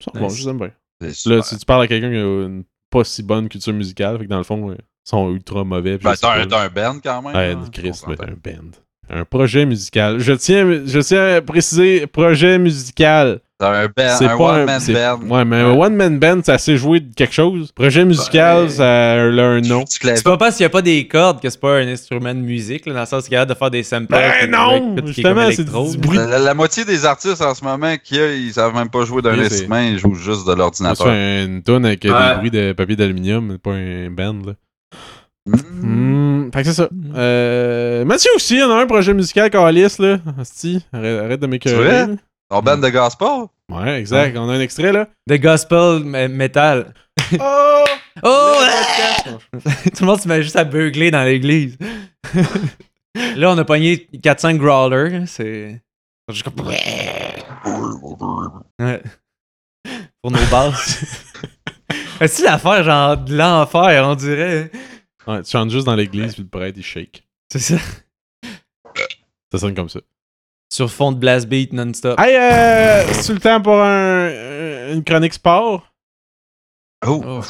Speaker 3: Ils sont bons,
Speaker 1: Nice.
Speaker 3: je les aime bien.
Speaker 4: C'est
Speaker 3: Là,
Speaker 4: super.
Speaker 3: si tu parles à quelqu'un qui a une pas si bonne culture musicale, fait que dans le fond, euh, ils sont ultra mauvais. puis
Speaker 4: Ben,
Speaker 3: je sais
Speaker 4: t'as un,
Speaker 3: pas,
Speaker 4: t'as un band quand même.
Speaker 3: Ouais,
Speaker 4: hein,
Speaker 3: Chris,
Speaker 4: on s'entend.
Speaker 3: un band. Un projet musical. Je tiens, je tiens à préciser, projet musical.
Speaker 4: T'as un band,
Speaker 3: C'est
Speaker 4: Euh, un Ben.
Speaker 3: pas un-
Speaker 4: one-man
Speaker 3: c'est-
Speaker 4: band.
Speaker 3: Ouais, mais un one-man band, ça sait jouer de quelque chose. Projet musical,
Speaker 2: Ben,
Speaker 3: ça a un
Speaker 4: Tu
Speaker 3: nom.
Speaker 4: joues du clavier.
Speaker 1: Tu vois pas s'il y a pas des cordes, que c'est pas un instrument de musique, là, dans le sens qu'il y a de faire des samples.
Speaker 3: Ben
Speaker 1: qui-
Speaker 3: non!
Speaker 1: qui- qui est
Speaker 3: Justement,
Speaker 1: comme
Speaker 3: c'est du
Speaker 1: électro.
Speaker 3: bruit.
Speaker 4: La, la- la moitié des artistes en ce moment, qui ils savent même pas jouer d'un
Speaker 3: Oui, c'est-
Speaker 4: instrument, ils jouent juste de
Speaker 3: On se
Speaker 4: l'ordinateur.
Speaker 3: fait une tonne avec euh,
Speaker 2: Ouais.
Speaker 3: des bruits de papier d'aluminium, pas un band, là.
Speaker 4: Hmm.
Speaker 3: Hmm, fait que c'est ça. Euh, Mathieu aussi, on a un projet musical, Calis, là. Hostie, arrête, arrête de
Speaker 4: vrai?
Speaker 3: m'écœurer. là.
Speaker 4: Ton band de gospel?
Speaker 3: Ouais, exact. On a un extrait, là.
Speaker 1: The Gospel me- Metal.
Speaker 3: Oh!
Speaker 1: Oh! Tout le monde se met juste à beugler dans l'église. là, on a pogné 4-5 growlers. C'est. c'est juste comme- Ouais. Pour nos basses. C'est l'affaire, genre, de l'enfer, on dirait.
Speaker 3: Ouais, tu chantes juste dans l'église, puis le prêtre, il shake.
Speaker 1: C'est ça.
Speaker 3: Ça sonne comme ça.
Speaker 1: Sur fond de blast beat non-stop.
Speaker 3: Hey, euh, c'est le temps pour un, euh, une chronique sport?
Speaker 4: Oh!
Speaker 1: Oh.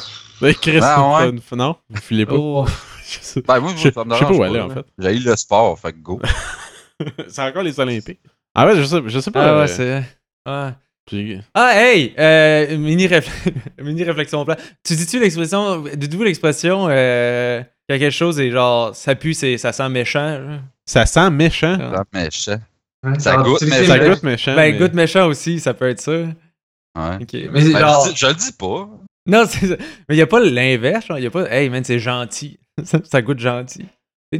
Speaker 3: Ben, Chris,
Speaker 4: Ah, ouais.
Speaker 3: fun- non? Vous filez pas?
Speaker 1: Oh.
Speaker 3: Je sais
Speaker 4: Ben, moi,
Speaker 3: je sais
Speaker 4: ça
Speaker 3: pas
Speaker 4: me
Speaker 3: où
Speaker 4: dérange
Speaker 3: aller,
Speaker 4: pas,
Speaker 3: en
Speaker 4: là.
Speaker 3: fait.
Speaker 4: J'ai eu le sport, fait que go.
Speaker 3: C'est encore les Olympiques. Ah ouais, je sais, je sais pas.
Speaker 1: Ah
Speaker 3: euh,
Speaker 1: ouais, c'est. Ouais.
Speaker 3: puis-
Speaker 1: Ah hey! euh, mini, réfl- mini réflexion au plan. Tu dis-tu l'expression. Dites-vous l'expression euh, quand quelque chose est genre. Ça pue, c'est, ça sent méchant. genre?
Speaker 3: Ça sent méchant.
Speaker 1: Ah.
Speaker 4: Ah, méchant.
Speaker 2: Ouais,
Speaker 4: Ça
Speaker 2: c'est en
Speaker 4: goûte,
Speaker 2: utilité,
Speaker 4: mais
Speaker 3: Ça
Speaker 4: Mais-
Speaker 3: goûte méchant.
Speaker 1: Ben,
Speaker 3: mais-
Speaker 1: goûte méchant aussi, ça peut être ça.
Speaker 4: Ouais.
Speaker 1: Ok.
Speaker 2: Mais c'est
Speaker 4: Ben,
Speaker 2: genre.
Speaker 4: je, dis- je le dis pas.
Speaker 1: Non, c'est ça. Mais y a pas l'inverse. genre, Y a pas. Hey man, c'est gentil. ça, ça goûte gentil. C'est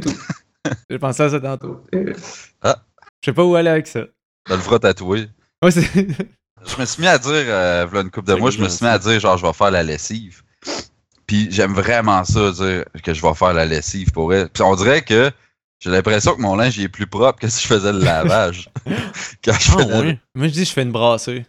Speaker 1: tout. J'ai pensé à ça tantôt.
Speaker 2: Euh.
Speaker 4: Ah.
Speaker 1: Je sais pas où aller avec ça.
Speaker 4: Je le ferai tatouer.
Speaker 1: Ouais, c'est-
Speaker 4: Je me suis mis à dire, euh, voilà une coupe de
Speaker 3: Ça
Speaker 4: mois,
Speaker 3: goûte
Speaker 4: je me suis mis à dire, genre, je vais faire la lessive. Puis j'aime vraiment ça, dire que je vais faire la lessive pour elle. Puis on dirait que j'ai l'impression que mon linge il est plus propre que si je faisais le lavage. Quand je
Speaker 3: Ah
Speaker 4: fais la-
Speaker 3: ouais.
Speaker 1: Moi, je dis, je fais une brassée.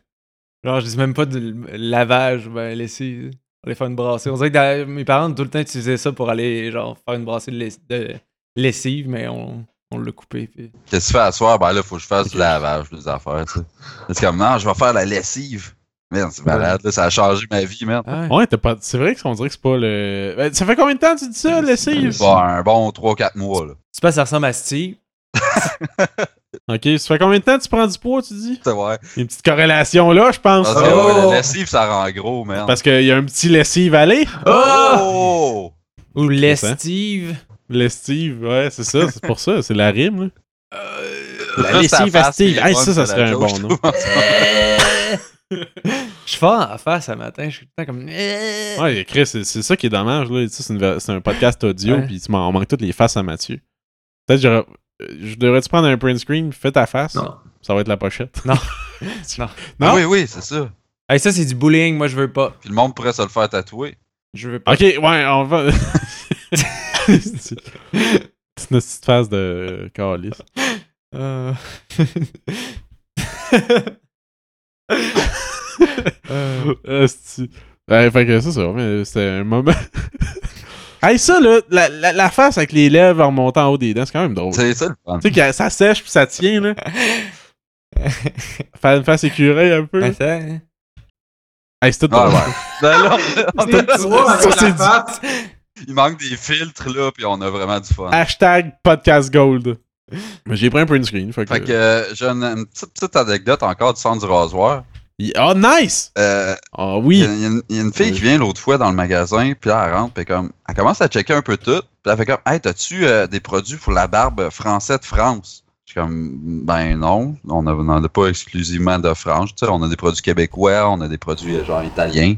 Speaker 1: Genre, je dis même pas de l- lavage, ben, laisser. On allait faire une brassée. On dirait que dans- mes parents, tout le temps, utilisaient ça pour aller, genre, faire une brassée de, laiss- de lessive, mais on, on l'a coupé. puis-
Speaker 4: Qu'est-ce que tu fais à soir? Ben là, faut que je fasse du lavage, des affaires, tu sais. C'est comme, non, je vais faire la lessive. Merde, c'est malade, là, ça a changé ma vie, merde.
Speaker 1: Ah,
Speaker 3: Ouais, t'as pas. C'est vrai qu'on dirait que c'est pas le. Ben, ça fait combien de temps tu dis ça, lessive?
Speaker 4: Bon, un bon 3-4 mois, là.
Speaker 1: Tu penses ça ressemble à Steve?
Speaker 3: Ok, ça fait combien de temps tu prends du poids, tu dis?
Speaker 4: C'est vrai.
Speaker 3: Il y a une petite corrélation là, je pense.
Speaker 4: Parce que, ouais, la lessive, ça rend gros, merde.
Speaker 3: Oh, Parce qu'il y a un petit lessive aller.
Speaker 4: Oh!
Speaker 1: Ou
Speaker 3: ça.
Speaker 1: l'estive?
Speaker 3: Lestive, ouais, c'est ça, c'est pour ça, c'est la rime. Là. La
Speaker 4: Juste
Speaker 3: lessive
Speaker 4: face,
Speaker 3: à Steve.
Speaker 4: c'est
Speaker 3: Hey,
Speaker 4: bonne,
Speaker 3: ça, ça
Speaker 4: c'est
Speaker 3: serait
Speaker 4: la
Speaker 3: un
Speaker 4: joke,
Speaker 3: bon
Speaker 4: je
Speaker 3: nom.
Speaker 4: trouve.
Speaker 1: Je suis fort en face ce matin, je suis tout le temps comme. Ouais.
Speaker 3: Ouais, Chris, c'est c'est ça qui est dommage. là. Tu sais, C'est une ver- c'est un podcast audio,
Speaker 1: Ouais.
Speaker 3: puis tu m'en- on manque toutes les faces à Mathieu. Peut-être que j'aurais- euh, je devrais-tu prendre un print screen, puis fais ta face.
Speaker 2: Non.
Speaker 3: Ça va être la pochette.
Speaker 1: Non. Non.
Speaker 3: Non?
Speaker 4: Oui, oui, c'est ça.
Speaker 1: Hey, ça, c'est du bullying, moi, je veux pas.
Speaker 4: Puis le monde pourrait se le faire tatouer.
Speaker 1: Je veux pas.
Speaker 3: Ok, ouais, on va. c'est une petite face de Carlis.
Speaker 1: Euh. Euh.
Speaker 3: Esti. Ouais, fait que c'est ça, mais c'était un moment. hey, ça, là, la, la, la face avec les lèvres en remontant en haut des dents, c'est quand même drôle. Tu
Speaker 4: C'est ça le fun.
Speaker 3: sais, que ça sèche puis ça tient, là. Faire une face écureuil un peu.
Speaker 1: Attends.
Speaker 3: Hey, c'est tout
Speaker 4: Ah
Speaker 3: drôle.
Speaker 4: ouais. Ben là, on-
Speaker 2: C'est toi avec
Speaker 3: c'est
Speaker 2: la
Speaker 3: du-
Speaker 2: face.
Speaker 4: il manque des filtres là, puis on a vraiment du
Speaker 3: Ah,
Speaker 4: fun.
Speaker 3: Hashtag podcast gold. Mais j'ai pris un print screen, fait que.
Speaker 4: euh, Fait que euh, j'ai une, une petite, petite anecdote encore du centre du rasoir.
Speaker 3: Il- Oh, nice!
Speaker 4: Euh,
Speaker 3: Ah
Speaker 4: Il
Speaker 3: oui!
Speaker 4: y a- il y, a une- il y a une fille
Speaker 3: Oui.
Speaker 4: qui vient l'autre fois dans le magasin, puis là, elle rentre, puis comme, elle commence à checker un peu tout, puis elle fait comme, hey, t'as-tu euh, des produits pour la barbe français de France? Je suis comme, ben non, on a- on n'en a pas exclusivement de France, tu sais, on a des produits québécois, on a des produits euh, genre italiens.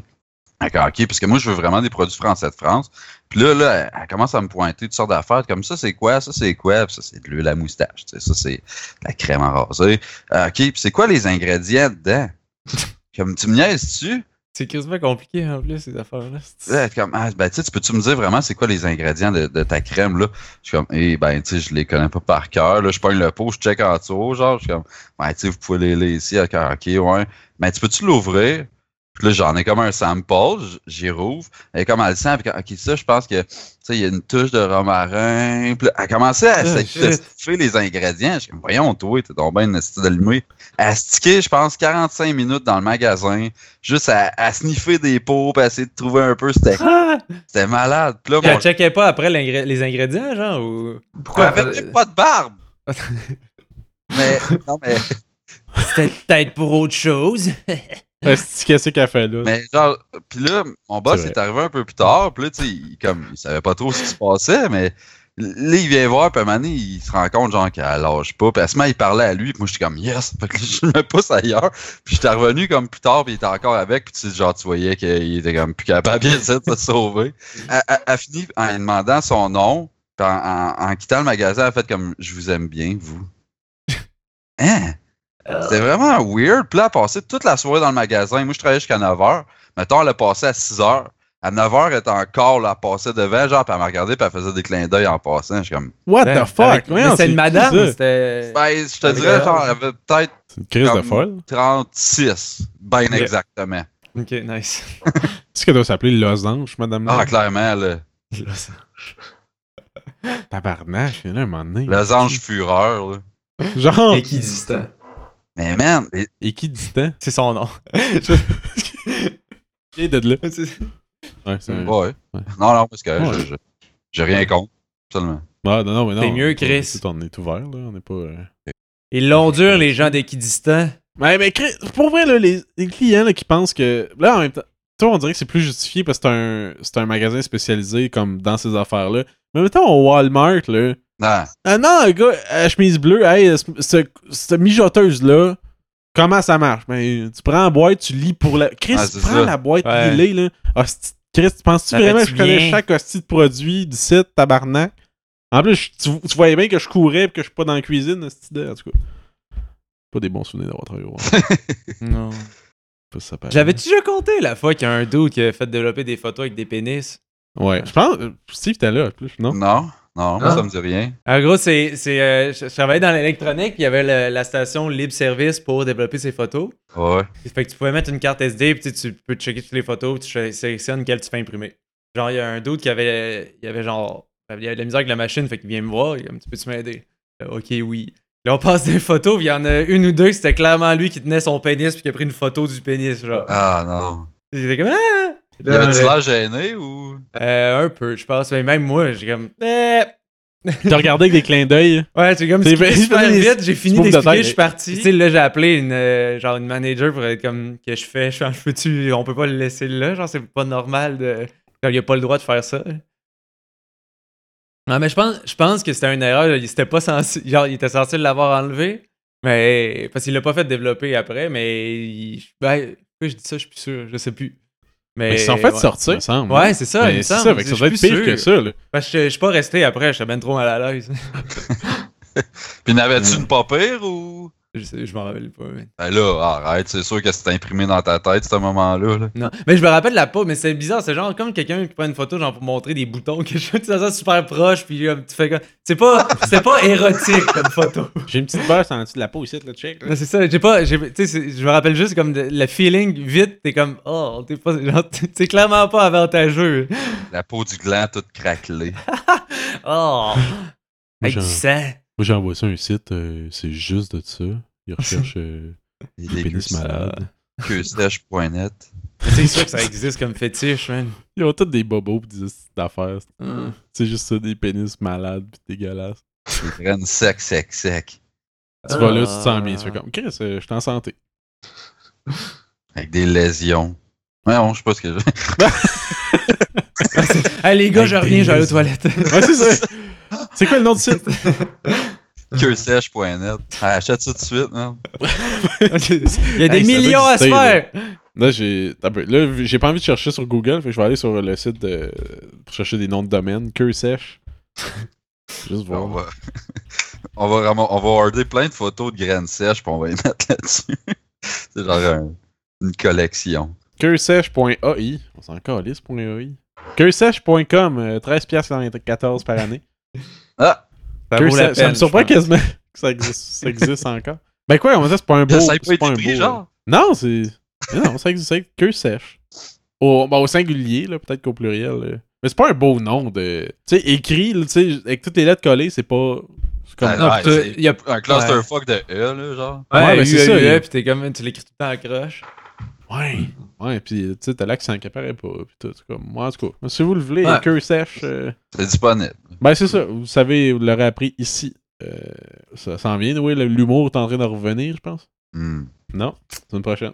Speaker 4: D'accord, ok, parce que moi, je veux vraiment des produits français de France. Puis là, là, elle- elle commence à me pointer toutes sortes d'affaires, comme ça, c'est quoi, ça, c'est quoi, Puis ça, c'est de l'huile à moustache, tu sais, ça, c'est de la crème enrasée. Ah, ok, puis c'est quoi les ingrédients dedans? comme, tu me niaises-tu?
Speaker 1: C'est quasiment compliqué hein, en plus, ces affaires-là.
Speaker 4: Là, elle est comme, ah, ben, tu sais, tu peux-tu me dire vraiment c'est quoi les ingrédients de, de ta crème, là? Je suis comme, eh, ben, tu sais, je les connais pas par cœur, là. Je pogne le pot, je check en dessous, genre. Je suis comme, ben, tu sais, vous pouvez les les ici, ok, ok, ouais. Mais tu peux-tu l'ouvrir? Puis là, j'en ai comme un sample, j- j'y rouvre. Elle est comme, elle sent, puis comme, ok, ça, je pense que, tu sais, il y a une touche de romarin. Puis là, elle commençait à
Speaker 1: Ah,
Speaker 4: essayer de
Speaker 1: shit.
Speaker 4: stuffer les ingrédients. Je suis comme, voyons, toi, t'es donc bien une esti d'allumé. À sticker, je pense, 45 minutes dans le magasin juste à, à sniffer des pots, puis à essayer de trouver un peu, c'était,
Speaker 1: Ah!
Speaker 4: c'était malade. Puis là,
Speaker 1: Puis
Speaker 4: mon-
Speaker 1: elle checkait pas après l'ingré- les ingrédients, genre, ou...
Speaker 4: elle avait même pas de barbe. mais, non, mais,
Speaker 1: C'était peut-être pour autre chose.
Speaker 3: Esti, Qu'est-ce qu'elle fait là?
Speaker 4: mais genre, puis là, mon boss
Speaker 3: C'est vrai.
Speaker 4: est arrivé un peu plus tard, puis là, tu sais, il, comme, il savait pas trop ce qui se passait, mais là, il vient voir, puis à un moment donné, il se rend compte, genre, qu'elle lâche pas, puis à ce moment, il parlait à lui, puis moi, j'étais comme, yes, fait que là, je me pousse ailleurs, puis j'étais revenu comme plus tard, puis il était encore avec, puis tu sais, genre, tu voyais qu'il était comme plus capable, bien sûr, de se sauver. elle, elle- elle finit en lui demandant son nom, puis en, en- en quittant le magasin, elle a fait comme Je vous aime bien, vous. Hein? C'est vraiment weird. Puis là, elle a passé toute la soirée dans le magasin. Moi, je travaillais jusqu'à 9h. Mettons, elle a passé à 6h. À 9h, elle était encore là, elle passait devant, genre, puis elle m'a regardé, puis elle faisait des clins d'œil en passant. Je suis comme,
Speaker 3: What
Speaker 1: Ben,
Speaker 3: the fuck?
Speaker 1: avec- mais
Speaker 3: Voyons,
Speaker 1: C'était
Speaker 3: qui
Speaker 1: une madame,
Speaker 3: ça?
Speaker 1: c'était...
Speaker 4: ben, je te
Speaker 1: Avec
Speaker 4: dirais,
Speaker 1: elle.
Speaker 4: genre, elle avait peut-être
Speaker 3: C'est une crise de
Speaker 4: comme-
Speaker 3: folle.
Speaker 4: 36, ben
Speaker 1: Ok.
Speaker 4: exactement.
Speaker 1: Ok, nice.
Speaker 3: Est-ce qu'elle doit s'appeler Losange, madame?
Speaker 4: Ah, clairement, le,
Speaker 1: Là, ça-
Speaker 3: Tabarnak, il y en a un moment donné.
Speaker 4: les anges fureur, là.
Speaker 3: Genre,
Speaker 6: Équidistant.
Speaker 4: Mais man, les-
Speaker 3: et qui dit tant?
Speaker 1: C'est son nom.
Speaker 3: Et de là.
Speaker 1: C'est-
Speaker 3: Ouais, c'est un-
Speaker 4: ouais.
Speaker 3: Ouais.
Speaker 4: Non, non, parce que
Speaker 3: Ouais.
Speaker 4: je- je- j'ai rien contre, seulement.
Speaker 3: Ah, non, non, mais non.
Speaker 1: T'es mieux,
Speaker 3: on-
Speaker 1: Chris.
Speaker 3: tout, On est ouvert, là. On est pas. euh,
Speaker 1: Ils l'ont dur, les gens d'Equidistan.
Speaker 3: Ouais, mais Chris, pour vrai, là, les, les clients là, qui pensent que. Là, en même temps, toi, on dirait que c'est plus justifié parce que c'est un, c'est un magasin spécialisé comme dans ces affaires-là. Mais mettons au Walmart, là.
Speaker 4: Non,
Speaker 3: Ah non, le gars, à chemise bleue, hey, ce- ce- cette mijoteuse-là, comment ça marche? Ben, tu prends la boîte, tu lis pour la. Chris,
Speaker 4: Ah, c'est
Speaker 3: prends
Speaker 4: ça.
Speaker 3: la boîte,
Speaker 1: Ouais.
Speaker 3: lis là. Hostie- Chris, tu penses-tu
Speaker 1: Ça
Speaker 3: vraiment que
Speaker 1: fait-tu
Speaker 3: je connais
Speaker 1: bien?
Speaker 3: chaque hostie de produit du site, tabarnak? En plus, je- tu, tu voyais bien que je courais et que je suis pas dans la cuisine, hostie de- en tout cas. Pas des bons souvenirs d'avoir travaillé au Walmart.
Speaker 1: Non.
Speaker 3: Je sais pas si ça paraît.
Speaker 1: J'avais-tu déjà compté la fois qu'il y a un dude qui a fait développer des photos avec des pénis?
Speaker 3: Ouais, je pense. euh, Steve, t'es là, en plus, non?
Speaker 4: non, non, moi,
Speaker 6: Hein?
Speaker 4: ça me dit rien.
Speaker 1: En gros, c'est, c'est, euh, je, je travaillais dans l'électronique, puis il y avait le- la station libre service pour développer ses photos.
Speaker 4: Ouais.
Speaker 1: Fait que tu pouvais mettre une carte SD, puis tu, sais, tu peux checker toutes les photos, puis tu sé- sélectionnes quelle tu fais imprimer. Genre, il y a un doute qui avait, il y avait genre, il y avait de la misère avec la machine, fait qu'il vient me voir, il est comme, tu peux-tu m'aider? Je fais, ok, oui. Là, on passe des photos, puis il y en a une ou deux, que c'était clairement lui qui tenait son pénis, puis qui a pris une photo du pénis, genre.
Speaker 4: Ah non.
Speaker 1: J'étais comme, ah!
Speaker 4: Il avait-tu l'air gêné ou.
Speaker 1: Euh, un peu, je pense. Mais même moi, j'ai comme, eh!
Speaker 3: T'as regardé avec des clins d'œil.
Speaker 1: Ouais, c'est comme
Speaker 3: T'es
Speaker 1: si
Speaker 3: bien-
Speaker 1: super
Speaker 3: des-
Speaker 1: vite, j'ai fini
Speaker 3: moves de
Speaker 1: d'expliquer,
Speaker 3: tête.
Speaker 1: je suis parti. Tu sais, là, j'ai appelé une, euh, genre une manager pour être comme, que je fais, je fais, je peux-tu, on peut pas le laisser là, genre, c'est pas normal de. Genre, il a pas le droit de faire ça. Non, mais je pense, je pense que c'était une erreur, il était pas censé, genre, il était censé l'avoir enlevé, mais. Parce qu'il l'a pas fait développer après, mais. il- ben, pourquoi je dis ça, je suis plus sûr, je sais plus. Mais.
Speaker 3: Mais ils sont fait
Speaker 1: ouais.
Speaker 3: sortir, ça me semble.
Speaker 1: Ouais, c'est ça, il me
Speaker 3: Mais c'est
Speaker 1: semble,
Speaker 3: ça, fait que
Speaker 1: je
Speaker 3: ça doit être
Speaker 1: suis
Speaker 3: pire
Speaker 1: plus
Speaker 3: que
Speaker 1: sûr.
Speaker 3: ça, là.
Speaker 1: Parce que je je suis pas resté après, j'étais ben trop mal à l'aise.
Speaker 4: Puis
Speaker 3: Mm.
Speaker 4: n'avais-tu une pas pire ou.
Speaker 1: je, sais- je m'en rappelle pas, mais.
Speaker 4: Ben là, arrête, c'est sûr que c'est imprimé dans ta tête, ce moment-là. là.
Speaker 1: Non, mais je me rappelle la peau, mais c'est bizarre, c'est genre comme quelqu'un qui prend une photo genre pour montrer des boutons que je tu ça super proche puis euh, tu fais comme c'est pas c'est pas érotique comme photo.
Speaker 3: J'ai une petite beurre en dessous de la peau ici, le check.
Speaker 1: Non, c'est ça, j'ai pas j'ai- tu sais c'est- je me rappelle juste comme de- le feeling vite, t'es comme oh, t'es pas genre t'es- t'es clairement pas avantageux.
Speaker 4: La peau du gland toute craquelée.
Speaker 1: Oh,
Speaker 3: Moi,
Speaker 1: avec
Speaker 3: j'ai
Speaker 1: du
Speaker 3: un-
Speaker 1: sang.
Speaker 3: moi, j'ai envoyé ça à un site, euh, c'est juste de ça. Ils recherchent euh,
Speaker 4: Il
Speaker 3: des
Speaker 4: est
Speaker 3: pénis malades.
Speaker 4: que sèche.net.
Speaker 1: C'est sûr que ça existe comme fétiche, man.
Speaker 3: Ils ont tous des bobos pis des petites affaires. C'est juste ça, des pénis malades pis dégueulasses.
Speaker 4: Des graines sec, sec, sec.
Speaker 3: Tu vas là, tu te sens bien. Tu fais comme, Chris, euh, je suis en santé.
Speaker 4: Avec des lésions. Ouais, non, je sais pas ce que je.
Speaker 2: Hey, les gars,
Speaker 1: Avec
Speaker 2: je
Speaker 1: des
Speaker 2: reviens, je vais aller aux
Speaker 1: lésions.
Speaker 2: toilettes.
Speaker 3: Ouais, c'est ça. C'est quoi le nom du site?
Speaker 4: Queuesèche.net. Ah, achète ça tout de suite, man.
Speaker 2: Il y a des
Speaker 3: Hey, ça doit
Speaker 2: millions à se
Speaker 3: exister, là.
Speaker 2: faire.
Speaker 3: Là, j'ai attends un peu. Là, j'ai pas envie de chercher sur Google, fait que je vais aller sur le site de... pour chercher des noms de domaine. Queue sèche. Juste
Speaker 4: On
Speaker 3: voir.
Speaker 4: va. on va ram- on va order plein de photos de graines sèches, puis on va les mettre là-dessus. C'est genre un- une collection.
Speaker 3: Queusèche.ai. On s'en calisse, point .ai. Queusèche.com, euh, 13$ par année.
Speaker 4: Ah!
Speaker 1: Ça
Speaker 3: Queue
Speaker 1: vaut la
Speaker 3: sèche, ça me
Speaker 1: peine,
Speaker 3: surprend
Speaker 1: je pense.
Speaker 3: quasiment que ça existe, ça existe encore. Ben quoi, on dit c'est pas un beau.
Speaker 4: ça a pas
Speaker 3: C'est pas
Speaker 4: été
Speaker 3: un
Speaker 4: pris,
Speaker 3: beau. euh,
Speaker 4: genre?
Speaker 3: Non, c'est. Non, ça existe. c'est Queue sèche. Au, ben, au singulier, là, peut-être qu'au pluriel. là. Mais c'est pas un beau nom de. Tu sais, écrit, là, tu sais, avec toutes les lettres collées, c'est pas. C'est comme.
Speaker 4: Ah,
Speaker 2: Non,
Speaker 4: ouais,
Speaker 2: putain,
Speaker 4: c'est-
Speaker 2: il y a-
Speaker 4: Un clusterfuck de E, là, genre.
Speaker 1: Ouais,
Speaker 3: Ouais, ben, c'est
Speaker 1: c'est
Speaker 3: ça, il-
Speaker 1: Puis t'es comme, tu l'écris tout le temps en croche.
Speaker 3: Ouais. Ouais, pis tu sais, t'as l'accent qui apparaît pas. Pis tout. C'est comme. Moi, en tout cas, si vous le voulez,
Speaker 1: Ouais.
Speaker 3: queue sèche. euh,
Speaker 4: C'est disponible.
Speaker 3: Ben, c'est ça. Vous savez, vous l'aurez appris ici. Euh, ça s'en vient, oui. L'humour est en train de revenir, je pense.
Speaker 4: Hmm.
Speaker 3: Non, c'est une prochaine.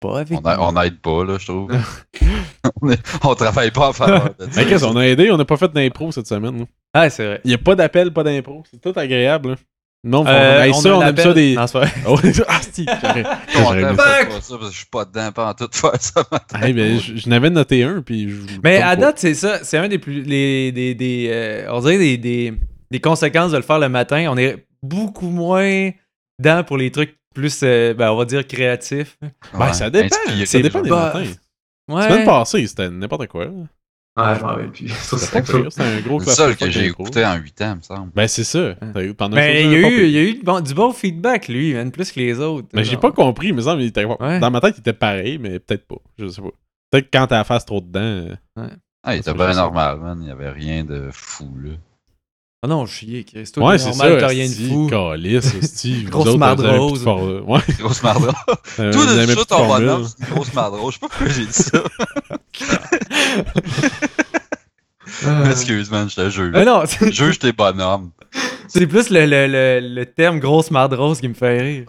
Speaker 2: Pas avec
Speaker 4: On a- On n'aide pas, là, je trouve. on, est- on travaille pas en faveur de ça.
Speaker 3: Mais qu'est-ce on a aidé, on n'a pas fait d'impro cette semaine. là.
Speaker 1: Ah, c'est vrai. Euh,
Speaker 3: Il n'y a pas d'appel, pas d'impro. C'est tout agréable. là. Non, on, hey, ça, on aime ça des.
Speaker 1: Non, c'est vrai.
Speaker 3: Oh, ah, si, j'aurais-
Speaker 4: Content,
Speaker 3: j'aurais aimé
Speaker 4: faites
Speaker 3: ça.
Speaker 1: Fuck!
Speaker 4: pas ça, parce que je suis pas dedans pendant tout faire ça.
Speaker 3: Hey, ben, je je n'avais noté un, puis je.
Speaker 1: Mais
Speaker 3: comme
Speaker 1: à
Speaker 3: quoi.
Speaker 1: date, c'est ça. C'est un des plus. Les, des, des, euh, on dirait des, des, des conséquences de le faire le matin. On est beaucoup moins dedans pour les trucs plus, euh, ben, on va dire, créatifs.
Speaker 3: Ben, ça dépend.
Speaker 4: Inspiré,
Speaker 3: Ça dépend des
Speaker 4: genre.
Speaker 1: Bah,
Speaker 3: matins.
Speaker 1: Ouais.
Speaker 3: Semaine passée, c'était n'importe quoi. là.
Speaker 2: Ouais, je m'en rappelle plus. Ça,
Speaker 3: C'était pas
Speaker 2: c'est
Speaker 3: pire, c'était un gros
Speaker 4: C'est le seul que
Speaker 3: clusterfuck
Speaker 4: j'ai
Speaker 3: d'impro.
Speaker 4: écouté en 8 ans, il me semble.
Speaker 3: Ben, c'est ça. T'en as
Speaker 1: Mais Ben, il
Speaker 3: choisi
Speaker 1: y
Speaker 3: un
Speaker 1: a
Speaker 3: pas
Speaker 1: eu,
Speaker 3: pire.
Speaker 1: il y a eu du bon- du bon feedback, lui, man, plus que les autres.
Speaker 3: Mais j'ai
Speaker 1: Genre.
Speaker 3: pas compris, mais ça, mais il était-
Speaker 1: Ouais.
Speaker 3: dans ma tête, il était pareil, mais peut-être pas. Je sais pas. Peut-être que quand t'as la face trop dedans. euh,
Speaker 4: Ah, il
Speaker 3: Ça,
Speaker 4: était
Speaker 3: c'est juste
Speaker 4: bien
Speaker 3: ça.
Speaker 4: normal, man. Il y avait rien de fou, là.
Speaker 1: Ah non, chier, Chris. Toi,
Speaker 3: Ouais,
Speaker 1: t'es
Speaker 3: c'est
Speaker 1: normal,
Speaker 3: ça.
Speaker 1: t'as rien de
Speaker 3: esti,
Speaker 1: fou.
Speaker 3: Calice, esti. vous
Speaker 1: Grosse
Speaker 3: autres,
Speaker 1: marde
Speaker 3: vous avez un
Speaker 1: rose.
Speaker 3: petit fort- euh, Ouais.
Speaker 4: Grosse marde
Speaker 3: euh,
Speaker 4: Tout
Speaker 3: vous avez
Speaker 4: le
Speaker 3: un
Speaker 4: jeu,
Speaker 3: petit
Speaker 4: ton
Speaker 3: formule.
Speaker 4: bonhomme, c'est une grosse madrose. Je sais pas pourquoi j'ai dit ça. Ah. Excuse, man, je te jure.
Speaker 1: Mais
Speaker 3: Ben,
Speaker 1: Ah non, c'est
Speaker 4: Juge tes bonhommes.
Speaker 1: c'est plus le, le, le, le terme grosse marde rose qui me fait rire.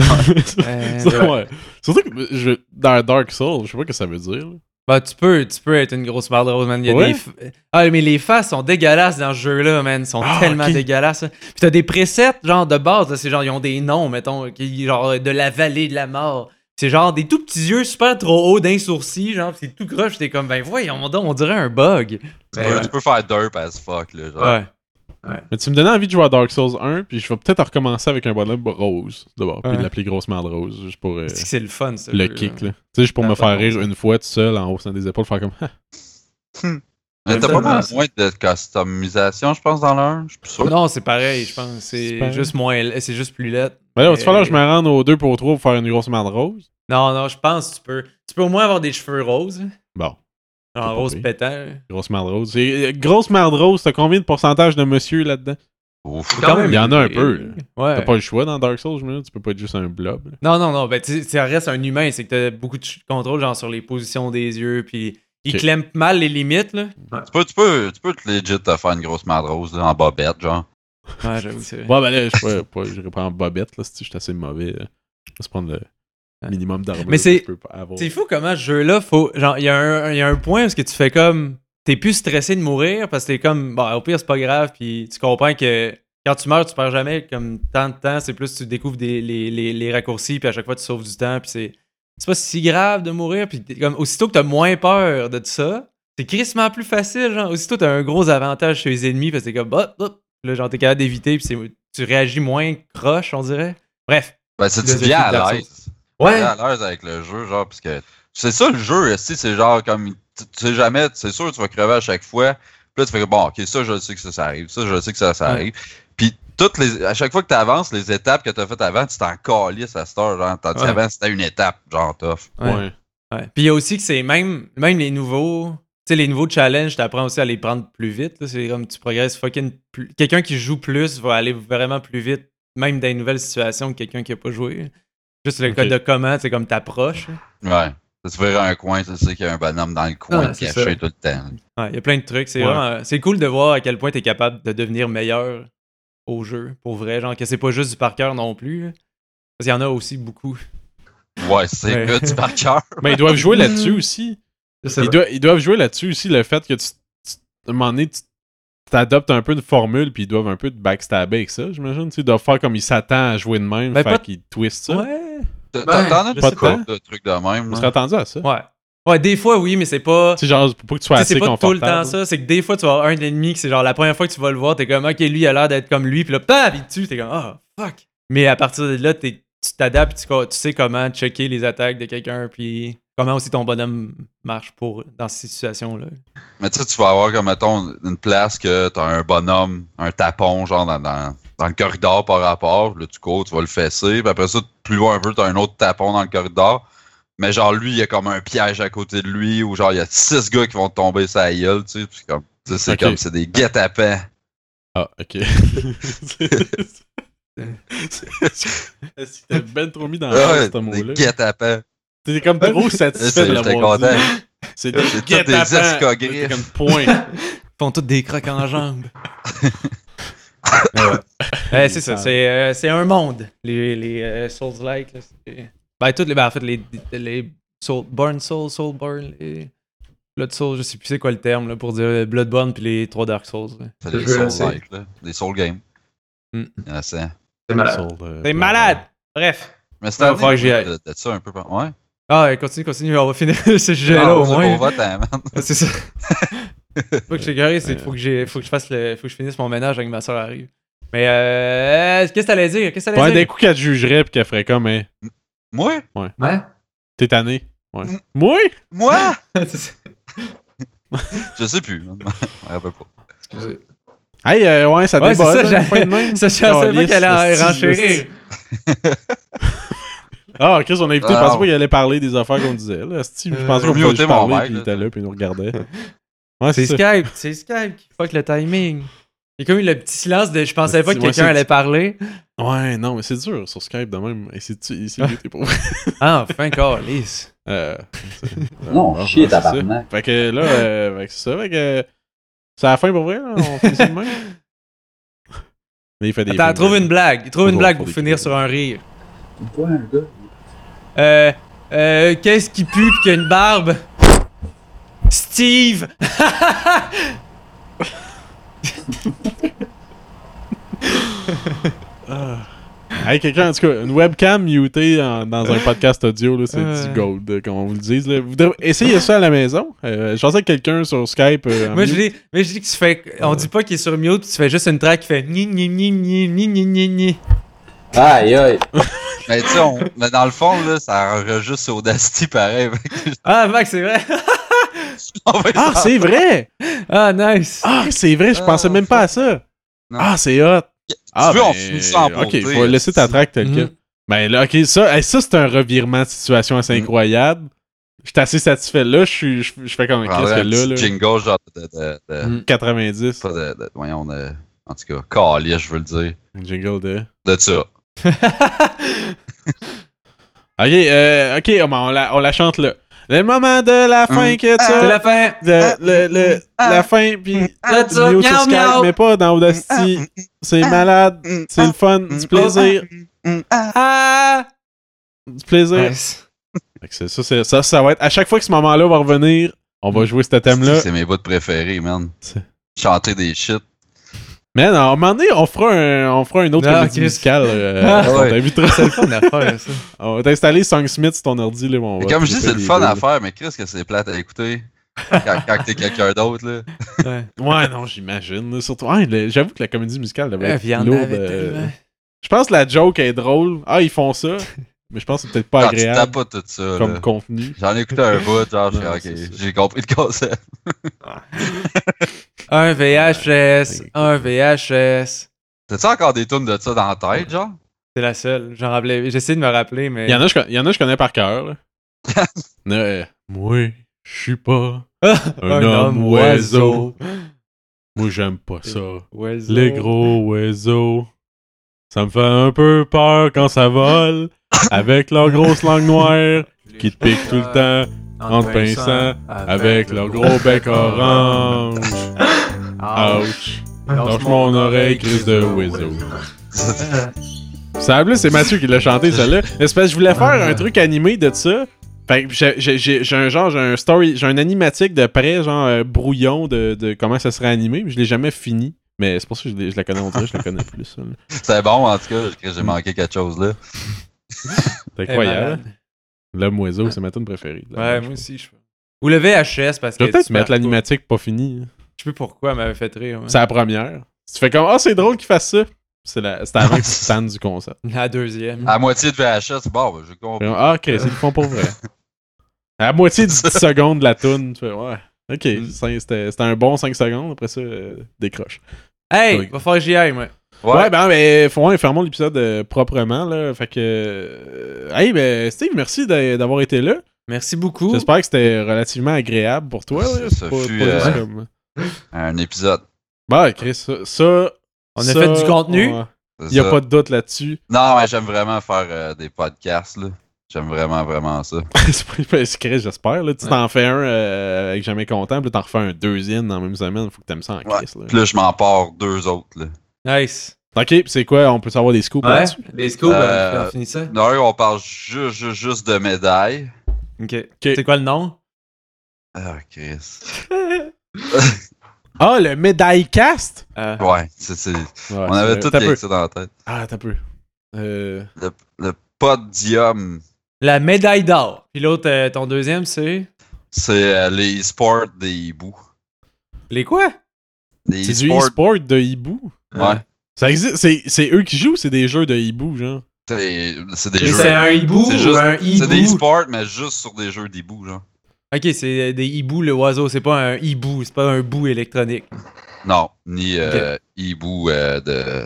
Speaker 1: Euh,
Speaker 3: Ça, ouais. Surtout que euh, je, dans Dark Souls, je sais pas ce que ça veut dire. là.
Speaker 1: Bah, tu peux, tu peux être une grosse marde rose, man. Il y a
Speaker 3: Ouais.
Speaker 1: des f- Ah, mais les faces sont dégueulasses dans ce jeu-là, man. Ils sont
Speaker 3: Ah,
Speaker 1: tellement
Speaker 3: ok.
Speaker 1: dégueulasses. là. Puis t'as des presets, genre, de base, là. C'est genre, ils ont des noms, mettons, qui, genre, de la vallée de la mort. C'est genre des tout petits yeux super trop hauts d'un sourcil, genre, pis c'est tout croche. T'es comme, ben voyons donc, on dirait un bug.
Speaker 4: Tu peux- Tu peux faire derp as fuck, là. Genre.
Speaker 1: Ouais.
Speaker 3: Mais tu me donnais envie de jouer à Dark Souls 1, puis je vais peut-être recommencer avec un bonhomme rose, d'abord, puis
Speaker 1: Ouais.
Speaker 3: de l'appeler grosse marde rose, juste pour euh,
Speaker 1: C'est que c'est le fun, ça.
Speaker 3: le kick. là. Tu sais, juste pour me
Speaker 1: Ah,
Speaker 3: faire
Speaker 1: pardon.
Speaker 3: rire une fois tout seul en haussant des épaules, faire comme. Ah,
Speaker 4: Mais t'as pas
Speaker 1: Tellement
Speaker 4: mal
Speaker 1: ça.
Speaker 4: moins de customisation, je pense, dans l'un. Je suis plus sûr.
Speaker 1: Non, c'est pareil, je pense.
Speaker 3: C'est
Speaker 1: C'est
Speaker 3: pareil.
Speaker 1: juste moins. C'est juste plus laid.
Speaker 3: Ben là, va-tu
Speaker 1: Euh,
Speaker 3: falloir que je me rende aux 2 pour 3 pour faire une grosse marde rose?
Speaker 1: Non, non, je pense que tu peux. Tu peux au moins avoir des cheveux roses.
Speaker 3: Bon.
Speaker 1: Genre
Speaker 3: pas
Speaker 1: rose
Speaker 3: pire.
Speaker 1: pétant.
Speaker 3: Grosse marde rose. C'est- euh, Grosse marde rose, t'as combien de pourcentage de monsieur là-dedans?
Speaker 4: Ouf.
Speaker 2: Quand même,
Speaker 3: Il y en a un peu. là. T'as
Speaker 1: Ouais.
Speaker 3: pas le choix dans Dark Souls, je me dis, tu peux pas être juste un blob. là.
Speaker 1: Non, non, non. Ben, tu sais, ça reste un humain. C'est que t'as beaucoup de ch- contrôle, genre sur les positions des yeux. Puis il
Speaker 3: Ok.
Speaker 1: clame mal les limites, là.
Speaker 4: Tu peux, tu peux, tu peux te legit te faire une grosse madrose, là, en bobette, genre.
Speaker 1: Ouais, j'avoue, c'est vrai.
Speaker 3: Ouais, ben là, je pourrais pas, j'irais pas en bobette, là, si je suis assez mauvais. là. Je vais se prendre le minimum d'armure
Speaker 1: Mais
Speaker 3: que
Speaker 1: c'est-
Speaker 3: je peux pas avoir.
Speaker 1: C'est fou comment ce jeu-là, faut. Genre, il y, a un- il y a un point où ce que tu fais comme. T'es plus stressé de mourir parce que t'es comme. Bon, au pire, c'est pas grave. Puis tu comprends que quand tu meurs, tu perds jamais comme tant de temps. C'est plus tu découvres des, les, les- les raccourcis. Puis à chaque fois, tu sauves du temps. Puis c'est. C'est pas si grave de mourir. Puis t'es comme, aussitôt que t'as moins peur de tout ça, c'est crissement plus facile. Genre, aussitôt t'as un gros avantage chez les ennemis parce que t'es comme. Hop, hop. Là, genre, t'es capable d'éviter. Puis c'est- tu réagis moins croche, on dirait. Bref.
Speaker 4: Ben, si tu
Speaker 1: Philosophie
Speaker 4: viens
Speaker 1: de Dark
Speaker 4: à l'aise.
Speaker 1: Ouais.
Speaker 4: à l'aise avec le jeu, genre, parce que c'est ça le jeu, si c'est genre comme, tu, tu sais jamais, c'est sûr tu vas crever à chaque fois, puis là tu fais bon, ok, ça je le sais que ça, ça arrive, ça je le sais que ça, ça
Speaker 1: Ouais.
Speaker 4: arrive, puis toutes les, à chaque fois que tu avances, les étapes que tu as faites avant, tu t'en calisses à cette heure, genre, tandis
Speaker 1: Ouais.
Speaker 4: qu'avant c'était une étape, genre, tough.
Speaker 1: Ouais.
Speaker 3: Ouais.
Speaker 1: Ouais. Puis il y a aussi que c'est même, même les nouveaux. Tu sais, les nouveaux challenges, t'apprends aussi à les prendre plus vite. là. C'est comme tu progresses fucking plus. Quelqu'un qui joue plus va aller vraiment plus vite, même dans une nouvelle situation que quelqu'un qui a pas joué. Juste le
Speaker 3: Ok.
Speaker 1: code de comment, c'est comme t'approches. là.
Speaker 4: Ouais. Tu fais un coin, tu sais qu'il y a un bonhomme dans le coin
Speaker 2: Ouais, c'est
Speaker 4: caché
Speaker 2: ça.
Speaker 4: tout le temps.
Speaker 1: Ouais, Il y a plein de trucs. C'est
Speaker 3: Ouais.
Speaker 1: vraiment- c'est cool de voir à quel point t'es capable de devenir meilleur au jeu, pour vrai. Genre que c'est pas juste du par cœur non plus. là. Parce qu'il y en a aussi beaucoup.
Speaker 4: Ouais, c'est
Speaker 3: Ouais.
Speaker 4: que du par cœur.
Speaker 3: Mais Ben, ils doivent jouer là-dessus aussi.
Speaker 2: C'est
Speaker 3: Ils,
Speaker 2: vrai.
Speaker 3: doivent- ils doivent jouer là-dessus aussi, le fait que tu, tu- à un moment donné, tu t'adoptes un peu de formule, puis ils doivent un peu te backstabber avec ça, j'imagine. Tu sais, Ils doivent faire comme ils s'attendent à jouer de même,
Speaker 1: Ben,
Speaker 3: fait
Speaker 1: pas-
Speaker 3: qu'ils twistent ça.
Speaker 1: Ouais.
Speaker 4: T'en t'en as
Speaker 3: je sais
Speaker 4: une couple
Speaker 3: pas.
Speaker 4: de trucs de même.
Speaker 3: On
Speaker 4: là.
Speaker 3: serait attendu à ça.
Speaker 1: Ouais. Ouais, des fois, oui, mais c'est pas.
Speaker 3: Tu sais, genre, pour que tu
Speaker 1: Tu
Speaker 3: sois
Speaker 1: sais,
Speaker 3: assez
Speaker 1: C'est pas tout le
Speaker 3: confortable.
Speaker 1: temps ça, c'est que des fois tu vas avoir un ennemi que c'est genre la première fois que tu vas le voir, t'es comme ok, lui il a l'air d'être comme lui, puis là, paf, il te tue, t'es comme ah fuck. Mais à partir de là, t'es- tu t'adaptes, tu, co- tu sais comment checker les attaques de quelqu'un, puis comment aussi ton bonhomme marche pour dans ces situations-là.
Speaker 4: Mais tu sais, tu vas avoir comme, mettons, une place que t'as un bonhomme, un tapon, genre dans, dans, dans le corridor par rapport. Là, tu cours, tu vas le fesser. Puis après ça, plus loin un peu, t'as un autre tapon dans le corridor. Mais genre, lui, il y a comme un piège à côté de lui, ou genre, il y a six gars qui vont te tomber sa gueule, tu sais. Puis comme, tu sais, c'est
Speaker 3: Ok.
Speaker 4: comme, c'est des guet-apens.
Speaker 3: Ah, ok. Est-ce que t'as ben trop mis
Speaker 1: Ah,
Speaker 3: dans
Speaker 4: Ouais,
Speaker 3: ce
Speaker 4: des
Speaker 3: mot-là?
Speaker 4: guet-apens.
Speaker 3: T'es comme trop
Speaker 4: C'est-
Speaker 3: satisfait de
Speaker 4: J'étais
Speaker 3: l'avoir dit.
Speaker 4: content.
Speaker 3: C'est des
Speaker 4: C'est tous des
Speaker 3: guet-apens.
Speaker 4: escogriffes.
Speaker 3: T'es comme point.
Speaker 1: Ils font tous des crocs en jambes.
Speaker 3: Ouais,
Speaker 1: Ouais, c'est ça, c'est euh, c'est un monde, les, les euh, Souls-like. là, c'est- Ben, toutes les, ben, en fait, les, les Soul, Born Souls, Soulborn, les Blood Souls, je sais plus c'est quoi le terme là, pour dire euh, Bloodborne puis les trois Dark Souls. là.
Speaker 4: C'est
Speaker 2: Je
Speaker 4: des
Speaker 2: veux
Speaker 4: soul
Speaker 2: essayer.
Speaker 4: like, là. Des soul games.
Speaker 1: Mm.
Speaker 4: Il y en a cent.
Speaker 2: C'est malade.
Speaker 3: Soul, euh,
Speaker 1: T'es malade! Bref.
Speaker 4: Mais c'est
Speaker 1: Ouais,
Speaker 4: un
Speaker 1: faut que j'y aille.
Speaker 4: de, de ça un peu. par- Ouais.
Speaker 1: Ah, ouais, continue, continue, on va finir ce sujet-là
Speaker 4: Ah,
Speaker 1: au
Speaker 4: c'est
Speaker 1: moins.
Speaker 4: pour vote, hein, man.
Speaker 1: C'est ça. faut que j'ai garé, c'est faut que j'ai faut que je fasse le faut que je finisse mon ménage avec ma soeur arrive. Mais euh, qu'est-ce que t'allais dire Qu'est-ce que
Speaker 3: Ouais,
Speaker 1: t'allais
Speaker 3: d'un
Speaker 1: dire
Speaker 3: coup qu'elle te jugerait pis qu'elle ferait comme, hein,
Speaker 4: Moi?
Speaker 2: Ouais.
Speaker 3: t'es tanné. Ouais.
Speaker 4: Mm.
Speaker 3: Moi?
Speaker 4: Moi?
Speaker 2: C'est ça.
Speaker 4: Je sais plus. man. Je me rappelle pas.
Speaker 2: Excusez.
Speaker 3: Hey, euh, ouais, ça
Speaker 1: Ouais, c'est
Speaker 3: déborde.
Speaker 1: ça,
Speaker 3: là,
Speaker 1: j'allais-
Speaker 3: fin de même.
Speaker 1: Ça, je savais pas
Speaker 3: Calisse,
Speaker 1: qu'elle allait
Speaker 3: hostie,
Speaker 1: renchérir.
Speaker 3: hostie. Ah, Chris, on a invité
Speaker 4: Ah,
Speaker 3: parce
Speaker 4: non.
Speaker 3: qu'il allait parler des affaires qu'on disait. Là, Hostie, je pensais
Speaker 4: Euh,
Speaker 3: qu'on pouvait
Speaker 4: muté
Speaker 3: juste
Speaker 4: mon
Speaker 3: parler,
Speaker 4: mic,
Speaker 3: puis il
Speaker 4: là.
Speaker 3: était là, puis il nous regardait. Ouais,
Speaker 1: C'est
Speaker 3: c'est ça.
Speaker 1: Skype, c'est Skype qui fuck le timing. Il y a comme eu le petit silence de je pensais
Speaker 3: Ouais,
Speaker 1: pas que
Speaker 3: c'est-
Speaker 1: quelqu'un
Speaker 3: ouais, c'est-
Speaker 1: allait parler.
Speaker 3: Ouais, non, mais c'est dur sur Skype de même. Et c'est tu- c'est muté pour
Speaker 1: Ah, enfin, câlisse.
Speaker 3: Euh, c'est-
Speaker 5: Non,
Speaker 3: bon,
Speaker 5: chier,
Speaker 3: ouais, c'est ça.
Speaker 5: tabarnak.
Speaker 3: Fait que là, euh, fait que c'est ça. Fait que euh, c'est la fin pour vrai, là. On finit ça de même. Mais il fait des.
Speaker 1: Attends, trouve une blague. Trouve une
Speaker 3: Faut-
Speaker 1: blague
Speaker 3: faut
Speaker 1: pour
Speaker 3: des
Speaker 1: finir
Speaker 3: critiques.
Speaker 1: sur un rire.
Speaker 5: Pourquoi un gars?
Speaker 1: Euh, euh, qu'est-ce qui pue pis qu'il y a une barbe? Steve!
Speaker 3: Hey, quelqu'un, en tout cas, une webcam mutée en- dans un podcast audio, là, c'est
Speaker 1: Euh.
Speaker 3: du gold, euh, comme on vous le dise. Là. Vous devrez- essayez ça à la maison. Euh, je pensais que quelqu'un sur Skype. euh, en
Speaker 1: Moi je,
Speaker 3: mute.
Speaker 1: dis, moi, je dis que tu fais. On dit pas qu'il est sur mute, pis tu fais juste une track qui fait ni ni ni ni ni ni ni ni.
Speaker 5: Aïe, aïe.
Speaker 4: Mais Ben, tu sais, on- mais dans le fond, là, ça enregistre sur Audacity pareil. fait que
Speaker 1: Ah, Max, c'est vrai!
Speaker 4: on va
Speaker 3: Ah,
Speaker 4: s'en-
Speaker 3: c'est vrai!
Speaker 1: Ah, nice!
Speaker 3: Ah, c'est vrai, je pensais
Speaker 4: Ah,
Speaker 3: même pas à ça.
Speaker 4: Non.
Speaker 3: Ah, c'est hot. Ah,
Speaker 4: tu veux, on
Speaker 3: ben,
Speaker 4: finit ça en
Speaker 3: Ok,
Speaker 4: beauté,
Speaker 3: faut laisser ta track telle que.
Speaker 1: Mhm.
Speaker 3: Ben là, ok, ça, hey, ça c'est un revirement de situation assez
Speaker 1: Mm.
Speaker 4: Mhm.
Speaker 3: incroyable. J'étais assez satisfait. Là, je, suis- je, je fais comme
Speaker 4: prendrait
Speaker 3: qu'est-ce que
Speaker 4: un petit euh,
Speaker 3: là, là,
Speaker 4: jingle genre de... de, de-
Speaker 1: Mm.
Speaker 3: Mhm. 90.
Speaker 4: pas de, de- voyons, de- en tout cas, calé, je veux le dire.
Speaker 3: Jingle de.
Speaker 4: De ça.
Speaker 3: Ok, euh, ok, oh, ben, on, la, on la chante là. Le moment de la
Speaker 1: Mm.
Speaker 3: fin
Speaker 4: Mhm.
Speaker 3: que tu
Speaker 1: C'est la fin!
Speaker 3: Le- le- le- la fin, puis
Speaker 1: Ah,
Speaker 3: tu mute sur
Speaker 1: miaou,
Speaker 3: Skype,
Speaker 1: miaou.
Speaker 3: mais pas dans Audacity. C'est malade, c'est le fun, du plaisir,
Speaker 1: Ah!
Speaker 3: du plaisir.
Speaker 1: Nice.
Speaker 3: Fait que c'est- ça, c'est- ça, ça va être. À chaque fois que ce moment-là va revenir, on
Speaker 1: Mm.
Speaker 3: va jouer ce thème-là.
Speaker 4: C'est mes bouts préférés, man.
Speaker 3: C'est-
Speaker 4: Chanter des shit.
Speaker 3: Mais non, à un moment donné, on fera un, on fera un autre
Speaker 1: Non,
Speaker 3: comédie
Speaker 1: Chris.
Speaker 3: musicale. euh,
Speaker 1: Ah,
Speaker 3: on
Speaker 4: ouais.
Speaker 3: t'invitera.
Speaker 1: C'est le fun à faire, ça.
Speaker 3: On va t'installer Songsmith sur ton ordi. Là, on
Speaker 4: Mais
Speaker 3: va
Speaker 4: comme je dis,
Speaker 3: triper
Speaker 4: c'est le
Speaker 3: les
Speaker 4: fun
Speaker 3: deux,
Speaker 4: à
Speaker 3: là.
Speaker 4: faire, mais qu'est-ce que c'est plate à écouter quand, quand t'es quelqu'un d'autre, là.
Speaker 1: Ouais.
Speaker 3: Ouais, non, j'imagine. là, Surtout, ouais, le- j'avoue que la comédie musicale devait
Speaker 1: Ouais, ben,
Speaker 3: être
Speaker 1: puis il y en
Speaker 3: lourde,
Speaker 1: avait
Speaker 3: euh,
Speaker 1: tellement.
Speaker 3: Je pense que la joke est drôle. Ah, ils font ça. Mais je pense que c'est peut-être pas
Speaker 4: Quand Ah, tu tapes
Speaker 3: agréable
Speaker 4: pas tout ça,
Speaker 3: comme
Speaker 4: là.
Speaker 3: contenu.
Speaker 4: J'en ai écouté un bout, genre, je suis
Speaker 3: Non,
Speaker 4: ok,
Speaker 3: c'est ça.
Speaker 4: j'ai compris le concept.
Speaker 1: Un VHS,
Speaker 3: Ouais.
Speaker 1: un VHS.
Speaker 4: T'as-tu encore des tunes de ça dans la tête, genre?
Speaker 1: C'est la seule. J'en rappelais. J'essaie de me rappeler, mais.
Speaker 3: Il y en a, je, con- il y en a, je connais par cœur. là. Euh, moi, je suis pas
Speaker 1: Ah,
Speaker 3: un, homme, oiseau. Moi, j'aime pas ça.
Speaker 1: Oiseau.
Speaker 3: Les gros oiseaux. Ça me fait un peu peur quand ça vole. Avec leur grosse langue noire qui te pique tout le temps en te pinçant. Avec leur gros bec orange. Ah, Ouch. Lâche mon oreille, crise de oiseau.
Speaker 2: Euh,
Speaker 3: Ça, là, c'est Mathieu qui l'a chanté, celle-là. Mais c'est parce que je voulais faire un truc animé de ça. Fait que j'ai- j'ai j'ai- j'ai un genre, j'ai un story, j'ai un animatique de près, genre euh, brouillon de, de comment ça serait animé. mais Je l'ai jamais fini. Mais c'est pour ça que je, l'ai- je la connais, on dirait, que je la connais plus. celle-là.
Speaker 4: C'est bon, en tout cas. j'ai- J'ai manqué quelque chose là.
Speaker 3: C'est incroyable. L'homme oiseau, c'est ma tune préférée. de la
Speaker 1: Ouais,
Speaker 3: manche.
Speaker 1: moi aussi, je Ou le VHS parce
Speaker 3: Je
Speaker 1: que.
Speaker 3: vais peut-être
Speaker 1: tu
Speaker 3: mettre
Speaker 1: perds
Speaker 3: l'animatique pas finie. hein.
Speaker 1: pas. Je sais pas pourquoi elle m'avait fait rire. ouais.
Speaker 3: C'est la première. Tu fais comme, ah, c'est drôle qu'il fasse ça. C'est la- C'était avant que tu te tannes du concept.
Speaker 1: La deuxième.
Speaker 4: À moitié de VHS, bon, ben, je
Speaker 3: Puis
Speaker 4: comprends.
Speaker 3: on- Ah, ok, c'est le fond pour vrai. À la moitié du 10 secondes de la toune, tu fais, ouais. Ok,
Speaker 4: Mm.
Speaker 3: c'est- c'était c'était un bon 5 secondes, après ça, euh, décroche.
Speaker 1: Hey,
Speaker 3: Oui.
Speaker 1: va falloir que j'y aille, moi.
Speaker 4: Ouais.
Speaker 3: Ouais, ben, mais faut, ouais, fermons l'épisode euh, proprement, là. Fait que. euh, hey, ben, Steve, merci d'a- d'avoir été là.
Speaker 1: Merci beaucoup.
Speaker 3: J'espère que c'était relativement agréable pour toi.
Speaker 4: Ça-
Speaker 3: là.
Speaker 4: ça
Speaker 3: Pas-
Speaker 4: fut,
Speaker 3: pas juste
Speaker 4: euh,
Speaker 3: comme-
Speaker 4: Un épisode.
Speaker 3: Bah, Chris, ça. ça-
Speaker 1: On a
Speaker 3: ça,
Speaker 1: fait du contenu.
Speaker 3: on-
Speaker 4: c'est
Speaker 3: Il n'y a
Speaker 4: ça.
Speaker 3: pas de doute là-dessus.
Speaker 4: Non, mais j'aime vraiment faire euh, des podcasts, là. J'aime vraiment, vraiment ça.
Speaker 3: c'est pas hyper secret, j'espère. Là. Tu t'en fais un euh, avec Jamais Content, puis t'en refais un deuxième dans la même semaine. Faut que t'aimes ça en
Speaker 4: Ouais.
Speaker 3: Chris. là.
Speaker 4: Puis là, je m'en pars deux autres, là.
Speaker 1: Nice.
Speaker 3: Ok, puis c'est quoi On peut savoir des scoops
Speaker 2: Ouais,
Speaker 3: là-dessus?
Speaker 2: les scoops,
Speaker 4: Euh,
Speaker 2: euh,
Speaker 1: On finit ça.
Speaker 4: D'un, on parle juste, juste, juste de médailles.
Speaker 1: Ok. C'est quoi le nom?
Speaker 4: Ah, Chris.
Speaker 3: Ah, le médaille cast
Speaker 1: Euh,
Speaker 4: Ouais, c'est, c'est-
Speaker 3: Ouais,
Speaker 4: on avait
Speaker 3: c'est-
Speaker 4: tout
Speaker 3: t'as
Speaker 4: rien
Speaker 3: peu.
Speaker 4: que ça dans la tête.
Speaker 3: Ah, t'as peu. Euh,
Speaker 4: Le, le podium,
Speaker 1: La médaille d'or. Puis l'autre, euh, ton deuxième, c'est.
Speaker 4: c'est euh, les sports des hiboux.
Speaker 1: Les quoi?
Speaker 4: Les
Speaker 3: c'est du hein. e-sport de hibou.
Speaker 4: Ouais.
Speaker 3: Ça existe, c'est, c'est eux qui jouent, c'est des jeux de hibou, genre.
Speaker 4: C'est, c'est des
Speaker 2: Mais
Speaker 4: jeux.
Speaker 2: c'est un hibou
Speaker 4: C'est
Speaker 2: ou
Speaker 4: juste-
Speaker 2: un hibou?
Speaker 4: C'est des sports, mais juste sur des jeux d'hibou, genre.
Speaker 1: Ok, c'est des hiboux, le oiseau. C'est pas un hibou, c'est pas un bout électronique.
Speaker 4: Non, ni euh, hibou euh, de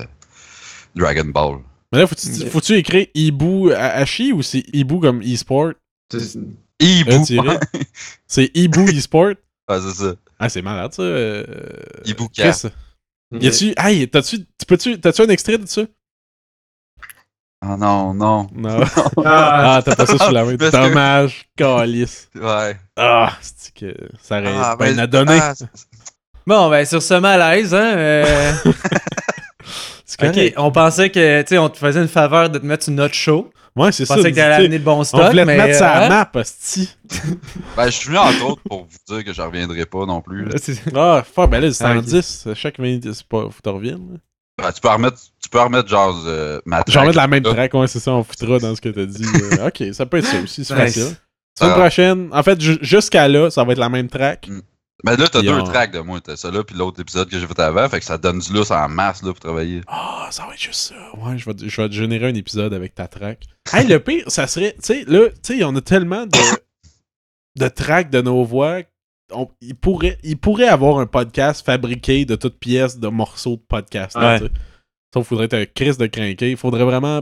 Speaker 4: Dragon Ball.
Speaker 3: Mais là, faut-tu, faut-tu écrire hibou à- hachi ou c'est hibou comme e-sport
Speaker 2: C'est-
Speaker 4: Hibou!
Speaker 3: Retiré. C'est hibou e-sport
Speaker 4: Ah, c'est ça.
Speaker 3: Ah, c'est malade, ça. euh,
Speaker 4: Hibou
Speaker 3: Chris.
Speaker 4: cast.
Speaker 3: Y a-tu. Hey, t'as-tu. Tu peux-tu. T'as-tu un extrait de ça?
Speaker 4: Ah non, non.
Speaker 3: Non.
Speaker 2: Ah,
Speaker 3: ah, t'as pas ça sous la main.
Speaker 4: Parce que-
Speaker 3: Dommage, calice.
Speaker 4: Ouais.
Speaker 3: Ah, Euh, c'est que. Ça aurait
Speaker 4: Ah,
Speaker 3: pas
Speaker 4: mais-
Speaker 3: une à donner.
Speaker 4: ah, c'est-
Speaker 1: Bon, ben, sur ce malaise, hein. euh,
Speaker 3: C'est
Speaker 1: ok,
Speaker 3: correct.
Speaker 1: on pensait que, tu sais, on te faisait une faveur de te mettre une note show.
Speaker 3: Ouais, c'est
Speaker 1: Je
Speaker 3: ça.
Speaker 1: pensais que
Speaker 3: tu sais,
Speaker 1: t'allais amener le bon
Speaker 3: on
Speaker 1: stock.
Speaker 3: voulait te
Speaker 1: mais,
Speaker 3: mettre ça à
Speaker 1: euh,
Speaker 3: la map, hostie.
Speaker 4: Ben, je suis venu entre autres pour vous dire que je reviendrai pas non plus. là.
Speaker 1: c'est-
Speaker 3: Ah, fuck, ben là, c'est
Speaker 1: Ah, ok.
Speaker 3: 110. Chaque minute, c'est pas. Faut que t'en reviennes. là.
Speaker 4: Ben, tu peux remettre, tu peux remettre genre euh, ma
Speaker 3: J'en
Speaker 4: track.
Speaker 3: mets de la même
Speaker 4: Ah.
Speaker 3: track, ouais, c'est ça, on foutra dans ce que t'as dit. Euh, ok, ça peut être ça aussi, c'est
Speaker 1: Nice.
Speaker 3: facile. Semaine
Speaker 4: Ah.
Speaker 3: prochaine, en fait, ju- jusqu'à là, ça va être la même track.
Speaker 4: Mais là, t'as
Speaker 3: Puis
Speaker 4: deux
Speaker 3: on-
Speaker 4: tracks de moi. T'as ça là, puis l'autre épisode que j'ai fait avant. Fait que ça donne du lousse en masse là pour travailler.
Speaker 3: Ah, ça va être juste ça. Ouais, je vais, je vais te générer un épisode avec ta track. Hey, le pire, ça serait. Tu sais, là, tu sais, on a tellement de, de tracks de nos voix. On, il, pourrait, il pourrait avoir un podcast fabriqué de toutes pièces de morceaux de podcast. là,
Speaker 1: Ouais.
Speaker 3: tu sais. Sauf qu'il faudrait être un Chris de crinqué. Il faudrait vraiment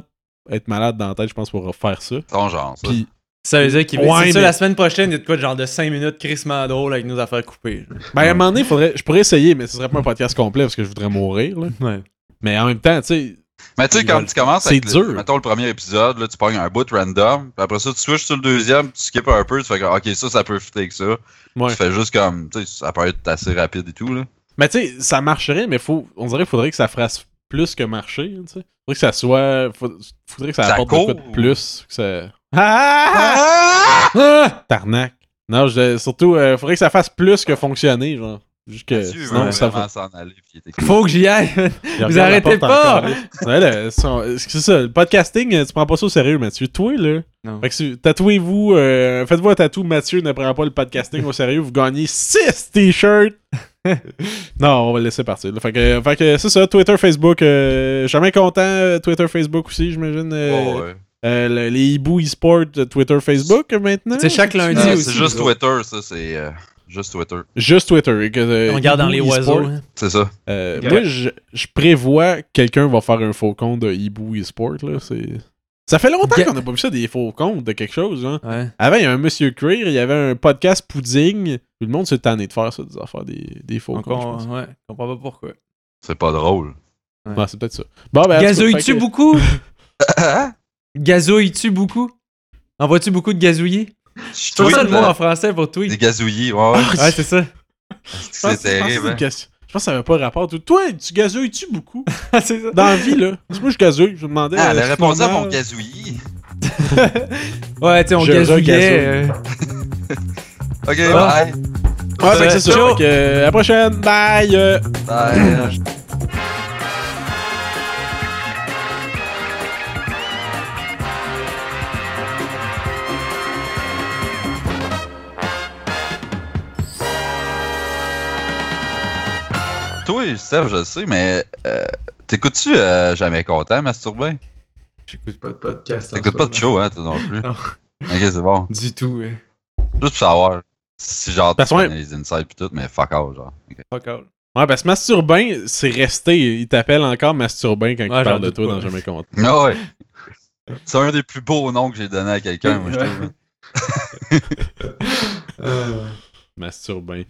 Speaker 3: être malade dans la tête, je pense, pour faire ça.
Speaker 4: Ton genre, ça.
Speaker 3: Puis,
Speaker 1: Ça veut dire qu'il
Speaker 3: Ouais,
Speaker 1: c'est sûr,
Speaker 3: mais-
Speaker 1: la semaine prochaine, il y a de quoi de genre de 5 minutes Chris drôle avec nos affaires coupées.
Speaker 3: ben, à un moment donné, faudrait, je pourrais essayer, mais ce serait pas un podcast complet parce que je voudrais mourir. là.
Speaker 1: Ouais.
Speaker 3: Mais en même temps, tu sais,
Speaker 4: Mais tu sais, quand tu commences
Speaker 3: C'est
Speaker 4: avec le-
Speaker 3: dur.
Speaker 4: mettons le premier épisode, là, tu pognes un bout random. Puis après ça, tu switches sur le deuxième, tu skippes un peu, tu fais comme, ok, ça, ça peut fitter avec ça.
Speaker 3: Ouais.
Speaker 4: Tu fais juste comme, tu sais, ça peut être assez rapide et tout là.
Speaker 3: Mais tu sais, ça marcherait, mais faut, on dirait qu'il faudrait que ça fasse plus que marcher. hein, Tu sais. faudrait que ça soit. faut- faudrait que ça,
Speaker 4: Ça
Speaker 3: apporte de quoi de
Speaker 4: court.
Speaker 3: plus. Que ça... Ah! Ah! Tarnac. Non, je- surtout, euh, faudrait que ça fasse plus que fonctionner. Genre. Juste Ah! que,
Speaker 4: Mathieu
Speaker 3: sinon,
Speaker 4: veut
Speaker 3: ça
Speaker 4: vraiment s'en aller. puis il est écrit.
Speaker 1: Faut que j'y aille.
Speaker 3: Vous
Speaker 1: arrêtez pas!
Speaker 3: C'est ça, le podcasting, euh, tu prends pas ça au sérieux, Mathieu. Toi, là.
Speaker 1: Non.
Speaker 3: Fait que si- tatouez-vous, euh, faites-vous un tatou, Mathieu ne prend pas le podcasting au sérieux, vous gagnez 6 t-shirts. non, on va le laisser partir. là. Fait que, fait que c'est ça, Twitter, Facebook, euh, jamais content, euh, Twitter, Facebook aussi, j'imagine. euh,
Speaker 4: Oh, ouais.
Speaker 3: euh, le- les hiboux e-sport, euh, Twitter, Facebook euh, maintenant.
Speaker 1: C'est chaque lundi
Speaker 4: Euh,
Speaker 1: aussi.
Speaker 4: c'est juste
Speaker 1: toi.
Speaker 4: Twitter, ça, c'est euh, juste Twitter.
Speaker 3: Juste Twitter. et que, euh,
Speaker 1: On regarde dans les
Speaker 3: hibou e-sport,
Speaker 1: oiseaux. hein.
Speaker 4: C'est ça.
Speaker 3: euh,
Speaker 2: Ok.
Speaker 3: Moi, je, je prévois que quelqu'un va faire un faux compte de hibou e-sport. Là, c'est... Ça fait longtemps
Speaker 1: Ok.
Speaker 3: qu'on n'a pas vu ça, des faux comptes de quelque chose. Hein.
Speaker 1: Ouais.
Speaker 3: Avant, il y a un monsieur Creer, il y avait un podcast Pudding. Tout le monde se tannait de faire ça, des affaires, des, des faux
Speaker 1: Donc,
Speaker 3: cons, je
Speaker 1: on-
Speaker 3: pense.
Speaker 1: ouais, je comprends pas pourquoi.
Speaker 4: C'est pas drôle.
Speaker 1: hein, ouais.
Speaker 3: Ouais, c'est peut-être ça. Bon, ben, en tout cas, fait
Speaker 1: Gazouilles-tu
Speaker 3: que-
Speaker 1: beaucoup? Gazouilles-tu beaucoup? Envoies-tu beaucoup de gazouillis?
Speaker 4: Je
Speaker 1: C'est ça
Speaker 4: tweet,
Speaker 1: le mot
Speaker 4: euh,
Speaker 1: en français pour tweet.
Speaker 4: Des gazouillis, ouais. ouais.
Speaker 1: Ouais, c'est ça.
Speaker 3: Ah, Je
Speaker 4: C'est
Speaker 3: pense- je pense que c'est
Speaker 4: terrible.
Speaker 3: une
Speaker 4: hein.
Speaker 3: question- Je Je pense que ça n'avait pas rapport. Tout. Toi, tu gazouilles-tu beaucoup Dans la vie, là. Parce que moi, je gazouille. Je me demandais.
Speaker 4: Ah, elle
Speaker 3: euh,
Speaker 4: a répondu à
Speaker 3: finalement,
Speaker 4: mon gazouillis.
Speaker 7: Ouais, tu sais, on
Speaker 3: Je
Speaker 7: gazouillait. euh,
Speaker 4: Ok,
Speaker 7: Ah.
Speaker 4: bye.
Speaker 3: Ouais, fait que c'est ça. Fait que, euh, à la prochaine. Bye. euh.
Speaker 4: Bye. Toi, Steph, je le sais, mais euh, t'écoutes-tu euh, Jamais Content, Masturbin?
Speaker 1: J'écoute
Speaker 2: Pas de podcast. en
Speaker 4: T'écoutes
Speaker 2: ce
Speaker 4: pas
Speaker 2: moment.
Speaker 4: de show, hein, toi non plus?
Speaker 1: Non.
Speaker 4: Ok, c'est bon.
Speaker 1: du tout. ouais.
Speaker 4: Juste pour savoir si genre tu
Speaker 3: Parce que-
Speaker 4: connais les insights pis tout, mais fuck out, genre. Ok.
Speaker 1: Fuck out.
Speaker 3: Ouais, parce que Masturbin, c'est resté. Il t'appelle encore Masturbin quand
Speaker 1: Ouais, j'en
Speaker 3: il parle de
Speaker 1: doute
Speaker 3: toi
Speaker 1: pas.
Speaker 3: dans Jamais Content.
Speaker 4: Ah ouais. C'est un des plus beaux noms que j'ai donné à quelqu'un, moi, je trouve.
Speaker 2: Euh,
Speaker 3: Masturbin.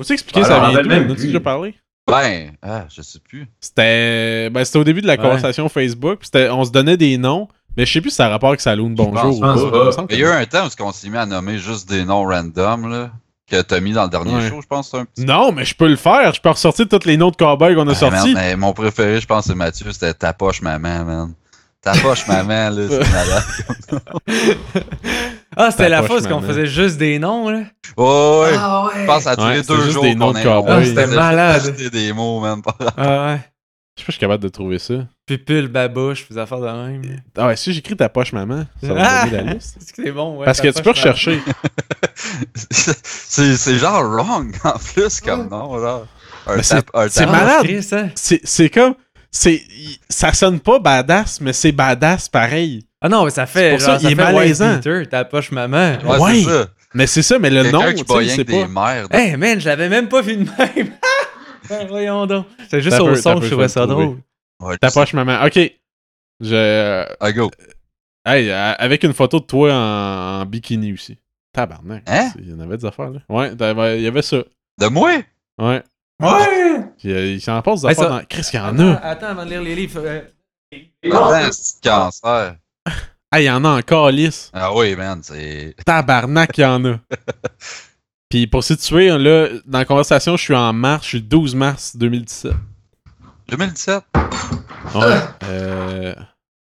Speaker 3: Faut-tu expliquer
Speaker 2: Alors,
Speaker 3: ça
Speaker 2: on
Speaker 3: vient
Speaker 2: avait
Speaker 3: d'où?
Speaker 2: le même
Speaker 3: On a-tu
Speaker 2: but.
Speaker 3: déjà parlé?
Speaker 4: Ben, ah, je sais plus.
Speaker 3: C'était ben, c'était au début de la
Speaker 1: Ouais.
Speaker 3: conversation Facebook. puis c'était- on se donnait des noms, mais je sais plus si ça a rapport avec Saloon Bonjour
Speaker 4: pense
Speaker 3: ou
Speaker 2: pas.
Speaker 3: pas. Il me semble que-
Speaker 4: Mais il y a eu un temps où on s'est mis à nommer juste des noms random, là, que t'as mis dans le dernier
Speaker 3: Ouais.
Speaker 4: show, je pense, un petit
Speaker 3: Non, mais je peux le faire. Je peux ressortir tous les noms de cowboys qu'on a
Speaker 4: Ah, merde,
Speaker 3: sortis.
Speaker 4: mais mon préféré, je pense, c'est Mathieu, c'était Ta poche maman, man. Ta poche maman, là, c'est malade.
Speaker 1: Ah, c'était la
Speaker 3: T'approches,
Speaker 1: fois qu'on
Speaker 3: maman.
Speaker 1: faisait juste des noms, là.
Speaker 4: Oh, ouais.
Speaker 2: Ah
Speaker 4: Je
Speaker 2: ouais!
Speaker 4: pense que ça a duré
Speaker 3: Ouais, c'était
Speaker 4: deux
Speaker 3: juste
Speaker 4: jours
Speaker 3: des noms
Speaker 4: qu'on
Speaker 3: de
Speaker 4: a
Speaker 3: cowboys.
Speaker 1: Ah, c'était malade.
Speaker 4: C'était des mots, man.
Speaker 1: Ah ouais.
Speaker 3: Je sais pas si je suis capable de trouver ça.
Speaker 1: Pupille, babouche, fais affaire de même.
Speaker 3: Ah ouais, si j'écris ta poche maman, ça va
Speaker 1: Ah!
Speaker 3: me donner la liste.
Speaker 1: Est-ce que c'est bon, ouais?
Speaker 3: Parce que
Speaker 1: ta
Speaker 3: tu
Speaker 1: poche,
Speaker 3: peux
Speaker 1: ma-
Speaker 3: rechercher.
Speaker 4: c'est c'est genre wrong, en plus, comme nom, genre. Un
Speaker 3: Mais
Speaker 4: tap- un
Speaker 3: Ben, c'est
Speaker 1: Ah,
Speaker 4: tap-
Speaker 3: mal- malade.
Speaker 1: Chris, hein?
Speaker 3: C'est c'est comme. c'est y- Ça sonne pas badass, mais c'est badass pareil.
Speaker 1: Ah non, mais ça
Speaker 3: C'est
Speaker 1: fait.
Speaker 3: pour
Speaker 1: genre,
Speaker 3: ça, il est
Speaker 1: fait White
Speaker 3: malaisant.
Speaker 1: Beater, ta poche maman.
Speaker 4: Ouais,
Speaker 3: Ouais.
Speaker 4: c'est ça.
Speaker 3: Mais c'est ça, mais le nom,
Speaker 4: Quelqu'un qui
Speaker 3: tu
Speaker 4: bat
Speaker 3: sais,
Speaker 4: rien que
Speaker 3: c'est
Speaker 4: des
Speaker 3: pas.
Speaker 4: merdes.
Speaker 1: Hey man, je l'avais même pas vu de même. Ben, voyons donc. C'est juste
Speaker 3: T'as
Speaker 1: au
Speaker 3: peu, t'as
Speaker 1: son
Speaker 3: peu,
Speaker 1: que je
Speaker 3: je
Speaker 1: trouvais
Speaker 3: vais
Speaker 1: ça
Speaker 3: le trouver.
Speaker 1: drôle.
Speaker 4: Ouais,
Speaker 3: Ta poche maman. Ok. Je. euh,
Speaker 4: Ah, go.
Speaker 3: Hey, euh, avec une photo de toi en, en bikini aussi. Tabarnak.
Speaker 4: Hein?
Speaker 3: Il y en avait des affaires, là. Ouais, t'avais- il y avait ça.
Speaker 4: De moi?
Speaker 3: Ouais.
Speaker 2: Ouais!
Speaker 3: Puis, euh, il s'en passe des
Speaker 4: Ben,
Speaker 1: Hey,
Speaker 3: affaires
Speaker 1: ça-
Speaker 3: dans. Chris, il y en a.
Speaker 1: Attends avant de lire les livres. euh,
Speaker 4: Attends, Ah, ben, c'est du cancer.
Speaker 3: Ah, il y en a encore lisse.
Speaker 4: Ah oui, man, c'est.
Speaker 3: Tabarnak, il y en a. Puis pour situer, là, dans la conversation, je suis en mars, je suis le 12 mars 2017.
Speaker 4: 2017.
Speaker 3: Ouais. Euh,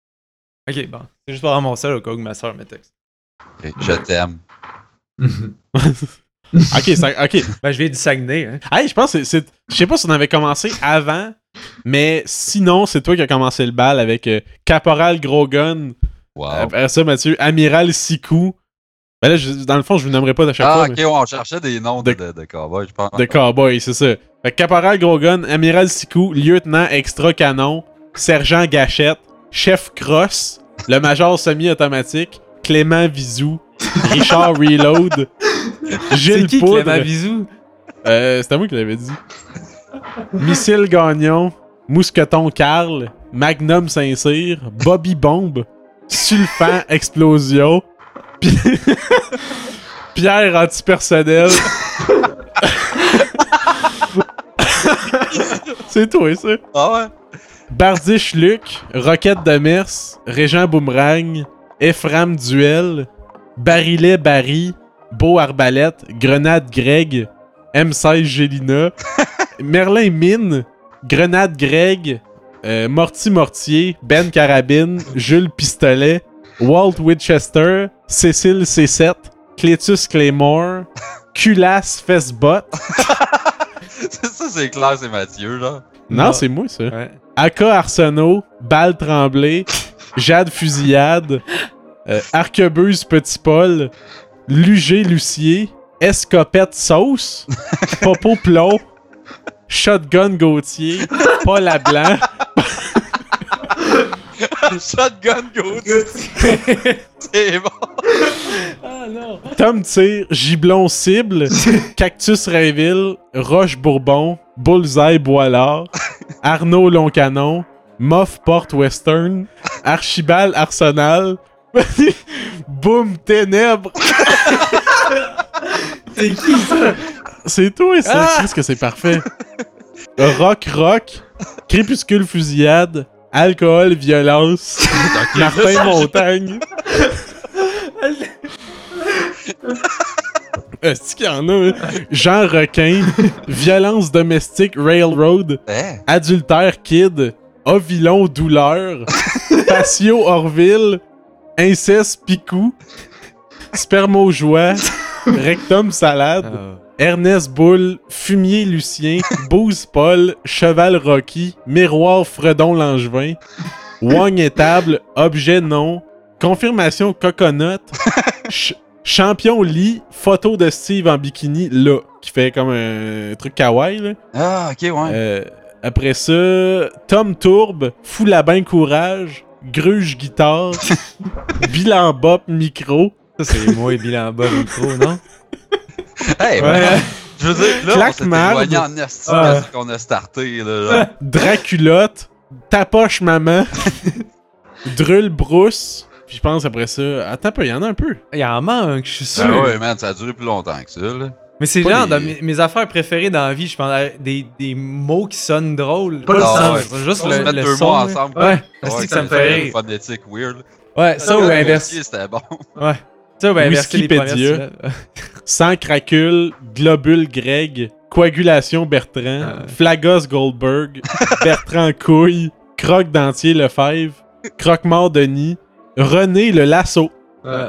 Speaker 1: Ok, bon. C'est juste pour avoir mon seul au cas où ma soeur me texte.
Speaker 4: Ok, Je t'aime.
Speaker 3: Ok, ça- ok.
Speaker 1: Ben, je viens du Saguenay, hein.
Speaker 3: Hey, je pense que c'est. c'est- Je sais pas si on avait commencé avant, mais sinon, c'est toi qui as commencé le bal avec euh, Caporal Gros Gun.
Speaker 4: Wow.
Speaker 3: Après ça, Mathieu, Amiral Sikou. Ben là, je- dans le fond, je vous nommerai pas à chaque
Speaker 4: Ah,
Speaker 3: fois.
Speaker 4: ok, ouais, on cherchait des noms de,
Speaker 3: De-
Speaker 4: de, de cowboys, je pense.
Speaker 3: mais- De cowboy, c'est ça. Fait que Caporal Grogun, Amiral Sikou, Lieutenant Extra Canon, Sergent Gachette, Chef Cross, le Major Semi-Automatique, Clément Vizou, Richard Reload,
Speaker 1: C'est
Speaker 3: Gilles
Speaker 1: qui
Speaker 3: Poudre.
Speaker 1: qui ma bisou?
Speaker 3: Euh, c'est à moi qui l'avais dit. Missile Gagnon, Mousqueton Carl, Magnum Saint-Cyr, Bobby Bombe, Sulfan Explosion, Pi- Pierre Antipersonnel. c'est toi, ça.
Speaker 4: Ah ouais?
Speaker 3: Bardiche Luc, Roquette de Mers, Régent Boomerang, Ephram Duel, Barillet Barry, Beau Arbalète, Grenade Greg, M16 Gélina, Merlin Mine, Grenade Greg, euh, Morty Mortier, Ben Carabine, Jules Pistolet, Walt Winchester, Cécile C7, Clétus Claymore, Culasse Fessbot.
Speaker 4: ça, c'est clair, c'est Mathieu, là.
Speaker 3: Non,
Speaker 1: Non.
Speaker 3: c'est moi ça.
Speaker 1: Ouais.
Speaker 3: Aka Arsenault, Balle Tremblay, Jade Fusillade, euh, Arquebuse Petit Paul, Lugé Lucier, Escopette Sauce, Popo Plomb, Shotgun Gauthier, Paul Lablanc,
Speaker 4: Shotgun go! c'est bon!
Speaker 3: Tom Tire, Giblon Cible, Cactus Rainville, Roche Bourbon, Bullseye Boilard, Arnaud Loncanon, Moff Port Western, Archibald Arsenal, Boom Ténèbres.
Speaker 7: C'est qui ça?
Speaker 3: C'est toi, ça. Qu'est-ce que c'est parfait. rock, rock, crépuscule, fusillade, alcool, violence, Martin Montagne. Est-ce qu'il y en a, hein? Jean requin, violence domestique, railroad,
Speaker 4: Eh?
Speaker 3: adultère kid, ovilon douleur, patio Orville, inceste picou, spermojoie, rectum salade,
Speaker 1: Ah,
Speaker 3: Ernest Boule, Fumier Lucien, Booze Paul, Cheval Rocky, Miroir Fredon Langevin, Wang Étable, Objet Non, Confirmation Coconut, Ch- Champion Lee, Photo de Steve en bikini, là, qui fait comme un truc kawaii, là.
Speaker 4: Ah, ok, ouais.
Speaker 3: Euh, après ça, Tom Tourbe, Fou la bain courage, Gruge guitare, Bilan Bop micro,
Speaker 1: Ça, c'est moi et Bilan Bob micro, non?
Speaker 4: hey,
Speaker 3: euh,
Speaker 4: je veux dire, là, on
Speaker 3: claque
Speaker 4: s'est
Speaker 3: marde.
Speaker 4: éloigné en esti
Speaker 7: Ah.
Speaker 4: de ce qu'on a starté, là. genre.
Speaker 3: Draculotte, Tapoche maman, Drulle brousse. Puis je pense après ça, attends un peu, il y en a un peu.
Speaker 1: Il en manque, je suis sûr.
Speaker 4: Ben ouais, man, ça a duré plus longtemps que ça, là.
Speaker 1: Mais c'est
Speaker 3: Pas
Speaker 1: genre
Speaker 3: des-
Speaker 1: dans mes, mes affaires préférées dans la vie, je pense à des, des mots qui sonnent drôles.
Speaker 2: Pas le
Speaker 4: Ah,
Speaker 2: sens.
Speaker 1: C'est Juste
Speaker 4: On se
Speaker 1: le,
Speaker 4: met
Speaker 1: le
Speaker 4: deux
Speaker 1: son.
Speaker 4: mots
Speaker 1: là.
Speaker 4: ensemble.
Speaker 1: Ouais, c'est que ça me fait
Speaker 4: une
Speaker 1: rire.
Speaker 4: Phonétique weird.
Speaker 1: Ouais, ça ou
Speaker 4: Ah,
Speaker 1: inverse.
Speaker 4: ok, C'était bon.
Speaker 1: Ouais. Ça ou inverser les premières
Speaker 3: Wikipédia.
Speaker 1: syllabes.
Speaker 3: Sans cracule, Globule Greg, Coagulation Bertrand,
Speaker 1: Ah.
Speaker 3: Flagos Goldberg, Bertrand Couille, Croque Dentier Lefebvre, Croque-Mort Denis, René le Lasso,
Speaker 1: Ouais.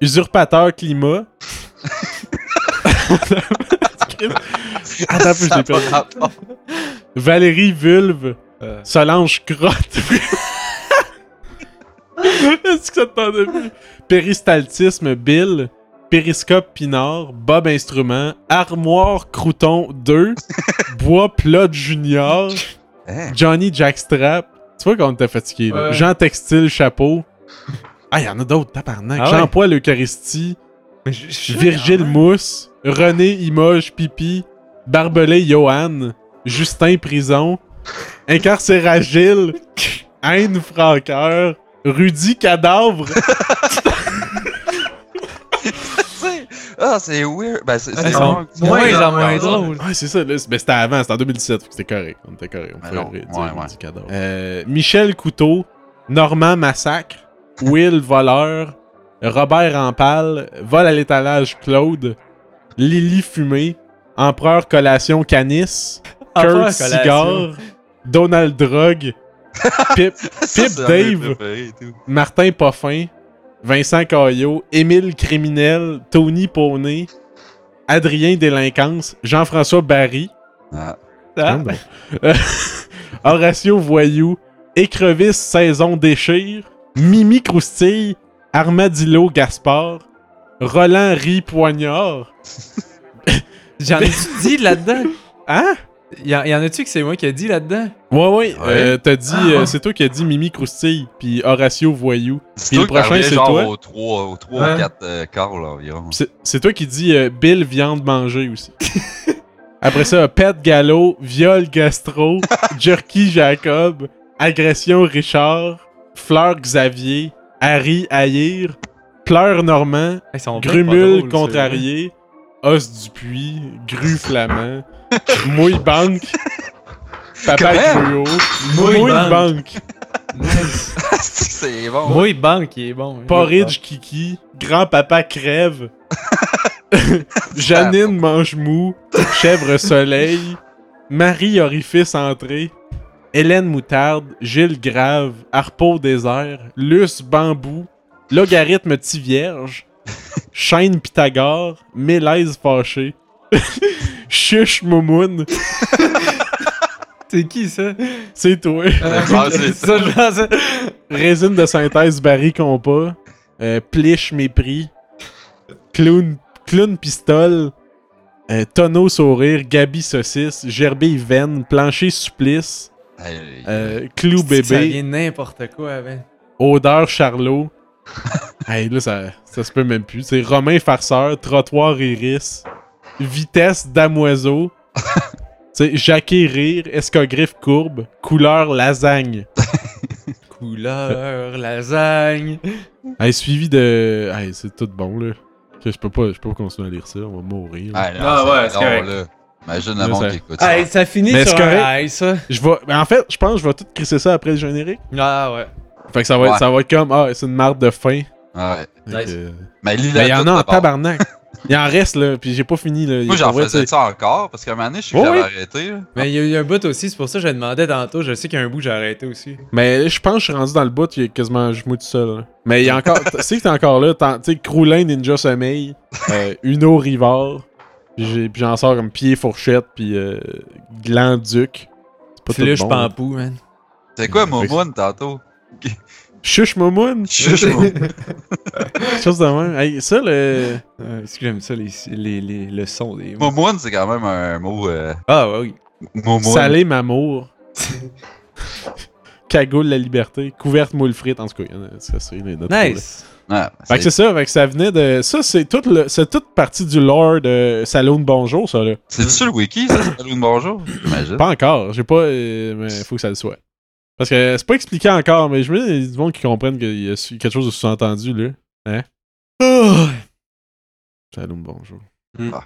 Speaker 3: Usurpateur Climat. Attends un peu, je l'ai
Speaker 4: Ça a
Speaker 3: perdu.
Speaker 4: pas rapport.
Speaker 3: Valérie Vulve,
Speaker 1: Euh.
Speaker 3: Solange Crotte. Est-ce que ça te tendait plus? Péristaltisme Bill, Périscope Pinard, Bob Instrument, Armoire Crouton 2, Bois Plot Junior,
Speaker 4: Hein?
Speaker 3: Johnny Jackstrap. Tu vois qu'on était fatigué. là.
Speaker 7: Ouais.
Speaker 3: Jean Textile Chapeau. Ah, il y en a d'autres, tabarnak.
Speaker 1: Ah ouais?
Speaker 3: Jean Poil Eucharistie,
Speaker 1: Mais je- je suis sûr qu'il y en a.
Speaker 3: Virgile Mousse, René Imoge Pipi, Barbelé Johan, Justin Prison, Incarcéragile, Anne Franqueur, Rudy Cadavre,
Speaker 4: C'est- Ah, c'est weird. Ben, c'est.
Speaker 3: Ah,
Speaker 1: Ils
Speaker 4: c'est
Speaker 1: sont
Speaker 4: bon.
Speaker 1: moins en moins
Speaker 4: Ouais.
Speaker 1: drôles.
Speaker 3: Ouais, c'est ça. Là. C'est- Ben, c'était avant, c'était en 2017. fait que C'était correct. On était correct. On
Speaker 4: Ben
Speaker 3: pouvait
Speaker 4: non,
Speaker 3: dire
Speaker 4: ouais, ouais.
Speaker 3: du cadavre. Euh, Michel Couteau, Normand Massacre, Will Voleur, Robert Rampal, Vol à l'étalage Claude, Lily Fumée, Empereur Collation Canis,
Speaker 1: Empereur
Speaker 3: Kurt
Speaker 1: Collation.
Speaker 3: Cigar, Donald Drug, Pip,
Speaker 4: Ça, c'est
Speaker 3: Pip
Speaker 4: un
Speaker 3: Dave.
Speaker 4: de mes préférés et tout.
Speaker 3: Martin Poffin, Vincent Caillot, Émile Criminel, Tony Poney, Adrien Délinquance, Jean-François Barry,
Speaker 4: Ah.
Speaker 1: Ah.
Speaker 3: Tiens donc. Euh, Horatio Voyou, Écrevisse Saison Déchire, Mimi Croustille, Armadillo Gaspard, Roland Rie Poignard.
Speaker 1: J'en ai-tu dit là-dedans?
Speaker 3: Hein?
Speaker 1: Il y en- il y en a-tu que c'est moi qui ai dit là-dedans?
Speaker 3: Ouais, ouais, euh, t'as dit,
Speaker 2: Ah.
Speaker 3: euh, c'est toi qui as dit Mimi Croustille, puis Horatio Voyou.
Speaker 4: Dis-toi
Speaker 3: le
Speaker 4: que t'en
Speaker 3: prochain,
Speaker 4: reviens
Speaker 3: c'est
Speaker 4: genre
Speaker 3: toi?
Speaker 4: Au 3, au 3
Speaker 2: Ouais.
Speaker 4: ou 4 euh, quarts, là, environ.
Speaker 3: C'est c'est toi qui dis euh, Bill viande manger aussi. Après ça, Pet Gallo, Viol Gastro, Jerky Jacob, Agression Richard, Fleur Xavier, Harry Aïr, Pleur Normand,
Speaker 1: Ils sont bien pas
Speaker 3: Grumule
Speaker 1: drôles,
Speaker 3: Contrarié, Os Dupuis, Gru Flamand, Mouille Banque, Papa
Speaker 4: Comment?
Speaker 3: Gruau,
Speaker 2: Mouille
Speaker 3: Mouille
Speaker 2: Banque.
Speaker 3: Banque,
Speaker 4: c'est
Speaker 1: ceux-là.
Speaker 4: bon.
Speaker 1: Moi, il banque, il est bon. hein.
Speaker 3: Porridge Kiki, Grand-Papa Crève, Janine mange mou, Chèvre soleil, Marie orifice entrée, Hélène moutarde, Gilles grave, Harpeau désert, Luce bambou, Logarithme petit vierge, Chaîne Pythagore, Mélèze fâché, Chuche moumoune,
Speaker 1: C'est qui ça?
Speaker 3: c'est toi,
Speaker 4: C'est bon, c'est
Speaker 1: Ça,
Speaker 4: ça.
Speaker 1: je pense.
Speaker 3: Résine de synthèse Barry Compas, euh, Pliche mépris, Clown, clown Pistole, euh, Tonneau Sourire, Gabi Saucisse, Gerbille Veine, Plancher Supplice,
Speaker 4: Hey,
Speaker 3: Euh, Clou
Speaker 1: Ça
Speaker 3: bébé,
Speaker 1: vient de n'importe quoi, man.
Speaker 3: odeur charlot. hey, là, ça, ça se peut même plus. C'est Romain farceur, trottoir iris, vitesse damoiseau. C'est Jacquet rire, escogriffe courbe, couleur lasagne.
Speaker 1: Couleur, lasagne.
Speaker 3: Hey, suivi de. Hey, c'est tout bon, là. Que Je peux pas, je peux pas continuer à lire ça, on va mourir. là.
Speaker 4: hey,
Speaker 2: Ah, ouais, c'est
Speaker 4: long,
Speaker 2: correct.
Speaker 4: là. Imagine
Speaker 3: Là,
Speaker 4: le monde
Speaker 3: ça-
Speaker 4: qui écoute ça.
Speaker 1: Hey, ça finit
Speaker 3: Ah. Mais
Speaker 1: sur
Speaker 3: c'est correct.
Speaker 1: un high, ça.
Speaker 3: Je vais... mais en fait, je pense que je vais tout crisser ça après le générique.
Speaker 1: Ah ouais.
Speaker 3: Fait que ça va, être,
Speaker 4: Ouais.
Speaker 3: ça va être comme, ah, c'est une marde de fin.
Speaker 4: Ouais.
Speaker 3: Fait que- ben,
Speaker 4: Mais lis
Speaker 3: Mais il y en a en tabarnak. Il en reste, là, puis j'ai pas fini, là.
Speaker 4: Moi,
Speaker 3: Il-
Speaker 4: j'en
Speaker 3: pour vrai,
Speaker 4: faisais
Speaker 3: tu sais,
Speaker 4: ça encore parce qu'à un moment donné, je sais que
Speaker 3: Oui,
Speaker 4: j'avais
Speaker 3: oui.
Speaker 4: arrêté. là.
Speaker 1: Mais il y a eu un bout aussi, c'est pour ça que je demandais tantôt. Je sais qu'il y a un bout que j'ai arrêté aussi.
Speaker 3: Mais je pense que je suis rendu dans le bout, il est quasiment je mouille tout seul. là. Mais il y a encore. tu sais que t'es encore là, t'en- tu sais, Croulin, Ninja Sommeil, euh, Uno Rivard, puis j'ai- puis j'en sors comme Pied Fourchette, puis euh, Gland Duc. C'est pas tout
Speaker 1: Flush
Speaker 3: bon, là.
Speaker 1: Pampou, man.
Speaker 4: C'est quoi,
Speaker 3: Fait que-
Speaker 4: Moumoun, tantôt?
Speaker 3: Chuche Momoun,
Speaker 4: Chuche, Moumoun.
Speaker 3: quelque chose de même. Hey, ça, le.
Speaker 1: Euh, Est-ce que j'aime ça, les, les, les- le son des mots?
Speaker 4: Moumoun, c'est quand même un mot. Euh,
Speaker 1: Ah, ouais, oui.
Speaker 4: Moumoun.
Speaker 3: Salé Mamour. Cagoule la liberté. Couverte moule frite, en tout cas. il y en a- Ça, c'est une autre fois, là.
Speaker 1: Nice.
Speaker 4: Ouais,
Speaker 3: Fait que c'est
Speaker 4: c'est-
Speaker 3: ça, fait que ça venait de. Ça, c'est toute, le- c'est toute partie du lore de Saloon Bonjour, ça, là.
Speaker 4: C'est sur le wiki, ça, c'est Salut de bonjour, j'imagine.
Speaker 3: Pas encore, j'ai pas. euh, mais faut que ça le soit. Parce que c'est pas expliqué encore, mais je me dis, il y a du monde qui comprennent qu'il y a su- quelque chose de sous-entendu, là. Hein? Saloon Bonjour.
Speaker 1: Mm.
Speaker 4: Ah.